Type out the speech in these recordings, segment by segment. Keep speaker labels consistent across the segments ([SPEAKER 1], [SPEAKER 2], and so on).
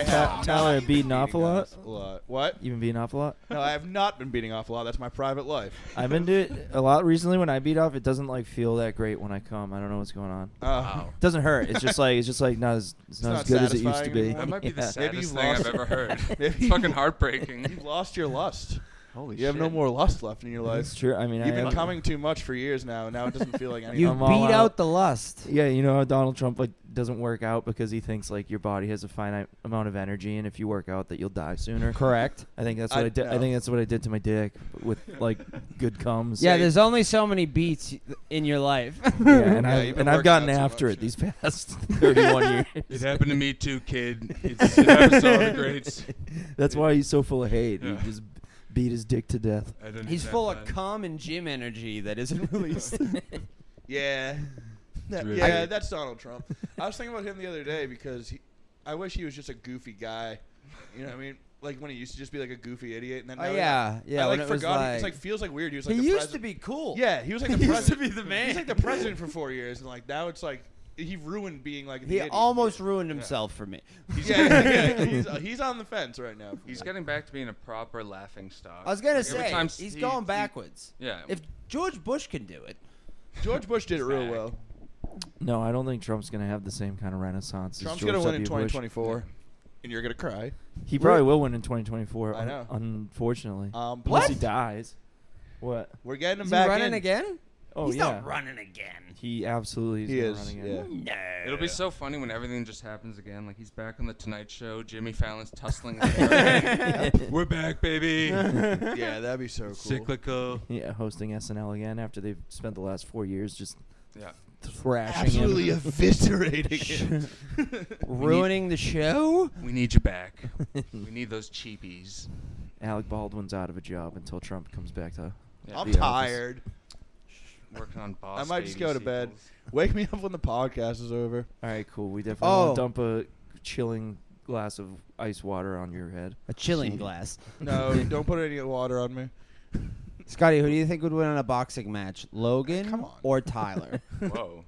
[SPEAKER 1] Tyler, beating off a lot?
[SPEAKER 2] A lot. What?
[SPEAKER 1] You been beating off a lot?
[SPEAKER 2] No, I have not been beating off a lot. That's my private life.
[SPEAKER 1] I've been doing it a lot recently. When I beat off, it doesn't like feel that great when I come. I don't know what's going on.
[SPEAKER 2] Uh,
[SPEAKER 3] Wow.
[SPEAKER 1] It doesn't hurt. It's just like it's just like not as it's, not,
[SPEAKER 2] not
[SPEAKER 1] as good as it used to
[SPEAKER 2] satisfying
[SPEAKER 1] be.
[SPEAKER 2] anymore.
[SPEAKER 3] That might be the
[SPEAKER 1] Yeah.
[SPEAKER 2] Maybe you
[SPEAKER 3] saddest thing I've
[SPEAKER 2] lost-
[SPEAKER 3] ever heard.
[SPEAKER 2] Maybe
[SPEAKER 3] it's fucking
[SPEAKER 2] you- You've
[SPEAKER 3] heartbreaking.
[SPEAKER 2] lost your lust.
[SPEAKER 4] Holy
[SPEAKER 2] You have no more lust left in your
[SPEAKER 1] That's
[SPEAKER 2] life.
[SPEAKER 1] true. I mean, I
[SPEAKER 2] You've been
[SPEAKER 1] am-
[SPEAKER 2] coming too much for years now, and now it doesn't feel like anything.
[SPEAKER 5] You
[SPEAKER 1] I'm
[SPEAKER 5] beat
[SPEAKER 1] all
[SPEAKER 5] out.
[SPEAKER 1] out.
[SPEAKER 5] the lust.
[SPEAKER 1] Yeah, you know how Donald Trump like doesn't work out because he thinks like your body has a finite amount of energy, and if you work out, that you'll die sooner.
[SPEAKER 5] Correct.
[SPEAKER 1] I think that's what
[SPEAKER 2] I-
[SPEAKER 1] I, did. I
[SPEAKER 2] no.
[SPEAKER 1] think that's what I did to my dick with like good comes.
[SPEAKER 5] Yeah, there's only so many beats in your life.
[SPEAKER 1] Yeah, and
[SPEAKER 2] Yeah, you've
[SPEAKER 1] I've,
[SPEAKER 2] been
[SPEAKER 1] and I've
[SPEAKER 2] working
[SPEAKER 1] gotten
[SPEAKER 2] out too
[SPEAKER 1] after
[SPEAKER 2] much,
[SPEAKER 1] it
[SPEAKER 2] yeah.
[SPEAKER 1] these past 31
[SPEAKER 3] It
[SPEAKER 1] years.
[SPEAKER 3] happened to me too, kid. It's, it happens to all the greats.
[SPEAKER 1] That's why he's so full of hate.
[SPEAKER 3] Yeah.
[SPEAKER 1] He just beat his dick to death.
[SPEAKER 3] I didn't
[SPEAKER 5] He's
[SPEAKER 3] have
[SPEAKER 5] full
[SPEAKER 3] that.
[SPEAKER 5] of cum and gym energy that isn't released.
[SPEAKER 2] Yeah. That-
[SPEAKER 3] really
[SPEAKER 2] yeah,
[SPEAKER 3] good.
[SPEAKER 2] that's Donald Trump. I was thinking about him the other day because he, I wish he was just a goofy guy. You know what I mean? Like when he used to just be like a goofy idiot, and then
[SPEAKER 5] Oh,
[SPEAKER 2] now he-
[SPEAKER 5] yeah, yeah,
[SPEAKER 2] I
[SPEAKER 5] when
[SPEAKER 2] like
[SPEAKER 5] it was
[SPEAKER 2] forgot.
[SPEAKER 5] like-
[SPEAKER 2] it's like feels like weird. He was
[SPEAKER 5] he
[SPEAKER 2] like the
[SPEAKER 5] used
[SPEAKER 2] presi-
[SPEAKER 5] to be cool.
[SPEAKER 2] Yeah, he was like the
[SPEAKER 5] He used to
[SPEAKER 2] president.
[SPEAKER 5] be the man.
[SPEAKER 2] He's like the president for four years, and like now it's like he ruined being like. The
[SPEAKER 5] He
[SPEAKER 2] idiot.
[SPEAKER 5] almost ruined himself for me.
[SPEAKER 2] He's, yeah, yeah, yeah, he's, uh, he's on the fence right now.
[SPEAKER 3] He's getting back to being a proper laughing stock.
[SPEAKER 5] I was gonna
[SPEAKER 3] Like, every
[SPEAKER 5] say
[SPEAKER 3] time
[SPEAKER 5] he's
[SPEAKER 3] he-
[SPEAKER 5] going
[SPEAKER 3] he-
[SPEAKER 5] backwards.
[SPEAKER 3] yeah.
[SPEAKER 5] If George Bush can do it,
[SPEAKER 2] George Bush did it real
[SPEAKER 3] back.
[SPEAKER 2] well.
[SPEAKER 1] No, I don't think Trump's gonna have the same kind of renaissance. as
[SPEAKER 2] Trump's
[SPEAKER 1] George
[SPEAKER 2] gonna win in
[SPEAKER 1] W. Bush.
[SPEAKER 2] 2024, and you're gonna cry.
[SPEAKER 1] He probably will win in 2024.
[SPEAKER 2] I
[SPEAKER 1] un-
[SPEAKER 2] know.
[SPEAKER 1] Unfortunately,
[SPEAKER 2] Um,
[SPEAKER 1] unless
[SPEAKER 5] What?
[SPEAKER 1] he dies. What?
[SPEAKER 2] We're getting him
[SPEAKER 5] is he
[SPEAKER 2] back
[SPEAKER 5] running
[SPEAKER 2] in.
[SPEAKER 5] again?
[SPEAKER 1] Oh
[SPEAKER 5] he's
[SPEAKER 1] yeah,
[SPEAKER 5] not running again.
[SPEAKER 1] he absolutely is.
[SPEAKER 2] He
[SPEAKER 1] gonna
[SPEAKER 2] is,
[SPEAKER 1] run
[SPEAKER 2] yeah.
[SPEAKER 1] again.
[SPEAKER 5] No.
[SPEAKER 3] It'll be so funny when everything just happens again. Like he's back on the Tonight Show. Jimmy Fallon's tussling. his hair. We're back, baby.
[SPEAKER 2] Yeah, that'd be so cool.
[SPEAKER 3] Cyclical.
[SPEAKER 1] Yeah, hosting SNL again after they've spent the last four years just
[SPEAKER 3] Yeah.
[SPEAKER 1] thrashing
[SPEAKER 2] Absolutely
[SPEAKER 1] him.
[SPEAKER 2] eviscerating it.
[SPEAKER 5] Ruining the show?
[SPEAKER 3] We need you back. we need those cheapies.
[SPEAKER 1] Alec Baldwin's out of a job until Trump comes back to.
[SPEAKER 3] Yeah,
[SPEAKER 2] I'm
[SPEAKER 1] The Office.
[SPEAKER 2] tired.
[SPEAKER 3] working on boss.
[SPEAKER 2] I might just
[SPEAKER 3] Baby
[SPEAKER 2] go to bed.
[SPEAKER 3] sequels.
[SPEAKER 2] Wake me up when the podcast is over.
[SPEAKER 1] All right, cool. We definitely want
[SPEAKER 5] Oh.
[SPEAKER 1] to dump a chilling glass of ice water on your head.
[SPEAKER 5] A chilling glass.
[SPEAKER 2] No, don't put any water on me.
[SPEAKER 5] Scotty, who do you think would win in a boxing match? Logan
[SPEAKER 2] Come on.
[SPEAKER 5] or Tyler?
[SPEAKER 3] Whoa.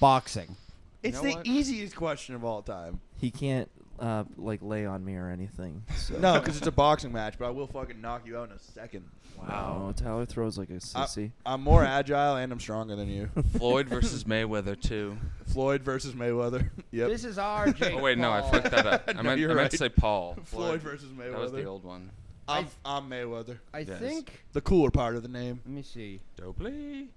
[SPEAKER 5] boxing.
[SPEAKER 2] It's
[SPEAKER 3] know
[SPEAKER 2] the
[SPEAKER 3] what?
[SPEAKER 2] easiest question of all time.
[SPEAKER 1] He can't uh, like lay on me or anything. So.
[SPEAKER 2] No, because it's a boxing match, but I will fucking knock you out in a second.
[SPEAKER 1] Wow, Tyler throws like a sissy.
[SPEAKER 2] I'm more agile and I'm stronger than you.
[SPEAKER 3] Floyd versus Mayweather too.
[SPEAKER 2] Floyd versus Mayweather. yep.
[SPEAKER 5] This is our Jake
[SPEAKER 3] Oh wait, no, I
[SPEAKER 5] Paul.
[SPEAKER 3] fucked that up. I
[SPEAKER 2] No,
[SPEAKER 3] meant, I
[SPEAKER 2] you're
[SPEAKER 3] meant
[SPEAKER 2] right.
[SPEAKER 3] to say Paul.
[SPEAKER 2] Floyd versus
[SPEAKER 3] That was the
[SPEAKER 2] Mayweather.
[SPEAKER 3] old one.
[SPEAKER 2] I'm, I'm Mayweather.
[SPEAKER 5] I
[SPEAKER 3] Yes.
[SPEAKER 5] think.
[SPEAKER 2] The cooler part of the name.
[SPEAKER 5] Let me see.
[SPEAKER 3] Dopely.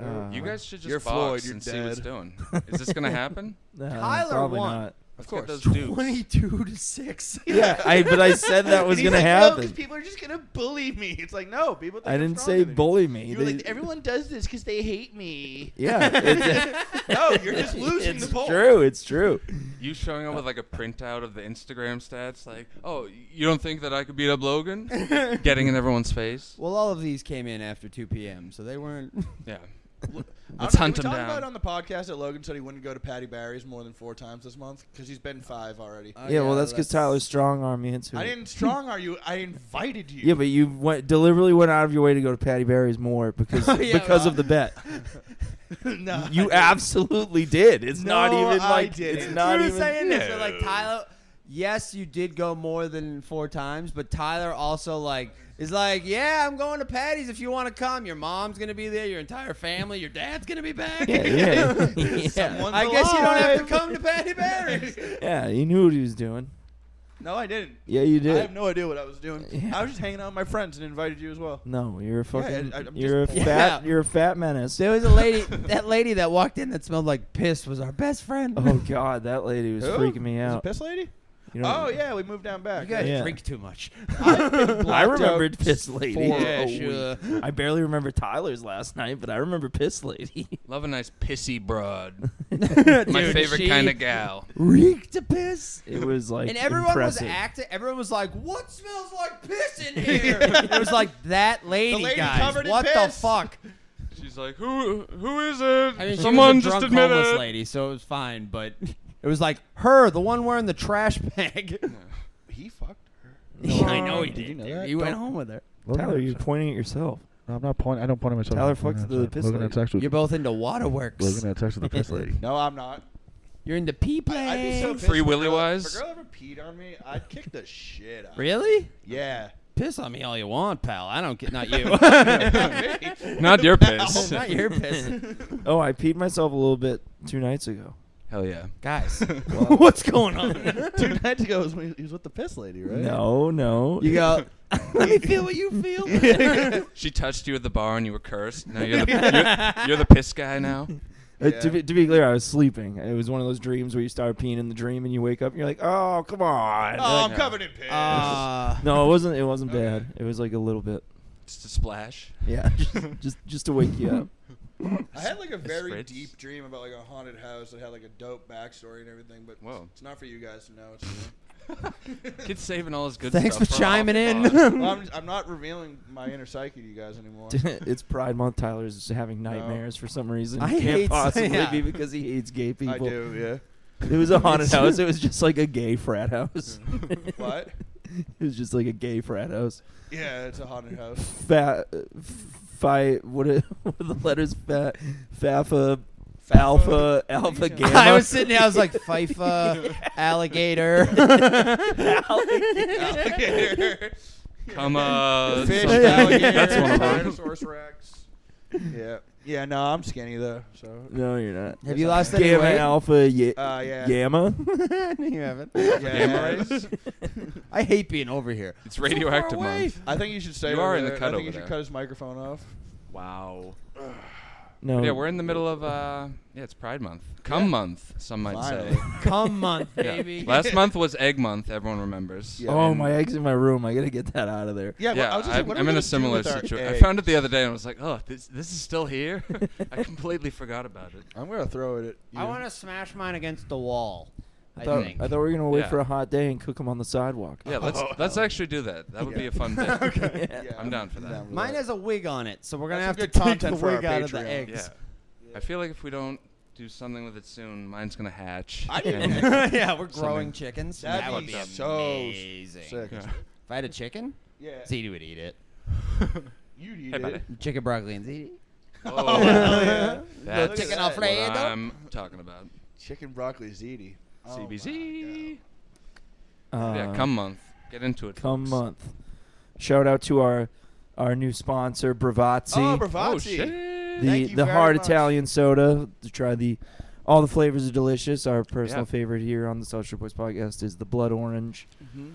[SPEAKER 1] Uh,
[SPEAKER 3] you guys should just
[SPEAKER 2] You're
[SPEAKER 3] box
[SPEAKER 2] Floyd, you're
[SPEAKER 3] and see what's
[SPEAKER 2] dead.
[SPEAKER 3] doing. Is this gonna happen?
[SPEAKER 1] uh,
[SPEAKER 5] Tyler
[SPEAKER 1] probably
[SPEAKER 5] won.
[SPEAKER 1] Not.
[SPEAKER 3] Of
[SPEAKER 2] course.
[SPEAKER 3] Those dudes.
[SPEAKER 5] Twenty-two to six.
[SPEAKER 1] Yeah, I, but I said that was
[SPEAKER 2] And he's
[SPEAKER 1] gonna
[SPEAKER 2] like, No,
[SPEAKER 1] happen.
[SPEAKER 2] because people are just gonna bully me. It's like no, people. Think
[SPEAKER 1] I
[SPEAKER 2] I'm
[SPEAKER 1] didn't
[SPEAKER 2] stronger
[SPEAKER 1] say
[SPEAKER 2] than you.
[SPEAKER 1] bully me.
[SPEAKER 2] You were like
[SPEAKER 1] They-
[SPEAKER 2] everyone does this because they hate me.
[SPEAKER 1] Yeah, it's,
[SPEAKER 2] no, you're just losing
[SPEAKER 1] it's
[SPEAKER 2] the poll.
[SPEAKER 1] true. It's true.
[SPEAKER 3] You showing up with like a printout of the Instagram stats, like, oh, you don't think that I could beat up Logan? Getting in everyone's face.
[SPEAKER 5] Well, all of these came in after two p.m., so they weren't.
[SPEAKER 3] Yeah.
[SPEAKER 2] I don't
[SPEAKER 3] Let's
[SPEAKER 2] know,
[SPEAKER 3] hunt
[SPEAKER 2] did
[SPEAKER 3] him
[SPEAKER 2] we talk
[SPEAKER 3] down.
[SPEAKER 2] about on the podcast that Logan said he wouldn't go to Patty Barry's more than four times this month because he's been five already.
[SPEAKER 1] yeah, well, that's because Tyler strong arm me into it.
[SPEAKER 2] Oh, I didn't strong are you? I invited you.
[SPEAKER 1] yeah, but you went deliberately went out of your way to go to Patty Barry's more because
[SPEAKER 5] Yeah,
[SPEAKER 1] because
[SPEAKER 5] well.
[SPEAKER 1] of the bet.
[SPEAKER 2] no,
[SPEAKER 1] You
[SPEAKER 2] I didn't.
[SPEAKER 1] absolutely did. It's not
[SPEAKER 2] No,
[SPEAKER 1] even
[SPEAKER 2] I
[SPEAKER 1] like it's
[SPEAKER 2] didn't.
[SPEAKER 1] not
[SPEAKER 5] we were
[SPEAKER 1] even.
[SPEAKER 5] saying this. We're like Tyler. Yes, you did go more than four times, but Tyler also like is like, yeah, I'm going to Patty's if you want to come. Your mom's gonna be there. Your entire family. Your dad's gonna be back.
[SPEAKER 1] Yeah, yeah, yeah.
[SPEAKER 2] Someone's
[SPEAKER 5] I guess you don't have to
[SPEAKER 2] alive.
[SPEAKER 5] come to Patty Barry's.
[SPEAKER 1] Yeah, you knew what he was doing.
[SPEAKER 2] No, I didn't.
[SPEAKER 1] Yeah, you
[SPEAKER 2] I
[SPEAKER 1] did.
[SPEAKER 2] have no idea what I was doing.
[SPEAKER 1] Yeah.
[SPEAKER 2] I was just hanging out with my friends and invited you as well.
[SPEAKER 1] no, you're a fucking.
[SPEAKER 2] I- I'm just
[SPEAKER 1] you're a
[SPEAKER 2] bored.
[SPEAKER 1] fat.
[SPEAKER 5] Yeah.
[SPEAKER 1] You're a fat menace.
[SPEAKER 5] There was a lady, that lady that walked in that smelled like piss was our best friend.
[SPEAKER 1] Oh God, that lady was
[SPEAKER 2] Who?
[SPEAKER 1] freaking me
[SPEAKER 2] Was it
[SPEAKER 1] out.
[SPEAKER 2] piss lady?
[SPEAKER 1] You know-
[SPEAKER 2] Oh yeah, we moved down back.
[SPEAKER 5] you guys
[SPEAKER 1] Yeah.
[SPEAKER 5] drink too much.
[SPEAKER 1] I remembered Piss Lady. Oh,
[SPEAKER 2] for
[SPEAKER 5] Yeah,
[SPEAKER 2] a
[SPEAKER 5] sure.
[SPEAKER 1] I barely remember Tyler's last night, but I remember Piss Lady.
[SPEAKER 3] Love a nice pissy broad. My
[SPEAKER 5] Dude,
[SPEAKER 3] favorite
[SPEAKER 5] she
[SPEAKER 3] kind of gal.
[SPEAKER 5] reeked to piss.
[SPEAKER 1] It was like
[SPEAKER 5] And everyone
[SPEAKER 1] impressive.
[SPEAKER 5] was acting. Everyone was like, "What smells like piss in here?" it was like that lady,
[SPEAKER 2] The lady
[SPEAKER 5] guys.
[SPEAKER 2] covered in
[SPEAKER 5] what the
[SPEAKER 2] piss."
[SPEAKER 5] fuck?
[SPEAKER 3] She's like, who? Who is it? Someone just admit it.
[SPEAKER 5] lady, so it was fine. But it was like her, the one wearing the trash bag.
[SPEAKER 2] He fucked her.
[SPEAKER 5] I know he
[SPEAKER 2] Did you
[SPEAKER 5] did.
[SPEAKER 2] know
[SPEAKER 5] dude.
[SPEAKER 2] that?
[SPEAKER 5] He went home with her.
[SPEAKER 1] Tyler, you're pointing at yourself.
[SPEAKER 4] I'm not pointing. I don't point at myself.
[SPEAKER 1] Tyler
[SPEAKER 4] I'm pointing
[SPEAKER 1] fucked
[SPEAKER 4] outside.
[SPEAKER 1] the piss
[SPEAKER 4] Logan
[SPEAKER 1] lady.
[SPEAKER 4] had sex with.
[SPEAKER 5] You're both into waterworks.
[SPEAKER 4] Logan had sex with the piss lady.
[SPEAKER 2] No, I'm not.
[SPEAKER 5] You're into pee play.
[SPEAKER 2] I- I'd be so pissed
[SPEAKER 3] Free
[SPEAKER 2] if a
[SPEAKER 3] Willy
[SPEAKER 2] girl-
[SPEAKER 3] wise?
[SPEAKER 2] If a girl ever peed on me, I'd kick the shit out. of him.
[SPEAKER 5] Really?
[SPEAKER 2] Yeah.
[SPEAKER 5] Piss on me all you want, pal. I don't get not you.
[SPEAKER 3] Not your
[SPEAKER 5] Oh,
[SPEAKER 3] piss.
[SPEAKER 5] not your piss.
[SPEAKER 1] Oh, I peed myself a little bit two nights ago.
[SPEAKER 3] Hell yeah.
[SPEAKER 5] Guys, what's going on?
[SPEAKER 2] Two nights ago, was when he was with the piss lady, right?
[SPEAKER 1] No, no.
[SPEAKER 5] You go, let me feel what you feel.
[SPEAKER 3] She touched you at the bar and you were cursed. Now you're the, you're, you're the piss guy now.
[SPEAKER 1] Uh, to, be, to be clear, I was sleeping. It was one of those dreams where you start peeing in the dream and you wake up and you're like, "Oh, come on."
[SPEAKER 2] Oh, I'm
[SPEAKER 1] Like,
[SPEAKER 2] covered in piss.
[SPEAKER 5] Ah.
[SPEAKER 1] no, it wasn't. It wasn't
[SPEAKER 2] Okay.
[SPEAKER 1] bad. It was like a little bit.
[SPEAKER 3] Just a splash.
[SPEAKER 1] Yeah, just just, just to wake you up.
[SPEAKER 2] I had like a very
[SPEAKER 3] Fritz.
[SPEAKER 2] deep dream about like a haunted house that had like a dope backstory and everything, but
[SPEAKER 3] Whoa.
[SPEAKER 2] it's not for you guys to know. It's for
[SPEAKER 3] Kid's saving all his good
[SPEAKER 5] Thanks
[SPEAKER 3] stuff.
[SPEAKER 5] for chiming in.
[SPEAKER 3] off pod.
[SPEAKER 2] me. well, I'm, I'm not revealing my inner psyche to you guys anymore.
[SPEAKER 1] it's Pride Month. Tyler's just having nightmares for some reason.
[SPEAKER 5] I
[SPEAKER 1] It can't
[SPEAKER 5] hate-
[SPEAKER 1] possibly
[SPEAKER 5] yeah.
[SPEAKER 1] be because he hates gay people.
[SPEAKER 2] I do,
[SPEAKER 1] It was a haunted
[SPEAKER 5] It's-
[SPEAKER 1] house. It was just like a gay frat house.
[SPEAKER 2] yeah. what?
[SPEAKER 1] It was just like a gay frat house.
[SPEAKER 2] Yeah, it's a haunted house.
[SPEAKER 1] Fat, fi, what are, what are the letters? Fat, fafa,
[SPEAKER 2] Fafa?
[SPEAKER 1] alpha, alpha,
[SPEAKER 2] talking
[SPEAKER 1] gamma.
[SPEAKER 5] I was sitting there, I was like, FIFA, alligator.
[SPEAKER 2] Alligator.
[SPEAKER 3] Come on.
[SPEAKER 2] Fish,
[SPEAKER 1] something.
[SPEAKER 2] alligator,
[SPEAKER 3] That's one of them.
[SPEAKER 2] Tyrannosaurus rex. Yeah. Yeah, no, I'm skinny though. So.
[SPEAKER 1] No, you're not.
[SPEAKER 5] Have you lost any
[SPEAKER 1] Gamma,
[SPEAKER 5] weight?
[SPEAKER 1] alpha, ye-
[SPEAKER 2] Uh, yeah.
[SPEAKER 1] gamma.
[SPEAKER 5] No, you haven't.
[SPEAKER 2] Yeah.
[SPEAKER 5] I hate being over here.
[SPEAKER 3] It's radioactive
[SPEAKER 5] away.
[SPEAKER 3] month.
[SPEAKER 2] I think you should stay.
[SPEAKER 3] You
[SPEAKER 2] over
[SPEAKER 3] are in the
[SPEAKER 2] there. I
[SPEAKER 3] cut
[SPEAKER 2] think
[SPEAKER 3] over
[SPEAKER 2] you should
[SPEAKER 3] there.
[SPEAKER 2] cut his microphone off.
[SPEAKER 3] Wow.
[SPEAKER 1] No.
[SPEAKER 3] Yeah, we're in the middle of uh yeah, it's Pride Month. Come month, some might say.
[SPEAKER 2] Finally.
[SPEAKER 5] Come month,
[SPEAKER 3] Yeah.
[SPEAKER 5] baby.
[SPEAKER 3] Last month was egg month, everyone remembers.
[SPEAKER 2] Yeah.
[SPEAKER 1] Oh,
[SPEAKER 3] And-
[SPEAKER 1] my egg's in my room. I gotta get that out of there.
[SPEAKER 2] Yeah, but
[SPEAKER 3] Yeah,
[SPEAKER 2] I was just like,
[SPEAKER 3] I'm,
[SPEAKER 2] what are
[SPEAKER 3] I'm
[SPEAKER 2] we
[SPEAKER 3] in
[SPEAKER 2] gonna
[SPEAKER 3] a
[SPEAKER 2] do
[SPEAKER 3] similar
[SPEAKER 2] with our
[SPEAKER 3] situation. I
[SPEAKER 2] eggs?
[SPEAKER 3] found it the other day and I was like, oh, this this is still here. I completely forgot about it.
[SPEAKER 2] I'm gonna throw it at you.
[SPEAKER 5] I want to smash mine against the wall. I,
[SPEAKER 1] I thought,
[SPEAKER 5] think.
[SPEAKER 1] I thought we were gonna wait
[SPEAKER 3] Yeah.
[SPEAKER 1] for a hot day and cook them on the sidewalk.
[SPEAKER 3] Yeah, let's
[SPEAKER 2] Oh.
[SPEAKER 3] let's actually do that. That would be
[SPEAKER 2] Yeah.
[SPEAKER 3] a fun day.
[SPEAKER 5] Okay.
[SPEAKER 1] Yeah.
[SPEAKER 3] I'm down for that.
[SPEAKER 5] Mine has a wig on it, so we're gonna
[SPEAKER 2] That's some good
[SPEAKER 5] have to take the
[SPEAKER 2] content for our
[SPEAKER 5] wig out of
[SPEAKER 2] Patreon.
[SPEAKER 5] the eggs.
[SPEAKER 3] Yeah. I feel like if we don't do something with it soon, mine's gonna hatch.
[SPEAKER 2] I didn't
[SPEAKER 3] And-
[SPEAKER 2] know.
[SPEAKER 5] yeah, we're growing
[SPEAKER 3] Something.
[SPEAKER 5] chickens.
[SPEAKER 2] That'd
[SPEAKER 5] That would
[SPEAKER 2] be
[SPEAKER 5] be
[SPEAKER 2] so
[SPEAKER 5] amazing.
[SPEAKER 2] sick.
[SPEAKER 3] Yeah.
[SPEAKER 5] If I had a chicken,
[SPEAKER 2] Yeah.
[SPEAKER 5] Zeddy would eat it.
[SPEAKER 2] You'd eat
[SPEAKER 3] Hey, buddy.
[SPEAKER 2] it.
[SPEAKER 5] Chicken broccoli and ziti.
[SPEAKER 3] Oh,
[SPEAKER 2] Hell yeah.
[SPEAKER 3] That's
[SPEAKER 2] Look at
[SPEAKER 5] Chicken Alfredo.
[SPEAKER 3] what I'm talking about.
[SPEAKER 2] Chicken broccoli ziti. Oh
[SPEAKER 3] CBZ.
[SPEAKER 1] Uh,
[SPEAKER 3] yeah, come month. Get into it.
[SPEAKER 1] come
[SPEAKER 3] folks.
[SPEAKER 1] month. Shout out to our our new sponsor, Bravazzi.
[SPEAKER 2] my God. Oh,
[SPEAKER 3] Oh
[SPEAKER 2] Bravazzi.
[SPEAKER 3] shit.
[SPEAKER 1] the
[SPEAKER 2] Thank you
[SPEAKER 1] the
[SPEAKER 2] very
[SPEAKER 1] hard
[SPEAKER 2] much.
[SPEAKER 1] Italian soda. To try the all the flavors are delicious. Our personal
[SPEAKER 3] Yeah.
[SPEAKER 1] favorite here on the South Shore Boys podcast is the blood orange.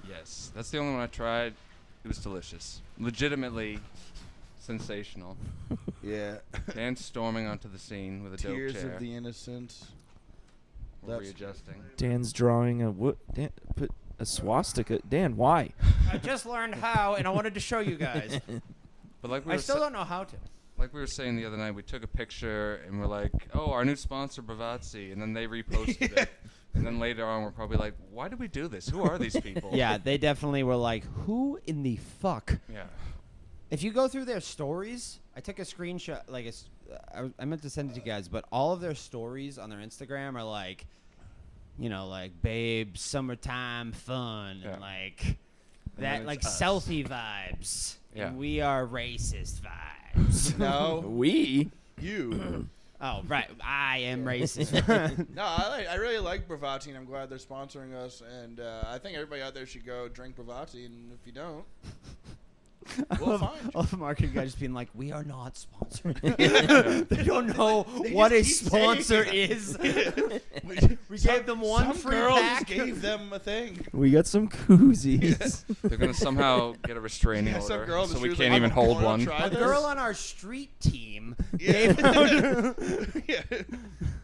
[SPEAKER 3] Yes, that's the only one I tried. It was delicious. Legitimately sensational.
[SPEAKER 2] yeah.
[SPEAKER 3] Dan storming onto the scene with a
[SPEAKER 2] Tears
[SPEAKER 3] dope chair.
[SPEAKER 2] of the innocent.
[SPEAKER 3] We're
[SPEAKER 2] that's-
[SPEAKER 3] readjusting.
[SPEAKER 1] Dan's drawing a what? Dan, put a swastika. Dan, why?
[SPEAKER 5] I just learned how, and I wanted to show you guys.
[SPEAKER 3] But like we
[SPEAKER 5] I
[SPEAKER 3] were
[SPEAKER 5] still
[SPEAKER 3] sa-
[SPEAKER 5] don't know how to.
[SPEAKER 3] like we were saying the other night, we took a picture and we're like, "Oh, our new sponsor, Bravazzi," and then they reposted it. And then later on, we're probably like, "Why did we do this? Who are these people?"
[SPEAKER 5] Yeah, they definitely were like, "Who in the fuck?"
[SPEAKER 3] Yeah.
[SPEAKER 5] If you go through their stories, I took a screenshot. Like, a s- I was- I meant to send it to you guys, but all of their stories on their Instagram are like, you know, like babe, summertime fun,
[SPEAKER 3] Yeah.
[SPEAKER 5] and like that,
[SPEAKER 3] it's
[SPEAKER 5] like
[SPEAKER 3] us.
[SPEAKER 5] selfie vibes.
[SPEAKER 3] Yeah.
[SPEAKER 5] And we are racist vibes.
[SPEAKER 2] No,
[SPEAKER 1] We.
[SPEAKER 2] you.
[SPEAKER 5] oh, right. I am racist.
[SPEAKER 2] No, I, like, I really like Bravazzi, and I'm glad they're sponsoring us. And uh, I think everybody out there should go drink Bravazzi, and if you don't, We'll find you.
[SPEAKER 5] All the marketing guys just being like, "We are not sponsored."
[SPEAKER 3] Yeah.
[SPEAKER 5] they don't know
[SPEAKER 2] they
[SPEAKER 5] what a
[SPEAKER 2] just keep saying
[SPEAKER 5] sponsor
[SPEAKER 2] it.
[SPEAKER 5] is.
[SPEAKER 2] we,
[SPEAKER 5] We gave them one
[SPEAKER 2] some
[SPEAKER 5] free
[SPEAKER 2] girl
[SPEAKER 5] pack.
[SPEAKER 2] just gave them a thing.
[SPEAKER 1] We got some koozies.
[SPEAKER 3] They're gonna somehow get a restraining
[SPEAKER 2] Yeah, some
[SPEAKER 3] order,
[SPEAKER 2] girl
[SPEAKER 3] so
[SPEAKER 2] just
[SPEAKER 3] we
[SPEAKER 2] was
[SPEAKER 3] can't
[SPEAKER 2] like,
[SPEAKER 3] even
[SPEAKER 2] "Oh,
[SPEAKER 3] hold
[SPEAKER 2] wanna
[SPEAKER 3] one.
[SPEAKER 2] try
[SPEAKER 5] A
[SPEAKER 2] this?"
[SPEAKER 5] girl on our street team
[SPEAKER 2] Yeah.
[SPEAKER 5] gave out.
[SPEAKER 2] yeah.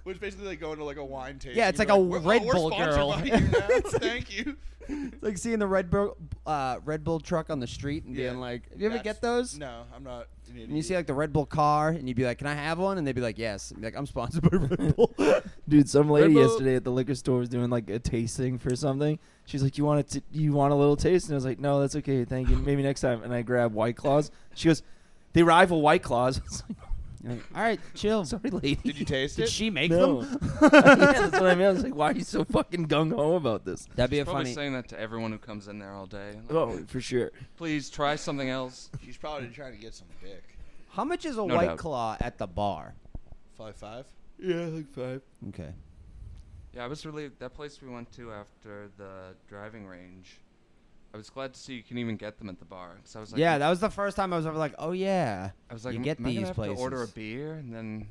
[SPEAKER 2] Which basically they go into like a wine tasting.
[SPEAKER 5] Yeah, it's
[SPEAKER 2] and
[SPEAKER 5] like a
[SPEAKER 2] we're
[SPEAKER 5] Red
[SPEAKER 2] oh, we're
[SPEAKER 5] Bull
[SPEAKER 2] sponsored
[SPEAKER 5] girl.
[SPEAKER 2] by you now. Thank you.
[SPEAKER 5] It's like seeing the Red Bull uh, Red Bull truck on the street and
[SPEAKER 2] Yeah.
[SPEAKER 5] being like, "You ever
[SPEAKER 2] That's-
[SPEAKER 5] get those?"
[SPEAKER 2] No, I'm not. An idiot.
[SPEAKER 5] And you see like the Red Bull car, and you'd be like, "Can I have one?" And they'd be like, "Yes." And be like, "I'm sponsored by Red Bull."
[SPEAKER 1] Dude, some lady
[SPEAKER 5] Red Bull-
[SPEAKER 1] yesterday at the liquor store was doing like a tasting for something. She's like, "You want it? You want a little taste?" And I was like, "No, that's okay, thank you. Maybe next time." And I grab White Claws. She goes, "They rival White Claws." I was like, "Oh,
[SPEAKER 5] You're like, All right, chill.
[SPEAKER 1] "Sorry, lady."
[SPEAKER 2] Did you taste
[SPEAKER 5] Did
[SPEAKER 2] it?
[SPEAKER 5] she make
[SPEAKER 1] No.
[SPEAKER 5] them?
[SPEAKER 1] yeah, that's what I mean. I was like, "Why are you so fucking gung ho about this?"
[SPEAKER 5] That'd be a
[SPEAKER 3] Probably
[SPEAKER 5] funny.
[SPEAKER 3] saying that to everyone who comes in there all day. Like,
[SPEAKER 1] Oh, for sure.
[SPEAKER 3] Please try something else.
[SPEAKER 2] She's probably trying to get some dick.
[SPEAKER 5] How much is a
[SPEAKER 3] No
[SPEAKER 5] White
[SPEAKER 3] doubt.
[SPEAKER 5] Claw at the bar?
[SPEAKER 2] Five five.
[SPEAKER 1] Yeah, like five.
[SPEAKER 5] Okay.
[SPEAKER 3] Yeah, I was really that place we went to after the driving range. I was glad to see you can even get them at the bar. 'cause I was like,
[SPEAKER 5] yeah, that was the first time I was ever like, oh yeah,
[SPEAKER 3] I was like,
[SPEAKER 5] you
[SPEAKER 3] "Am-
[SPEAKER 5] get
[SPEAKER 3] am I gonna
[SPEAKER 5] these
[SPEAKER 3] have
[SPEAKER 5] places.
[SPEAKER 3] To order a beer, and then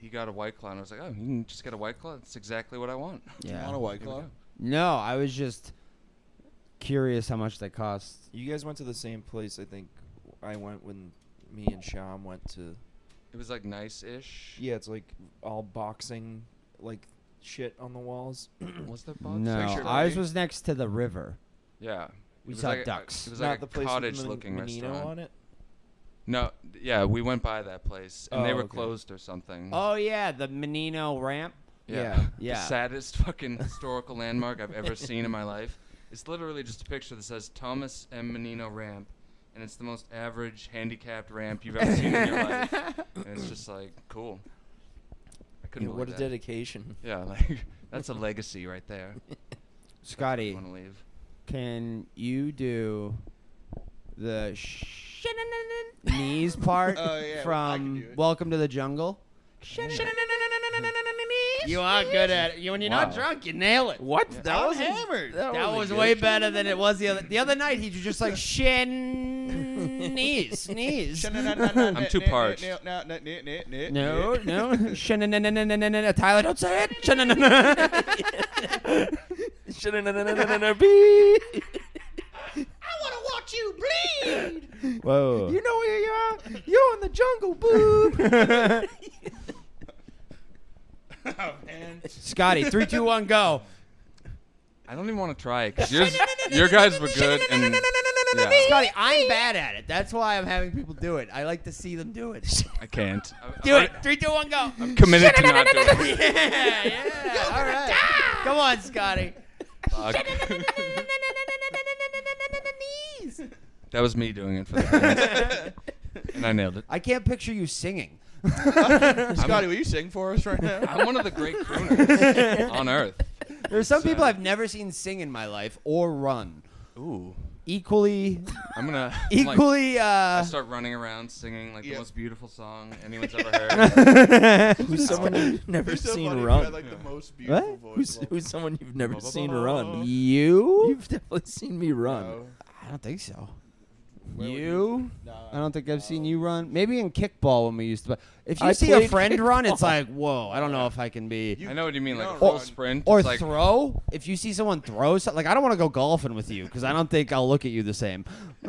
[SPEAKER 3] he got a white claw, and I was like, oh, you can just get a white claw. That's exactly what I want.
[SPEAKER 2] Do you
[SPEAKER 5] yeah.
[SPEAKER 2] want a white
[SPEAKER 3] Here we
[SPEAKER 2] claw?
[SPEAKER 3] go.
[SPEAKER 5] No, I was just curious how much they cost.
[SPEAKER 1] You guys went to the same place I think I went when me and Sham went to.
[SPEAKER 3] It was like nice-ish.
[SPEAKER 1] Yeah, it's like all boxing, like shit on the walls.
[SPEAKER 3] Was there bugs?
[SPEAKER 5] No,
[SPEAKER 2] Picture
[SPEAKER 5] ours
[SPEAKER 2] lady.
[SPEAKER 5] was next to the river.
[SPEAKER 3] Yeah.
[SPEAKER 5] We
[SPEAKER 3] It was
[SPEAKER 5] saw
[SPEAKER 3] like a-
[SPEAKER 5] ducks.
[SPEAKER 3] it was
[SPEAKER 1] Not
[SPEAKER 3] like
[SPEAKER 1] the
[SPEAKER 3] a
[SPEAKER 1] place with the
[SPEAKER 3] cottage-looking
[SPEAKER 1] men- Menino
[SPEAKER 3] restaurant.
[SPEAKER 1] on it.
[SPEAKER 3] No, d- yeah, we went by that place, and they
[SPEAKER 1] Oh,
[SPEAKER 3] were
[SPEAKER 1] okay.
[SPEAKER 3] closed or something.
[SPEAKER 5] Oh yeah, the Menino ramp.
[SPEAKER 1] yeah,
[SPEAKER 5] yeah.
[SPEAKER 3] The saddest fucking historical landmark I've ever seen in my life. It's literally just a picture that says Thomas M. Menino Ramp, and it's the most average handicapped ramp you've ever seen in your life. And it's just like, cool. I couldn't
[SPEAKER 1] Yeah, what
[SPEAKER 3] believe
[SPEAKER 1] a
[SPEAKER 3] that.
[SPEAKER 1] dedication.
[SPEAKER 3] Yeah, like that's a legacy right there.
[SPEAKER 5] Scotty,
[SPEAKER 3] Want to leave?
[SPEAKER 5] can you do the sh- knees part
[SPEAKER 2] Oh, yeah, I can do
[SPEAKER 5] from
[SPEAKER 2] it.
[SPEAKER 5] Welcome to the Jungle? You are good at it. You, when you're
[SPEAKER 3] Wow.
[SPEAKER 5] not drunk, you nail it.
[SPEAKER 1] What?
[SPEAKER 5] That was hammered. That, was, way better than it was the other. The other night, he was just like shin knees, sneeze.
[SPEAKER 3] I'm too parched.
[SPEAKER 5] No, no. Shin-na-na-na-na-na-na-na. Tyler, don't say it. Shin-na-na-na-na. Whoa.
[SPEAKER 1] You know where you are. You're in the jungle, boob.
[SPEAKER 2] Oh, man.
[SPEAKER 5] Scotty, three, two, one, go.
[SPEAKER 3] I don't even want to try it 'cause yours, your guys were good, and yeah,
[SPEAKER 5] Scotty, I'm bad at it. That's why I'm having people do it. I like to see them do it.
[SPEAKER 3] I can't. I-
[SPEAKER 5] Do
[SPEAKER 3] I'm
[SPEAKER 5] it. Three, two, one, go.
[SPEAKER 3] Committed to not doing it.
[SPEAKER 5] Yeah, yeah. All right. Come on, Scotty.
[SPEAKER 3] Fuck. That was me doing it for the and I nailed it.
[SPEAKER 5] I can't picture you singing.
[SPEAKER 2] Scotty, will you sing for us right now?
[SPEAKER 3] I'm one of the great crooners on earth.
[SPEAKER 5] There's some people I've never seen sing in my life or run.
[SPEAKER 3] Ooh,
[SPEAKER 5] Equally,
[SPEAKER 3] I'm gonna I'm like-
[SPEAKER 5] equally.
[SPEAKER 3] I
[SPEAKER 5] Uh,
[SPEAKER 3] start running around singing like
[SPEAKER 2] Yeah.
[SPEAKER 3] the most beautiful song anyone's ever heard.
[SPEAKER 1] who's someone you've never
[SPEAKER 2] You're so
[SPEAKER 1] seen
[SPEAKER 2] funny, you
[SPEAKER 1] run?
[SPEAKER 2] had, like the most beautiful voice.
[SPEAKER 1] who's,
[SPEAKER 2] of all
[SPEAKER 1] who's someone you've never
[SPEAKER 2] Ba-ba-ba.
[SPEAKER 1] seen run?
[SPEAKER 5] you?
[SPEAKER 1] You've definitely seen me run.
[SPEAKER 2] time.
[SPEAKER 5] I don't think so.
[SPEAKER 2] Where would
[SPEAKER 5] You?
[SPEAKER 2] No.
[SPEAKER 5] I don't think I've seen you run. Maybe in kickball when we used to. But if you
[SPEAKER 1] I
[SPEAKER 5] see a
[SPEAKER 1] played
[SPEAKER 5] friend run, it's
[SPEAKER 1] kickball.
[SPEAKER 5] like, whoa, I don't know if I can be.
[SPEAKER 2] You-
[SPEAKER 3] I know what you mean, like
[SPEAKER 2] You
[SPEAKER 3] a
[SPEAKER 2] don't
[SPEAKER 3] full
[SPEAKER 2] run.
[SPEAKER 3] sprint.
[SPEAKER 5] or
[SPEAKER 3] it's like,
[SPEAKER 5] throw. If you see someone throw something, like I don't want to go golfing with you because I don't think I'll look at you the same.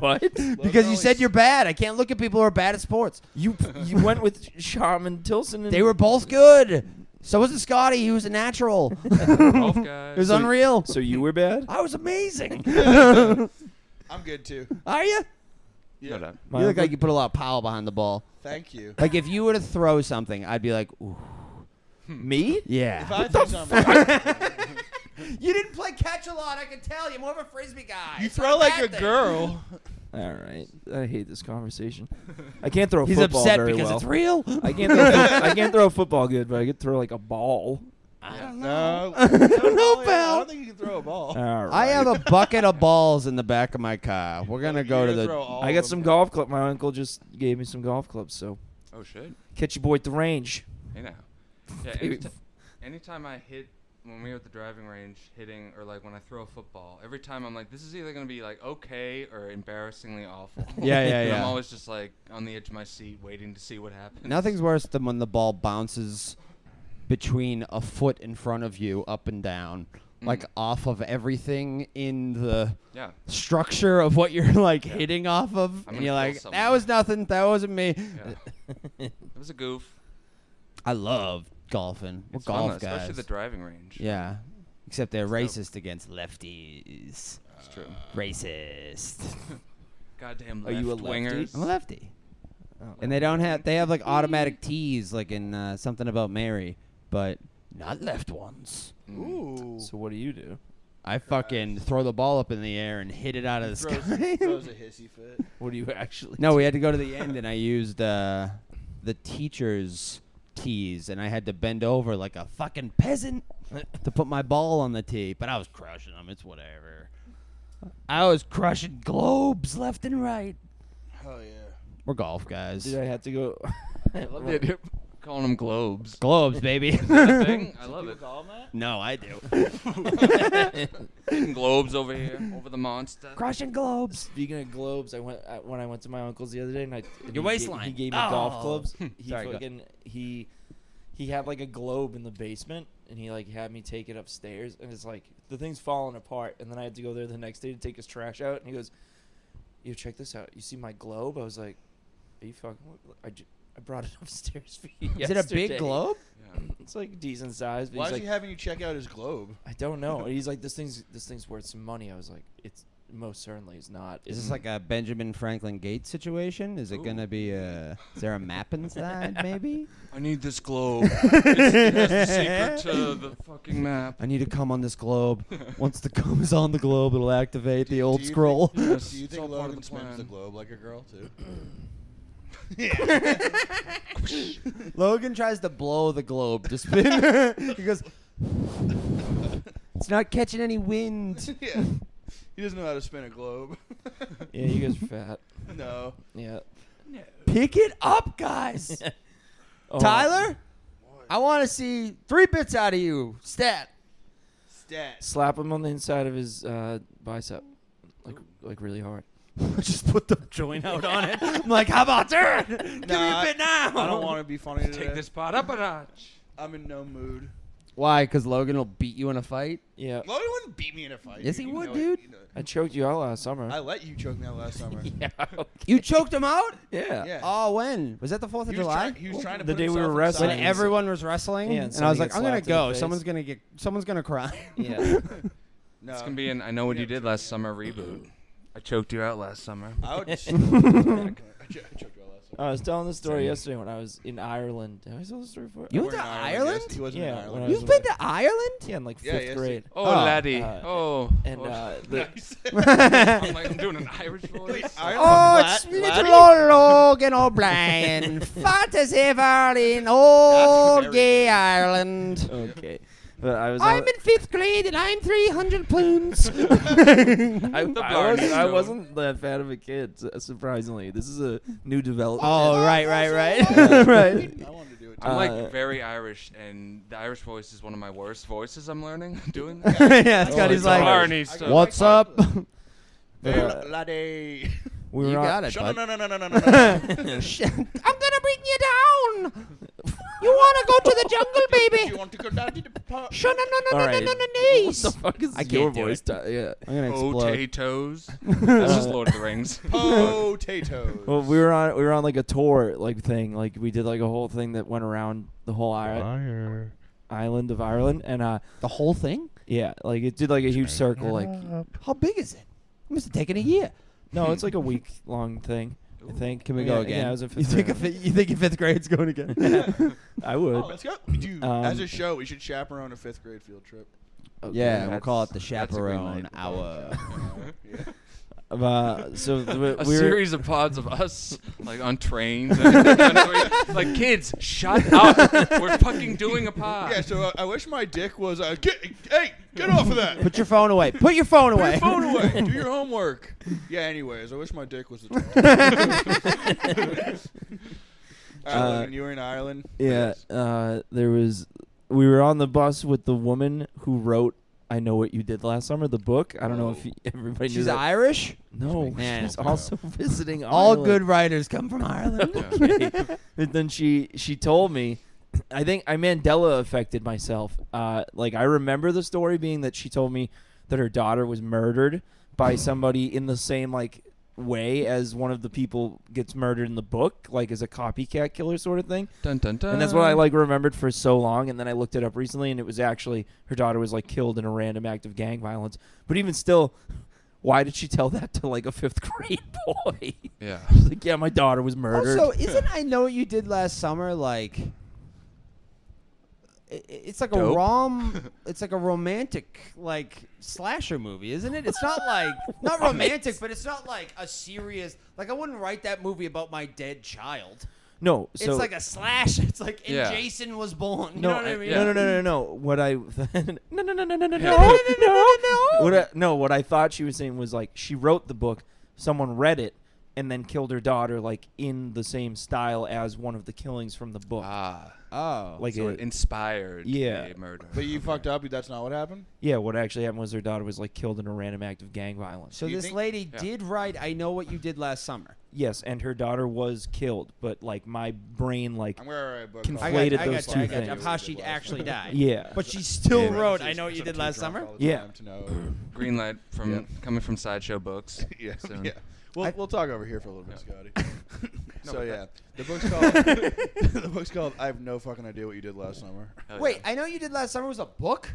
[SPEAKER 1] What?
[SPEAKER 5] because you said you're bad. I can't look at people who are bad at sports.
[SPEAKER 1] You you went with Shaman Tilson. And
[SPEAKER 5] They were both good. So was the Scotty. He was a natural.
[SPEAKER 3] golf
[SPEAKER 5] it
[SPEAKER 3] guys.
[SPEAKER 5] was unreal.
[SPEAKER 1] So you were bad.
[SPEAKER 5] I was amazing.
[SPEAKER 2] I'm good too.
[SPEAKER 5] Are you?
[SPEAKER 2] Yeah.
[SPEAKER 3] Shut up.
[SPEAKER 5] You look like you put a lot of power behind the ball.
[SPEAKER 2] Thank you.
[SPEAKER 5] Like if you were to throw something, I'd be like, ooh,
[SPEAKER 1] me.
[SPEAKER 2] If
[SPEAKER 5] yeah.
[SPEAKER 2] I do something,
[SPEAKER 5] You didn't play catch a lot. I can tell. You're more of a frisbee guy.
[SPEAKER 2] you throw like a girl.
[SPEAKER 1] All right. I hate this conversation. I can't throw.
[SPEAKER 5] He's
[SPEAKER 1] football
[SPEAKER 5] upset
[SPEAKER 1] very
[SPEAKER 5] because
[SPEAKER 1] well.
[SPEAKER 5] it's real.
[SPEAKER 1] I can't. Throw, fo- I can't throw football good, but I could throw like a ball.
[SPEAKER 5] I don't
[SPEAKER 2] No,
[SPEAKER 5] know,
[SPEAKER 2] I
[SPEAKER 5] pal.
[SPEAKER 2] don't think you can throw a ball.
[SPEAKER 1] All right.
[SPEAKER 5] Oh, I have a bucket of balls in the back of my car. We're gonna go to
[SPEAKER 2] You're throw
[SPEAKER 5] the.
[SPEAKER 2] all
[SPEAKER 1] I
[SPEAKER 2] of
[SPEAKER 1] got
[SPEAKER 2] them.
[SPEAKER 1] some golf club. My uncle just gave me some golf clubs, so
[SPEAKER 3] Oh shit.
[SPEAKER 1] catch your boy at the range.
[SPEAKER 3] Hey now. Yeah,
[SPEAKER 1] Dude.
[SPEAKER 3] anytime, anytime I hit when we were at the driving range hitting or like when I throw a football, every time I'm like, this is either gonna be like okay or embarrassingly awful.
[SPEAKER 5] Yeah, yeah,
[SPEAKER 3] And
[SPEAKER 5] yeah.
[SPEAKER 3] I'm always just like on the edge of my seat waiting to see what happens.
[SPEAKER 5] Nothing's worse than when the ball bounces between a foot in front of you, up and down,
[SPEAKER 2] Mm.
[SPEAKER 5] like off of everything in the
[SPEAKER 3] Yeah.
[SPEAKER 5] structure of what you're like hitting off of,
[SPEAKER 3] I'm
[SPEAKER 5] and
[SPEAKER 3] gonna
[SPEAKER 5] you're
[SPEAKER 3] kill
[SPEAKER 5] like, that
[SPEAKER 3] someone."
[SPEAKER 5] was nothing. That wasn't me.
[SPEAKER 3] Yeah. It was a goof.
[SPEAKER 5] I love golfing. We're
[SPEAKER 3] It's fun,
[SPEAKER 5] golf
[SPEAKER 3] though,
[SPEAKER 5] guys.
[SPEAKER 3] Especially the driving range.
[SPEAKER 5] yeah. Except they're
[SPEAKER 3] dope.
[SPEAKER 5] racist against lefties.
[SPEAKER 3] It's true.
[SPEAKER 5] Oh. Racist.
[SPEAKER 3] Goddamn
[SPEAKER 1] Are
[SPEAKER 3] left
[SPEAKER 1] you a lefty?
[SPEAKER 3] wingers.
[SPEAKER 5] I'm a lefty. And they don't have they have like automatic T's like in uh, something about Mary, but not left ones.
[SPEAKER 2] Ooh.
[SPEAKER 1] So what do you do?
[SPEAKER 5] I fucking throw the ball up in the air and hit it out of the
[SPEAKER 2] Throws,
[SPEAKER 5] sky.
[SPEAKER 2] throws a hissy fit.
[SPEAKER 1] What do you actually?
[SPEAKER 5] no, we had to go to the end and I used uh, the teacher's T's and I had to bend over like a fucking peasant to put my ball on the tee, but I was crushing them. It's whatever. I was crushing globes left and right.
[SPEAKER 2] Hell yeah.
[SPEAKER 5] We're golf guys.
[SPEAKER 1] Did I have to go? I love the idea.
[SPEAKER 3] calling them globes.
[SPEAKER 5] Globes, baby.
[SPEAKER 3] Is that a thing? I love
[SPEAKER 2] You
[SPEAKER 3] it.
[SPEAKER 2] call 'em that?
[SPEAKER 5] no, I do.
[SPEAKER 3] Hitting globes over here, over the monster.
[SPEAKER 5] Crushing globes.
[SPEAKER 1] Speaking of globes, I went I, when I went to my uncle's the other day, and I and he ga-
[SPEAKER 5] waistline.
[SPEAKER 1] He gave me
[SPEAKER 5] Oh.
[SPEAKER 1] golf clubs. He
[SPEAKER 5] Sorry, go-
[SPEAKER 1] fucking he he had like a globe in the basement, and he like had me take it upstairs, and it's like the thing's falling apart. And then I had to go there the next day to take his trash out, and he goes, "You check this out. You see my globe?" I was like, "Are you fucking? what- I ju- I brought it upstairs for you."
[SPEAKER 5] Is it a big
[SPEAKER 1] yesterday."
[SPEAKER 5] globe?
[SPEAKER 3] Yeah.
[SPEAKER 1] It's like decent size. But
[SPEAKER 2] Why
[SPEAKER 1] he's
[SPEAKER 2] is
[SPEAKER 1] like,
[SPEAKER 2] he having you check out his globe?
[SPEAKER 1] I don't know. And he's like, this thing's this thing's worth some money. I was like, it's most certainly is not.
[SPEAKER 5] Is this like a Benjamin Franklin Gates situation? Is it
[SPEAKER 3] Ooh.
[SPEAKER 5] gonna be a? Is there a map inside? Maybe.
[SPEAKER 3] I need this globe. It's- it has the secret to the fucking map.
[SPEAKER 5] I need to come on this globe. Once the cum is on the globe, it'll activate the old
[SPEAKER 2] Do you
[SPEAKER 5] scroll.
[SPEAKER 2] Think,
[SPEAKER 3] Yes,
[SPEAKER 2] do you
[SPEAKER 3] it's
[SPEAKER 2] think
[SPEAKER 3] all part of
[SPEAKER 2] Logan
[SPEAKER 3] the
[SPEAKER 2] swims the
[SPEAKER 3] plan.
[SPEAKER 2] globe like a girl too?
[SPEAKER 5] Logan tries to blow the globe to spin. he goes, "It's not catching any wind."
[SPEAKER 2] yeah. He doesn't know how to spin a globe.
[SPEAKER 1] yeah, you guys are fat.
[SPEAKER 2] no.
[SPEAKER 1] Yeah.
[SPEAKER 5] Pick it up, guys.
[SPEAKER 1] Oh,
[SPEAKER 5] Tyler, I want to see three bits out of you. Stat.
[SPEAKER 2] Stats.
[SPEAKER 1] slap him on the inside of his uh, bicep, like like really hard.
[SPEAKER 5] Just put the joint out on it. I'm like, how about that? Give
[SPEAKER 2] Nah,
[SPEAKER 5] me a bit now.
[SPEAKER 2] I don't want to be funny today.
[SPEAKER 3] Take this pot up a notch.
[SPEAKER 2] I'm in no mood.
[SPEAKER 5] Why? Because Logan will beat you in a fight.
[SPEAKER 1] Yeah,
[SPEAKER 2] Logan wouldn't beat me in a fight.
[SPEAKER 5] Yes,
[SPEAKER 2] dude.
[SPEAKER 5] he
[SPEAKER 2] You
[SPEAKER 5] would,
[SPEAKER 2] know
[SPEAKER 5] dude.
[SPEAKER 2] It. You know it.
[SPEAKER 1] I choked you out last summer.
[SPEAKER 2] I let you choke me out last summer.
[SPEAKER 1] yeah,
[SPEAKER 5] You choked him out?
[SPEAKER 1] yeah,
[SPEAKER 2] Yeah.
[SPEAKER 5] Oh, when? Was that the 4th of
[SPEAKER 2] He was,
[SPEAKER 5] July?
[SPEAKER 2] trying, he was trying to
[SPEAKER 1] The
[SPEAKER 2] put
[SPEAKER 1] day we
[SPEAKER 2] himself
[SPEAKER 1] were
[SPEAKER 2] inside
[SPEAKER 5] when
[SPEAKER 1] Science.
[SPEAKER 2] his-
[SPEAKER 5] everyone was wrestling,
[SPEAKER 1] Yeah, and
[SPEAKER 5] and, I was
[SPEAKER 1] somebody
[SPEAKER 5] like,
[SPEAKER 1] gets
[SPEAKER 5] "I'm gonna
[SPEAKER 1] slapped in the
[SPEAKER 5] go.
[SPEAKER 1] face.
[SPEAKER 5] Someone's gonna get. Someone's gonna cry."
[SPEAKER 1] yeah.
[SPEAKER 2] no,
[SPEAKER 3] It's gonna be an I know what you did last summer reboot. I choked you out last summer.
[SPEAKER 2] I would just. I cho- I choked you out last summer.
[SPEAKER 1] I was telling this story yesterday when I was in Ireland. Have I told this story before?
[SPEAKER 5] You
[SPEAKER 1] I
[SPEAKER 5] went
[SPEAKER 2] We're
[SPEAKER 5] to
[SPEAKER 2] in yes. He wasn't
[SPEAKER 5] Ireland?
[SPEAKER 1] Yeah,
[SPEAKER 2] in
[SPEAKER 1] when I
[SPEAKER 2] Ireland.
[SPEAKER 1] was
[SPEAKER 5] You've been to Ireland?
[SPEAKER 1] yeah, in like
[SPEAKER 2] Yeah,
[SPEAKER 1] fifth
[SPEAKER 2] yes,
[SPEAKER 1] grade.
[SPEAKER 3] Oh,
[SPEAKER 5] Oh,
[SPEAKER 3] laddie.
[SPEAKER 1] uh,
[SPEAKER 3] oh.
[SPEAKER 1] And
[SPEAKER 3] oh.
[SPEAKER 1] uh, the,
[SPEAKER 2] Nice.
[SPEAKER 3] I'm like I'm doing an Irish
[SPEAKER 2] Wait,
[SPEAKER 3] voice.
[SPEAKER 1] uh,
[SPEAKER 2] Ireland?
[SPEAKER 5] Oh,
[SPEAKER 2] La-
[SPEAKER 5] it's little
[SPEAKER 2] laddie?
[SPEAKER 5] Logan O'Brien, fat as ever in old
[SPEAKER 2] very
[SPEAKER 5] gay
[SPEAKER 2] good.
[SPEAKER 5] Ireland.
[SPEAKER 1] okay, but I was.
[SPEAKER 5] I'm
[SPEAKER 1] on-
[SPEAKER 5] in fifth grade and I'm 300 pounds.
[SPEAKER 1] I,
[SPEAKER 3] The
[SPEAKER 1] I
[SPEAKER 3] Blarney
[SPEAKER 1] wasn't, I
[SPEAKER 3] Stone.
[SPEAKER 1] wasn't that fat of a kid, su- surprisingly. This is a new development.
[SPEAKER 5] oh, right, right, right.
[SPEAKER 1] Yeah.
[SPEAKER 5] right.
[SPEAKER 2] I wanted to do it.
[SPEAKER 3] I'm
[SPEAKER 1] Uh,
[SPEAKER 3] like very Irish, and the Irish voice is one of my worst voices. I'm learning doing.
[SPEAKER 5] yeah,
[SPEAKER 1] Oh,
[SPEAKER 5] Scotty's
[SPEAKER 1] it's
[SPEAKER 5] like,
[SPEAKER 3] Barney
[SPEAKER 2] I
[SPEAKER 3] stuff.
[SPEAKER 2] got
[SPEAKER 5] what's
[SPEAKER 2] my-
[SPEAKER 5] up?
[SPEAKER 1] But, uh,
[SPEAKER 2] Hey, laddie.
[SPEAKER 1] we were on-
[SPEAKER 2] No, no, no, no, no, no, no.
[SPEAKER 5] Shit. I'm gonna bring you down. You wanna go to the jungle,
[SPEAKER 2] Do you
[SPEAKER 5] baby?
[SPEAKER 2] want to go down to the park?
[SPEAKER 5] Shun- no, no,
[SPEAKER 1] All
[SPEAKER 5] no,
[SPEAKER 1] right.
[SPEAKER 5] no, no, no,
[SPEAKER 1] What
[SPEAKER 5] knees.
[SPEAKER 1] the fuck is
[SPEAKER 5] I
[SPEAKER 1] your
[SPEAKER 5] can't do
[SPEAKER 1] voice?
[SPEAKER 5] it.
[SPEAKER 1] Ty- yeah.
[SPEAKER 5] I'm gonna
[SPEAKER 3] Potatoes. That's
[SPEAKER 1] Uh,
[SPEAKER 3] just Lord of the Rings.
[SPEAKER 2] Potatoes.
[SPEAKER 1] Well, we were on we were on like a tour like thing. Like we did like a whole thing that went around the whole ir- island of Ireland, and uh,
[SPEAKER 5] The whole thing?
[SPEAKER 1] yeah, like it did like a huge circle. Like
[SPEAKER 5] How big is it? It must have taken a year.
[SPEAKER 1] no, it's like a week long thing. I think.
[SPEAKER 5] Can we
[SPEAKER 1] Yeah,
[SPEAKER 5] go again?
[SPEAKER 1] Yeah, I was in
[SPEAKER 5] you,
[SPEAKER 1] fifth
[SPEAKER 5] think
[SPEAKER 1] grade.
[SPEAKER 5] if Oh, it- you think your fifth grade's going again?
[SPEAKER 1] I would.
[SPEAKER 2] Oh, let's go. Dude,
[SPEAKER 1] Um,
[SPEAKER 2] as a show, we should chaperone a fifth grade field trip.
[SPEAKER 1] Okay.
[SPEAKER 5] yeah, we'll
[SPEAKER 3] that's-
[SPEAKER 5] call it the
[SPEAKER 3] that's a green
[SPEAKER 5] chaperone
[SPEAKER 3] light.
[SPEAKER 5] hour.
[SPEAKER 1] Uh, so th- we we
[SPEAKER 3] a
[SPEAKER 1] were
[SPEAKER 3] series of pods of us, like on trains, and like kids, shut up! We're fucking doing a pod.
[SPEAKER 2] Yeah, so uh, I wish my dick was. Uh, get, hey, get off of that.
[SPEAKER 5] Put your phone away. Put your phone
[SPEAKER 2] Put
[SPEAKER 5] away.
[SPEAKER 2] your phone away. Do your homework. Yeah. Anyways, I wish my dick was. The
[SPEAKER 1] Uh,
[SPEAKER 2] Ireland, you were in Ireland.
[SPEAKER 1] yeah.
[SPEAKER 2] Yes.
[SPEAKER 1] Uh, there was we were on the bus with the woman who wrote. I know what you did last summer. The book. I don't know if
[SPEAKER 3] Whoa.
[SPEAKER 1] you, everybody knew
[SPEAKER 5] She's
[SPEAKER 1] that.
[SPEAKER 5] Irish.
[SPEAKER 1] no,
[SPEAKER 5] Man.
[SPEAKER 1] she's also visiting.
[SPEAKER 5] All
[SPEAKER 1] Ireland.
[SPEAKER 5] good writers come from Ireland.
[SPEAKER 3] Yeah.
[SPEAKER 1] okay. But then she she told me, I think I Mandela affected myself. Uh, like I remember the story being that she told me that her daughter was murdered by somebody in the same like way as one of the people gets murdered in the book, like as a copycat killer sort of thing.
[SPEAKER 3] Dun, dun, dun.
[SPEAKER 1] And that's what
[SPEAKER 5] Uh.
[SPEAKER 1] I like remembered for so long. And then I looked it up recently, and it was actually her daughter was like killed in a random act of gang violence. But even still. Why did she tell that to like a fifth grade boy?
[SPEAKER 3] Yeah.
[SPEAKER 1] She's like, yeah, my daughter was murdered.
[SPEAKER 5] Also, isn't I know what you did last summer like? i- i- It's like a
[SPEAKER 3] Dope.
[SPEAKER 5] rom. It's like a romantic like slasher movie, isn't it? It's not like not
[SPEAKER 1] Right.
[SPEAKER 5] romantic, but it's not like a serious. Like I wouldn't write that movie about my dead child.
[SPEAKER 1] no, so
[SPEAKER 5] it's like a slash. It's like and
[SPEAKER 3] Yeah.
[SPEAKER 5] Jason was born. You
[SPEAKER 1] no,
[SPEAKER 5] know what I,
[SPEAKER 1] I-
[SPEAKER 5] mean?
[SPEAKER 1] no, no, no, no, no. What I no, no, no, no, no, no, no,
[SPEAKER 3] Yeah.
[SPEAKER 1] no,
[SPEAKER 5] no, no, no, no.
[SPEAKER 1] What I, no, what I thought she was saying was like she wrote the book, someone read it, and then killed her daughter like in the same style as one of the killings from the book.
[SPEAKER 3] Ah,
[SPEAKER 5] Oh.
[SPEAKER 1] like
[SPEAKER 3] so
[SPEAKER 1] a-
[SPEAKER 3] it inspired
[SPEAKER 1] Yeah.
[SPEAKER 3] the murder.
[SPEAKER 2] But you fucked up. That's not what happened.
[SPEAKER 1] yeah, what actually happened was her daughter was like killed in a random act of gang violence.
[SPEAKER 5] so
[SPEAKER 2] you
[SPEAKER 5] this
[SPEAKER 2] think-
[SPEAKER 5] lady
[SPEAKER 3] Yeah.
[SPEAKER 5] did write I know what you did last summer.
[SPEAKER 1] Yes, and her daughter was killed, but like my brain like
[SPEAKER 2] I'm gonna write a book. called
[SPEAKER 1] Conflated Conflated
[SPEAKER 5] I got, I got
[SPEAKER 1] those
[SPEAKER 5] you,
[SPEAKER 1] two
[SPEAKER 5] I got you, of
[SPEAKER 1] things.
[SPEAKER 5] how she actually died.
[SPEAKER 1] yeah.
[SPEAKER 5] But she still
[SPEAKER 1] Yeah.
[SPEAKER 5] wrote I know what you did last
[SPEAKER 2] drunk
[SPEAKER 5] summer.
[SPEAKER 2] all the
[SPEAKER 1] Yeah.
[SPEAKER 2] time to know.
[SPEAKER 3] Green light from
[SPEAKER 2] Yeah.
[SPEAKER 3] coming from sideshow books.
[SPEAKER 2] yeah.
[SPEAKER 3] soon.
[SPEAKER 2] yeah. We'll,
[SPEAKER 1] I-
[SPEAKER 2] we'll talk over here for a little bit, Scotty. so
[SPEAKER 3] but
[SPEAKER 2] yeah, the book's called. the book's called. I have no fucking idea what you did last summer.
[SPEAKER 3] Hell
[SPEAKER 5] Wait,
[SPEAKER 3] Oh, yeah.
[SPEAKER 5] I know you did last summer was a book?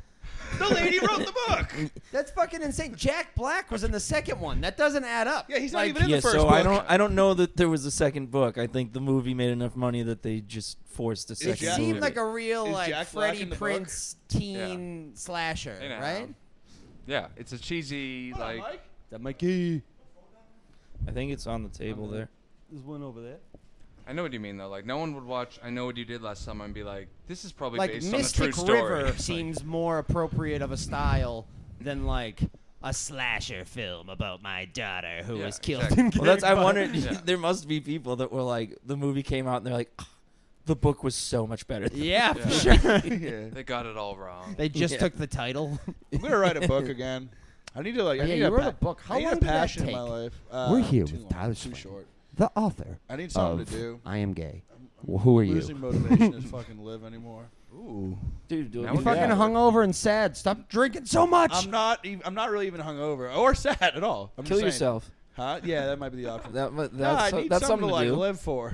[SPEAKER 2] the lady wrote the book.
[SPEAKER 5] That's fucking insane. Jack Black was in the second one. That doesn't add up.
[SPEAKER 2] Yeah, he's not
[SPEAKER 5] Like,
[SPEAKER 2] even in
[SPEAKER 1] yeah,
[SPEAKER 2] the first
[SPEAKER 1] so
[SPEAKER 2] book.
[SPEAKER 1] I don't I don't know that there was a second book. I think the movie made enough money that they just forced a
[SPEAKER 5] It
[SPEAKER 1] second
[SPEAKER 2] Jack-
[SPEAKER 1] movie.
[SPEAKER 5] seemed like a real
[SPEAKER 2] Is
[SPEAKER 5] like
[SPEAKER 2] Jack Black
[SPEAKER 5] Freddie
[SPEAKER 2] in the book?
[SPEAKER 5] Prince teen slasher,
[SPEAKER 3] Hey now.
[SPEAKER 5] right?
[SPEAKER 3] Yeah, it's a cheesy like.
[SPEAKER 5] That might be.
[SPEAKER 1] I think it's on the table there.
[SPEAKER 5] There's one over there.
[SPEAKER 3] I know what you mean though. Like no one would watch I know what you did last summer and be like, this is probably
[SPEAKER 5] Like
[SPEAKER 3] based
[SPEAKER 5] Mystic
[SPEAKER 3] on a true story.
[SPEAKER 5] River
[SPEAKER 3] It's like,
[SPEAKER 5] seems more appropriate of a style than like a slasher film about my daughter who
[SPEAKER 3] Yeah,
[SPEAKER 5] was killed.
[SPEAKER 3] exactly.
[SPEAKER 5] in
[SPEAKER 1] Well, that's I
[SPEAKER 5] Grandpa.
[SPEAKER 1] wondered.
[SPEAKER 3] Yeah.
[SPEAKER 1] there must be people that were like the movie came out and they're like, "Ah, the book was so much better. than-"
[SPEAKER 5] Yeah, for
[SPEAKER 3] Yeah.
[SPEAKER 5] sure.
[SPEAKER 2] yeah.
[SPEAKER 3] they got it all wrong.
[SPEAKER 5] They just
[SPEAKER 1] Yeah.
[SPEAKER 5] took the title.
[SPEAKER 2] I'm gonna write a book again. I need to like. I
[SPEAKER 5] Oh, Yeah,
[SPEAKER 2] need
[SPEAKER 5] you
[SPEAKER 2] a
[SPEAKER 5] wrote
[SPEAKER 2] pa-
[SPEAKER 5] a book. How
[SPEAKER 2] I need
[SPEAKER 5] long
[SPEAKER 2] a
[SPEAKER 5] did that
[SPEAKER 2] passion in my
[SPEAKER 5] take?
[SPEAKER 2] life. Uh,
[SPEAKER 4] We're here
[SPEAKER 2] too
[SPEAKER 4] with
[SPEAKER 2] long,
[SPEAKER 4] Tyler
[SPEAKER 2] Too
[SPEAKER 4] Swain.
[SPEAKER 2] short.
[SPEAKER 4] the author
[SPEAKER 2] I need something
[SPEAKER 4] of
[SPEAKER 2] to do.
[SPEAKER 4] I Am Gay. Well, who are
[SPEAKER 2] Losing
[SPEAKER 4] you?
[SPEAKER 2] motivation is fucking live anymore.
[SPEAKER 3] Ooh.
[SPEAKER 1] dude, dude,
[SPEAKER 3] That
[SPEAKER 1] you fucking
[SPEAKER 3] was bad.
[SPEAKER 5] Fucking hungover and sad. Stop drinking so much.
[SPEAKER 2] I'm not. Ev- I'm not really even hungover or sad at all. I'm
[SPEAKER 1] kill
[SPEAKER 2] just saying.
[SPEAKER 1] yourself.
[SPEAKER 2] Huh? Yeah, that might be the option.
[SPEAKER 1] That mu- that's
[SPEAKER 2] Nah, I
[SPEAKER 1] so-
[SPEAKER 2] need
[SPEAKER 1] that's
[SPEAKER 2] something to
[SPEAKER 1] something to
[SPEAKER 2] like
[SPEAKER 1] do.
[SPEAKER 2] live for.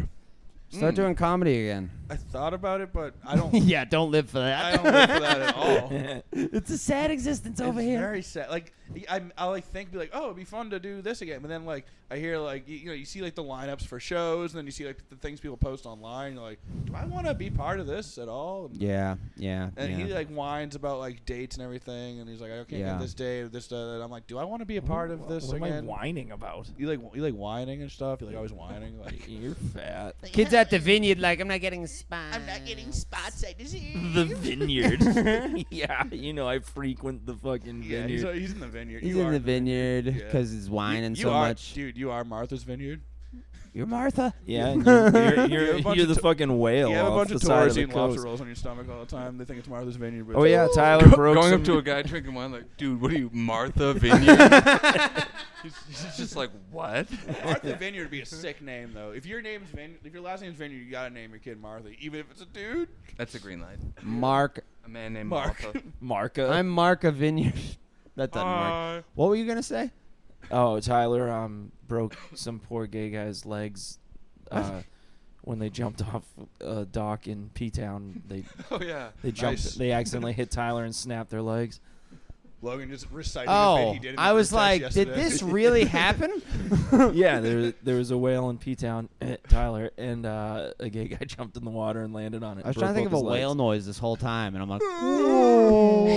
[SPEAKER 5] Start doing comedy again.
[SPEAKER 2] I thought about it, but I don't.
[SPEAKER 5] Hmm. yeah, don't live for that.
[SPEAKER 2] I don't live for that at all.
[SPEAKER 5] It's a sad existence
[SPEAKER 2] it's very sad. Like I, I like think be like, oh, it'd be fun to do this again. But then like I hear like you, you know you see like the lineups for shows, and then you see like the things people post online. You're like, do I want to be part of this at all? And,
[SPEAKER 5] Yeah, yeah.
[SPEAKER 2] and
[SPEAKER 5] yeah.
[SPEAKER 2] he like whines about like dates and everything, and he's like, I can't
[SPEAKER 5] Yeah.
[SPEAKER 2] get this date or this. That. And I'm like, do I want to be a part of this
[SPEAKER 1] What am I
[SPEAKER 2] again?
[SPEAKER 1] whining about?
[SPEAKER 2] you like you like whining and stuff. You like always whining. Like
[SPEAKER 1] You're fat.
[SPEAKER 5] Kids at the vineyard, like, I'm not getting spot. I'm not getting spot.
[SPEAKER 1] The vineyard. yeah, you know I frequent the fucking
[SPEAKER 2] yeah, he's,
[SPEAKER 1] vineyard.
[SPEAKER 2] he's in the vineyard.
[SPEAKER 5] He's
[SPEAKER 2] you
[SPEAKER 5] in
[SPEAKER 2] are
[SPEAKER 5] the vineyard because he's
[SPEAKER 2] You,
[SPEAKER 5] whining
[SPEAKER 2] you
[SPEAKER 5] so
[SPEAKER 2] are,
[SPEAKER 5] much.
[SPEAKER 2] dude. You are Martha's Vineyard.
[SPEAKER 5] You're Martha.
[SPEAKER 1] Yeah, you're, you're,
[SPEAKER 2] You have
[SPEAKER 1] you're,
[SPEAKER 2] a bunch
[SPEAKER 1] you're
[SPEAKER 2] of
[SPEAKER 1] the
[SPEAKER 2] to-
[SPEAKER 1] fucking whale.
[SPEAKER 2] You have a
[SPEAKER 1] off
[SPEAKER 2] bunch
[SPEAKER 1] the
[SPEAKER 2] of
[SPEAKER 1] side
[SPEAKER 2] tourists
[SPEAKER 1] of the
[SPEAKER 2] eating lobster
[SPEAKER 1] coast.
[SPEAKER 2] rolls on your stomach all the time. They think it's Martha's Vineyard. But
[SPEAKER 1] Oh yeah,
[SPEAKER 2] it's-
[SPEAKER 1] Tyler
[SPEAKER 3] Go-
[SPEAKER 1] broke
[SPEAKER 3] going
[SPEAKER 1] some,
[SPEAKER 3] up to a guy drinking wine, like, dude, what are you, Martha Vineyard? he's, he's just like, what?
[SPEAKER 2] Martha Vineyard would be a sick name though. If your name's Vineyard, if your last name's Vineyard, you gotta name your kid Martha, even if it's a dude.
[SPEAKER 3] That's a green light.
[SPEAKER 5] Mark.
[SPEAKER 3] A man named
[SPEAKER 2] Mark.
[SPEAKER 3] Martha.
[SPEAKER 1] Marco.
[SPEAKER 5] I'm Mark of Vineyard. That doesn't work.
[SPEAKER 2] Uh,
[SPEAKER 3] Hi.
[SPEAKER 5] What were you going to say?
[SPEAKER 1] Oh, Tyler um broke some poor gay guy's legs uh, when they jumped off a dock in P Town. They
[SPEAKER 3] Oh yeah.
[SPEAKER 1] they jumped.
[SPEAKER 2] Nice.
[SPEAKER 1] They accidentally hit Tyler and snapped their legs.
[SPEAKER 2] Logan just recited. a bit
[SPEAKER 5] Oh,
[SPEAKER 2] he did in
[SPEAKER 5] I
[SPEAKER 2] the
[SPEAKER 5] was
[SPEAKER 2] group text
[SPEAKER 5] like, did
[SPEAKER 2] yesterday.
[SPEAKER 5] this really happen?
[SPEAKER 1] yeah, there there was a whale in P Town, Tyler, and uh, a gay guy jumped in the water and landed on it.
[SPEAKER 5] I was
[SPEAKER 1] broke
[SPEAKER 5] trying to think of
[SPEAKER 1] both
[SPEAKER 5] a
[SPEAKER 1] his legs.
[SPEAKER 5] whale noise this whole time, and I'm like,
[SPEAKER 2] yeah,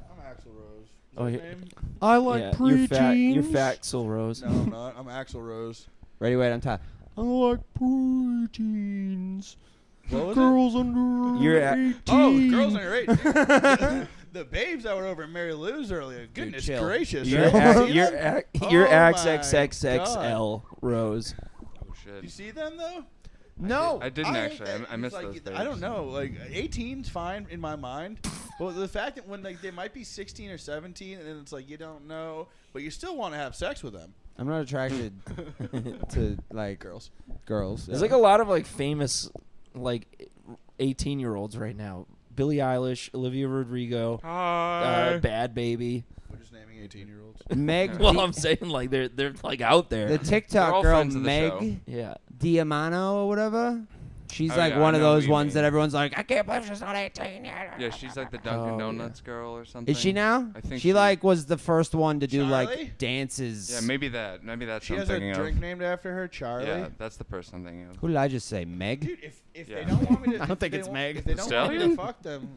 [SPEAKER 2] I'm Axel Rose. Is
[SPEAKER 1] Oh,
[SPEAKER 2] that his
[SPEAKER 1] he-
[SPEAKER 2] name?
[SPEAKER 5] I
[SPEAKER 1] Yeah, you're fat. You're fat, Axl Rose.
[SPEAKER 2] No, I'm not. I'm Axel Rose.
[SPEAKER 5] Ready, wait, I'm tired. I like preteens.
[SPEAKER 2] What was it?
[SPEAKER 5] Girls under
[SPEAKER 1] You're at-
[SPEAKER 5] 18.
[SPEAKER 2] Oh, girls on your eight. the, the babes that were over at Mary Lou's earlier. Goodness
[SPEAKER 5] chill.
[SPEAKER 2] gracious!
[SPEAKER 1] You're
[SPEAKER 2] have you
[SPEAKER 1] at,
[SPEAKER 2] seen
[SPEAKER 1] you're
[SPEAKER 2] them?
[SPEAKER 1] at,
[SPEAKER 2] Oh
[SPEAKER 1] you're Ax
[SPEAKER 2] my
[SPEAKER 1] XXXL Rose.
[SPEAKER 3] Oh shit.
[SPEAKER 2] You see them though?
[SPEAKER 5] No.
[SPEAKER 3] I didn't
[SPEAKER 2] I think
[SPEAKER 3] actually. I,
[SPEAKER 2] that
[SPEAKER 3] I
[SPEAKER 2] is,
[SPEAKER 3] missed
[SPEAKER 2] like,
[SPEAKER 3] those. Days.
[SPEAKER 2] I don't know. Like 18's fine in my mind. But the fact that when like they might be 16 or 17 and then it's like you don't know, but you still want to have sex with them.
[SPEAKER 5] I'm not attracted to like
[SPEAKER 2] Girls.
[SPEAKER 5] girls.
[SPEAKER 1] There's like a lot of like famous like 18 year olds right now. Billie Eilish, Olivia Rodrigo,
[SPEAKER 3] Hi.
[SPEAKER 1] uh, Bad Baby.
[SPEAKER 2] We're just naming 18 year olds.
[SPEAKER 5] Uh, Meg.
[SPEAKER 1] Well,
[SPEAKER 5] Di-
[SPEAKER 1] I'm saying like they're they're like out
[SPEAKER 5] the
[SPEAKER 1] there.
[SPEAKER 3] They're
[SPEAKER 5] TikTok
[SPEAKER 3] all
[SPEAKER 5] girl
[SPEAKER 3] friends of the
[SPEAKER 5] Meg
[SPEAKER 3] show.
[SPEAKER 1] Yeah,
[SPEAKER 5] Diamano or whatever. She's
[SPEAKER 3] Oh,
[SPEAKER 5] like
[SPEAKER 3] yeah,
[SPEAKER 5] one
[SPEAKER 3] I
[SPEAKER 5] of
[SPEAKER 3] know
[SPEAKER 5] those
[SPEAKER 3] who you
[SPEAKER 5] ones
[SPEAKER 3] mean.
[SPEAKER 5] that everyone's like, I can't believe she's not 18 yet.
[SPEAKER 3] Yeah, she's like the Dunkin'
[SPEAKER 1] Oh,
[SPEAKER 3] Donuts girl or something.
[SPEAKER 5] Is she now?
[SPEAKER 3] I think
[SPEAKER 5] she,
[SPEAKER 3] she-
[SPEAKER 5] like was the first one to do
[SPEAKER 2] Charlie?
[SPEAKER 5] like dances.
[SPEAKER 3] Yeah, maybe that. Maybe that's
[SPEAKER 2] She
[SPEAKER 3] what I'm
[SPEAKER 2] has a
[SPEAKER 3] thinking
[SPEAKER 2] drink
[SPEAKER 3] of.
[SPEAKER 2] named after her, Charlie.
[SPEAKER 3] Yeah, that's the person I'm thinking of.
[SPEAKER 5] Who did I just say? Meg.
[SPEAKER 2] Dude, if, if
[SPEAKER 3] Yeah.
[SPEAKER 2] they don't want me to,
[SPEAKER 5] I don't
[SPEAKER 2] if
[SPEAKER 5] think
[SPEAKER 2] they
[SPEAKER 5] it's
[SPEAKER 2] won't-
[SPEAKER 5] Meg.
[SPEAKER 2] If they don't want me to
[SPEAKER 3] Stallion?
[SPEAKER 2] fuck them,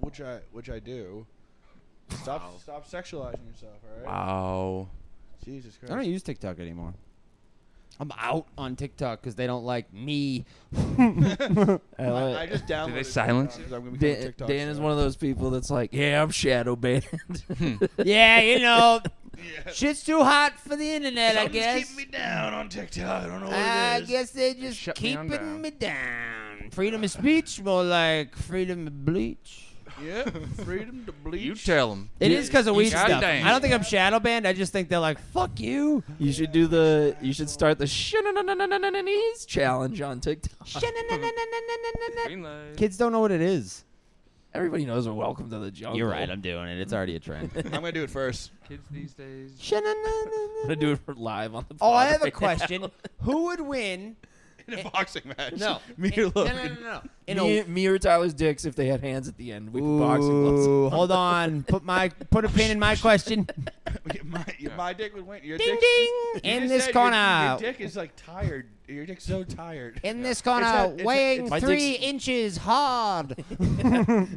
[SPEAKER 2] which I which I do. Stop
[SPEAKER 3] Wow.
[SPEAKER 2] stop sexualizing yourself, all right?
[SPEAKER 3] Wow.
[SPEAKER 2] Jesus Christ.
[SPEAKER 5] I don't use TikTok anymore. I'm out on TikTok because they don't like me.
[SPEAKER 1] I like-
[SPEAKER 2] I, I just downloaded.
[SPEAKER 3] they silence
[SPEAKER 2] TikTok 'cause I'm gonna become a
[SPEAKER 1] Dan,
[SPEAKER 2] TikTok
[SPEAKER 1] Dan is
[SPEAKER 2] star.
[SPEAKER 1] one of those people that's like, yeah, I'm shadow banned.
[SPEAKER 5] yeah, you know,
[SPEAKER 2] Yeah.
[SPEAKER 5] Shit's too hot for the internet, I
[SPEAKER 2] Something's
[SPEAKER 5] guess.
[SPEAKER 2] keeping me down on TikTok. I don't know what
[SPEAKER 5] I
[SPEAKER 2] it is.
[SPEAKER 5] guess they just
[SPEAKER 3] shut me on
[SPEAKER 5] keeping me down.
[SPEAKER 3] down.
[SPEAKER 5] Freedom of speech, more like freedom of bleach.
[SPEAKER 2] Yeah, freedom to bleach.
[SPEAKER 3] You tell them.
[SPEAKER 5] It is because of weed
[SPEAKER 3] God
[SPEAKER 5] stuff.
[SPEAKER 3] damn.
[SPEAKER 5] I don't think I'm shadow banned. I just think they're like, fuck you.
[SPEAKER 1] You should do the. You should start the shenanigans challenge on TikTok.
[SPEAKER 3] Green light.
[SPEAKER 5] Kids don't know what it is.
[SPEAKER 1] Everybody knows we're welcome to the jungle. I'm
[SPEAKER 5] I'm doing it. It's already a trend.
[SPEAKER 2] I'm gonna do it first.
[SPEAKER 3] Kids these days.
[SPEAKER 1] gonna do it for live on the.
[SPEAKER 5] Oh, I
[SPEAKER 1] pod
[SPEAKER 5] have a
[SPEAKER 1] right now.
[SPEAKER 5] question. Who would win?
[SPEAKER 2] In a boxing match.
[SPEAKER 5] No.
[SPEAKER 2] Me
[SPEAKER 5] In-
[SPEAKER 2] or Logan.
[SPEAKER 5] No, no, no, no. In a-
[SPEAKER 1] Me, me or Tyler's dicks if they had hands at the end. We could boxing gloves.
[SPEAKER 5] Ooh, hold on. Put my put a pin in my question.
[SPEAKER 2] my, my dick would win. Your
[SPEAKER 5] ding
[SPEAKER 2] dick,
[SPEAKER 5] ding.
[SPEAKER 2] you
[SPEAKER 5] In
[SPEAKER 2] just
[SPEAKER 5] this
[SPEAKER 2] said your-
[SPEAKER 5] corner.
[SPEAKER 2] Your dick is like tired. Your dick's so tired.
[SPEAKER 5] In this
[SPEAKER 2] It's a-
[SPEAKER 5] corner,
[SPEAKER 2] it's a-
[SPEAKER 5] weighing
[SPEAKER 2] it's-
[SPEAKER 1] My
[SPEAKER 5] three
[SPEAKER 1] dick's-
[SPEAKER 5] inches hard.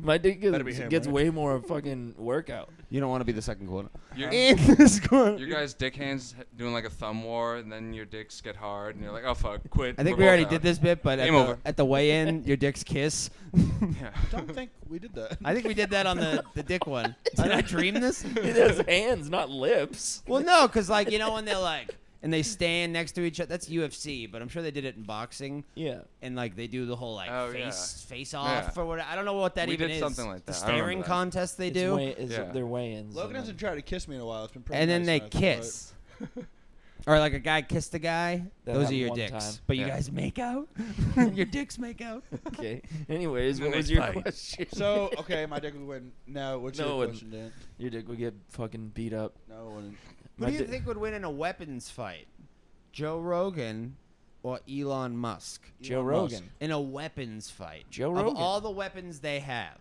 [SPEAKER 1] My dick
[SPEAKER 2] Better be
[SPEAKER 1] gets,
[SPEAKER 2] him,
[SPEAKER 1] gets
[SPEAKER 2] right?
[SPEAKER 1] way more fucking workout.
[SPEAKER 5] You don't want to be the second corner.
[SPEAKER 3] Your,
[SPEAKER 5] In this corner.
[SPEAKER 3] your guys' dick hands h- doing like a thumb war, and then your dicks get hard, and you're like, oh fuck, quit.
[SPEAKER 5] I think
[SPEAKER 3] We're
[SPEAKER 5] we
[SPEAKER 3] both
[SPEAKER 5] already
[SPEAKER 3] out."
[SPEAKER 5] did this bit, but at
[SPEAKER 3] Game
[SPEAKER 5] the,
[SPEAKER 3] over.
[SPEAKER 5] at the weigh-in, your dick's kiss.
[SPEAKER 3] Yeah.
[SPEAKER 2] don't think we did that.
[SPEAKER 5] I think we did that on the, the dick one. Did I dream this?
[SPEAKER 1] It has hands, not lips.
[SPEAKER 5] Well, no, because like you know when they're like and they stand next to each other. That's UFC, but I'm sure they did it in boxing.
[SPEAKER 1] Yeah.
[SPEAKER 5] And like they do the whole like
[SPEAKER 3] Oh, yeah.
[SPEAKER 5] face face off
[SPEAKER 3] Yeah.
[SPEAKER 5] or what I don't know what that
[SPEAKER 3] We
[SPEAKER 5] even
[SPEAKER 3] did
[SPEAKER 5] is.
[SPEAKER 3] something like
[SPEAKER 5] The
[SPEAKER 3] that. I remember
[SPEAKER 5] staring
[SPEAKER 3] that.
[SPEAKER 5] contest they
[SPEAKER 1] It's
[SPEAKER 5] do,
[SPEAKER 1] weigh- is
[SPEAKER 3] Yeah.
[SPEAKER 1] Their weigh-ins.
[SPEAKER 2] Logan hasn't tried to kiss me in a while. It's been pretty
[SPEAKER 5] and then they
[SPEAKER 2] nice now, but-
[SPEAKER 5] kiss. Or like a guy kissed a guy.
[SPEAKER 1] That
[SPEAKER 5] Those are
[SPEAKER 1] happened
[SPEAKER 5] your
[SPEAKER 1] one
[SPEAKER 5] dicks.
[SPEAKER 1] time.
[SPEAKER 5] But you
[SPEAKER 3] Yeah.
[SPEAKER 5] guys make out. your dicks make out.
[SPEAKER 1] Okay. Anyways,
[SPEAKER 3] And
[SPEAKER 1] what
[SPEAKER 3] they
[SPEAKER 1] was your
[SPEAKER 3] fight.
[SPEAKER 1] question?
[SPEAKER 2] So okay, my dick would win. No, what's
[SPEAKER 1] No, it
[SPEAKER 2] your
[SPEAKER 1] wouldn't.
[SPEAKER 2] question, Dan?
[SPEAKER 1] your dick would get fucking beat up.
[SPEAKER 2] No, it wouldn't.
[SPEAKER 5] Who
[SPEAKER 1] My
[SPEAKER 5] do you
[SPEAKER 1] di-
[SPEAKER 5] think would win in a weapons fight? Joe Rogan or Elon Musk?
[SPEAKER 1] Joe
[SPEAKER 2] Elon
[SPEAKER 1] Rogan.
[SPEAKER 2] Musk.
[SPEAKER 5] In a weapons fight.
[SPEAKER 1] Joe
[SPEAKER 5] Of
[SPEAKER 1] Rogan.
[SPEAKER 5] all the weapons they have.